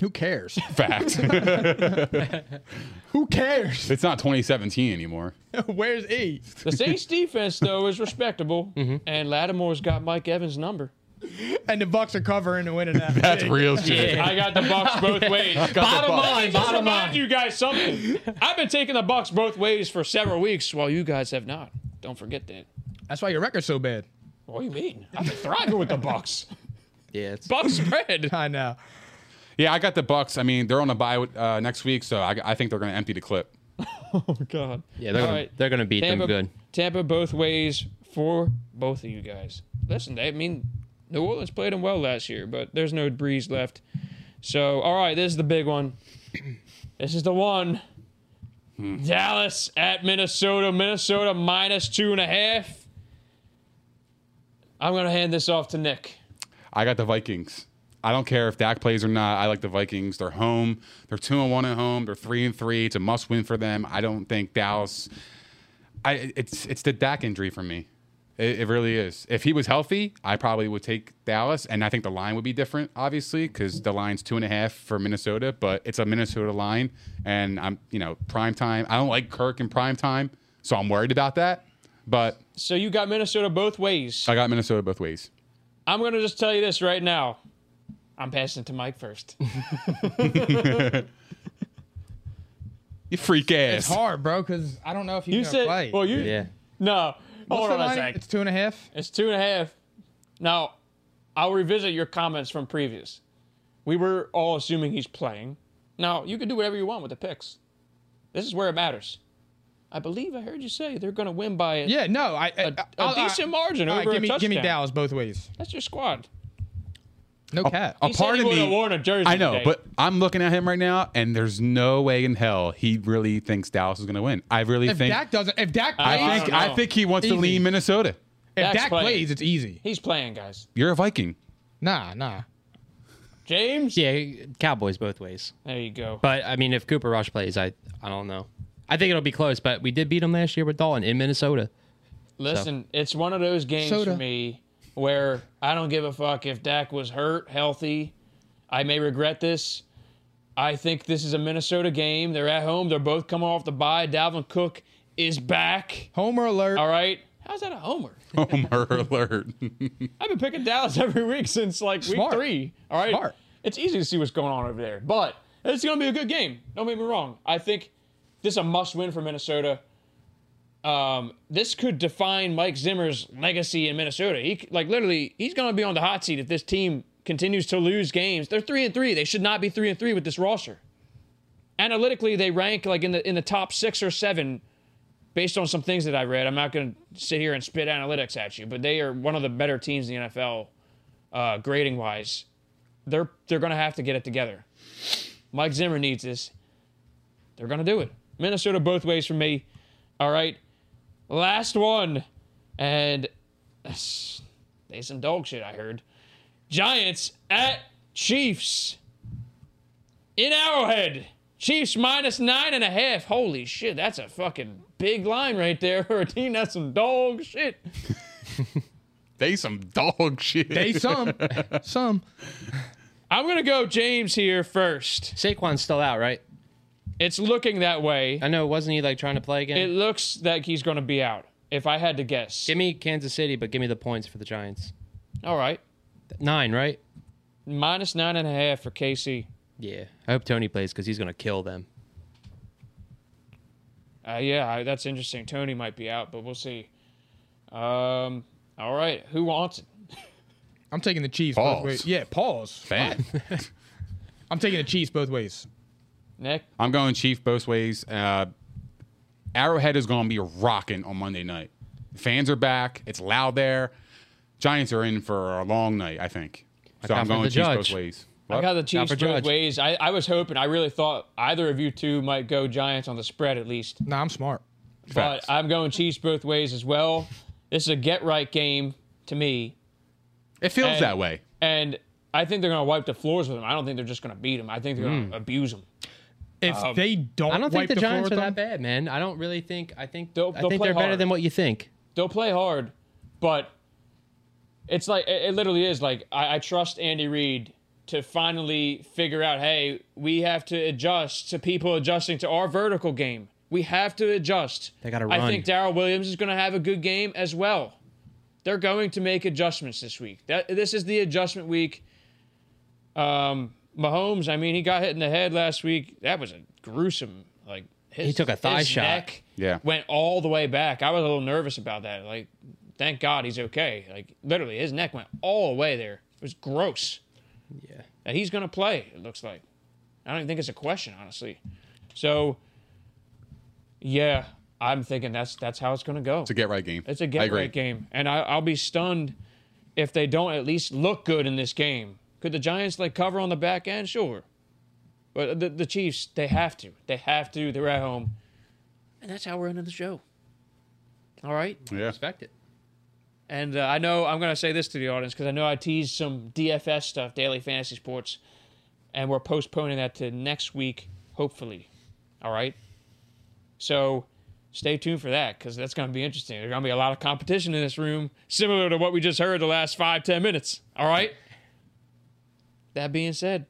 B: Who cares?
C: Facts. [LAUGHS]
B: Who cares? [LAUGHS]
C: it's not 2017 anymore.
B: Where's E?
E: [LAUGHS] The Saints defense, though, is respectable, and Lattimore's got Mike Evans' number.
B: And the Bucks are covering and winning that.
C: That's real shit.
E: I got the [LAUGHS] Bucks both ways.
F: Bottom line,
E: Just
F: bottom
E: remind
F: line.
E: you guys something. I've been taking the Bucks both ways for several weeks, while you guys have not. Don't forget that.
B: That's why your record's so bad.
E: What do you mean? I've been thriving with the [LAUGHS] Bucks.
D: Yeah. It's,
E: Bucks spread.
B: I know.
C: Yeah, I got the Bucks. I mean, they're on a bye uh, next week, so I, I think they're going to empty the clip.
E: Oh God.
D: yeah. They're
E: All
D: gonna,
E: right.
D: they're gonna beat
E: Tampa,
D: them good.
E: Tampa both ways for both of you guys. Listen, they, I mean, New Orleans played them well last year, but there's no breeze left. So, all right, this is the big one. [CLEARS THROAT] This is the one. Dallas at Minnesota. Minnesota minus two and a half. I'm gonna hand this off to Nick.
C: I got the Vikings. I don't care if Dak plays or not. I like the Vikings. They're home. They're two and one at home. They're three and three. It's a must win for them. I don't think Dallas. I it's it's the Dak injury for me. It, it really is. If he was healthy, I probably would take Dallas, and I think the line would be different, obviously, because the line's two and a half for Minnesota, but it's a Minnesota line, and I'm you know prime time. I don't like Kirk in prime time, so I'm worried about that. But
E: So you got Minnesota both ways.
C: I got Minnesota both ways.
E: I'm gonna just tell you this right now. I'm passing it to Mike first. [LAUGHS]
C: You freak ass.
B: It's hard, bro, because I don't know if you,
E: You
B: can
E: said,
B: play.
E: well, you
D: Yeah.
E: no.
B: What's
E: Hold
B: the
E: on a
B: line?
E: sec.
B: It's two and a half.
E: It's two and a half. Now, I'll revisit your comments from previous. We were all assuming he's playing. Now, you can do whatever you want with the picks. This is where it matters. I believe I heard you say they're going to win by a,
B: Yeah, no. I, I-
E: a, a
B: I'll- I-
E: decent margin
B: all right,
E: over a
B: give me,
E: touchdown.
B: give me Dallas both ways.
E: That's your squad.
B: No cap.
C: a
E: He said
C: part
E: he
C: of
E: would've
C: me.
E: worn a jersey
C: I know,
E: today.
C: but I'm looking at him right now, and there's no way in hell he really thinks Dallas is going to win. I really
B: if
C: think.
B: Dak doesn't, if Dak plays,
C: I think.
E: I
C: I,
E: don't know.
C: think he wants
B: Easy.
C: to lean Minnesota.
B: if
E: Dak's
B: Dak
E: playing.
B: plays, it's easy.
E: He's playing, guys.
C: You're a Viking. [LAUGHS]
B: Nah, nah.
E: James?
D: Yeah. Cowboys both ways.
E: There you go.
D: But I mean, if Cooper Rush plays, I I don't know. I think it'll be close. But we did beat them last year with Dalton in Minnesota.
E: Listen, it's one of those games
B: Soda.
E: for me where I don't give a fuck if Dak was hurt, healthy. I may regret this. I think this is a Minnesota game. They're at home. They're both coming off the bye. Dalvin Cook is back.
B: Homer alert.
E: All right. How's that a homer?
C: Homer alert. [LAUGHS]
E: I've been picking Dallas [LAUGHS] every week since like week
B: Smart.
E: three. All right.
B: Smart.
E: It's easy to see what's going on over there, but it's going to be a good game. Don't get me wrong. I think this is a must win for Minnesota. Um, this could define Mike Zimmer's legacy in Minnesota. He c- like literally, he's going to be on the hot seat if this team continues to lose games. They're three and three. They should not be three and three with this roster. Analytically, they rank like in the in the top six or seven based on some things that I read, I'm not going to sit here and spit analytics at you, but they are one of the better teams in the NFL uh, grading wise. They're they're going to have to get it together. Mike Zimmer needs this. They're going to do it. Minnesota both ways for me. All right. Last one. And they some dog shit I heard. Giants at Chiefs. In Arrowhead. Chiefs minus nine and a half. Holy shit, that's a fucking big line right there [LAUGHS] for a team that's some dog shit.
C: They some dog shit.
E: They [LAUGHS] some.
B: some.
E: I'm gonna go James here first.
D: Saquon's still out, right?
E: It's looking that way.
D: I know. Wasn't he like trying to play again?
E: It looks like he's gonna be out. If I had to guess,
D: give me Kansas City, but give me the points for the Giants.
E: All right.
D: Nine, right?
E: Minus nine and a half for KC.
D: Yeah. I hope Tony plays because he's gonna kill them.
E: Uh, yeah, I, that's interesting. Tony might be out, but we'll see. Um, all right, who wants it?
B: I'm taking the Chiefs both
E: Pause.
B: ways. Yeah, pause.
C: Bam.
B: What? I'm taking the Chiefs both ways.
E: Nick?
C: [LAUGHS] I'm going Chief both ways. Uh, Arrowhead is going to be rocking on Monday night. Fans are back. It's loud there. Giants are in for a long night, I think. So I'm going Chiefs both ways.
E: I
C: What?
E: got the Chiefs both ways. I, I was hoping. I really thought either of you two might go Giants on the spread at least.
B: No, I'm smart.
E: But I'm going Chiefs both ways as well. This is a get right game to me.
C: It feels
E: And-
C: that way.
E: And I think they're going to wipe the floors with them. I don't think they're just going to beat them. I think they're going
D: Mm.
E: to abuse them.
B: If
E: Um,
B: they don't,
D: I don't think the, Giants are that bad, man. I don't really think. I think
E: They'll-
D: I
E: they'll
D: think
E: play
D: they're better
E: hard.
D: than what you think.
E: they'll play hard, but it's like it, it literally is like I, I trust Andy Reid to finally figure out, hey, we have to adjust to people adjusting to our vertical game. We have to adjust.
D: They gotta
E: I
D: run.
E: think Daryl Williams is going to have a good game as well. They're going to make adjustments this week. That this is the adjustment week. Um, Mahomes, I mean, he got hit in the head last week. That was a gruesome, like his,
D: He took a thigh
E: his
D: shot.
E: neck
D: Yeah.
E: went all the way back. I was a little nervous about that. Like, thank God he's okay. Like, literally, his neck went all the way there. It was gross.
D: Yeah.
E: And he's gonna play. It looks like. I don't even think it's a question, honestly. So, yeah, I'm thinking that's that's how it's gonna go.
C: It's a get right game.
E: It's a
C: I
E: get
C: agree.
E: right game, and I, I'll be stunned if they don't at least look good in this game. Could the Giants like cover on the back end? Sure, but the, the Chiefs they have to. They have to. They're at home, and that's how we're ending the show. All right.
C: Yeah.
D: Respect it.
E: And uh, I know I'm going to say this to the audience because I know I teased some DFS stuff, daily fantasy sports, and we're postponing that to next week, hopefully. All right. So stay tuned for that because that's going to be interesting. There's going to be a lot of competition in this room, similar to what we just heard the last five, ten minutes. All right. That being said,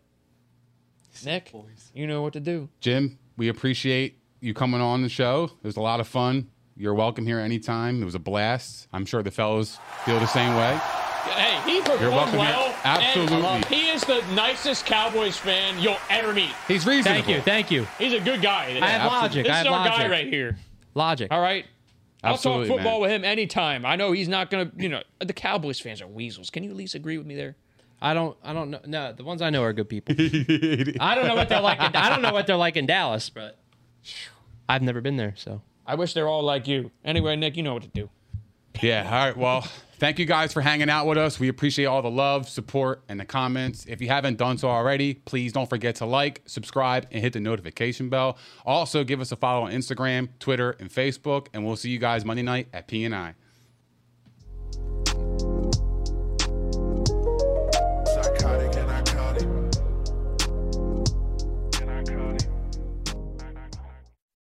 E: Nick, you know what to do.
C: Jim, we appreciate you coming on the show. It was a lot of fun. You're welcome here anytime. It was a blast. I'm sure the fellows feel the same way.
E: Hey, he performed
C: welcome here.
E: well. and
C: Absolutely.
E: loved- He is the nicest Cowboys fan you'll ever meet.
C: He's reasonable.
D: Thank you. Thank you.
E: He's a good guy.
D: I have logic.
E: This
D: I
E: is
D: have
E: our
D: logic.
E: guy right here.
D: Logic.
E: All right.
D: Absolutely,
E: I'll talk football
D: man.
E: with him anytime. I know he's not going to, you know, the Cowboys fans are weasels. Can you at least agree with me there?
D: I don't. I don't know. No, the ones I know are good people. I don't know what they're like. In, I don't know what they're like in Dallas, but I've never been there, so
E: I wish they're all like you. Anyway, Nick, you know what to do.
C: Yeah. All right. Well, thank you guys for hanging out with us. We appreciate all the love, support, and the comments. If you haven't done so already, please don't forget to like, subscribe, and hit the notification bell. Also, give us a follow on Instagram, Twitter, and Facebook. And we'll see you guys Monday night at P and I.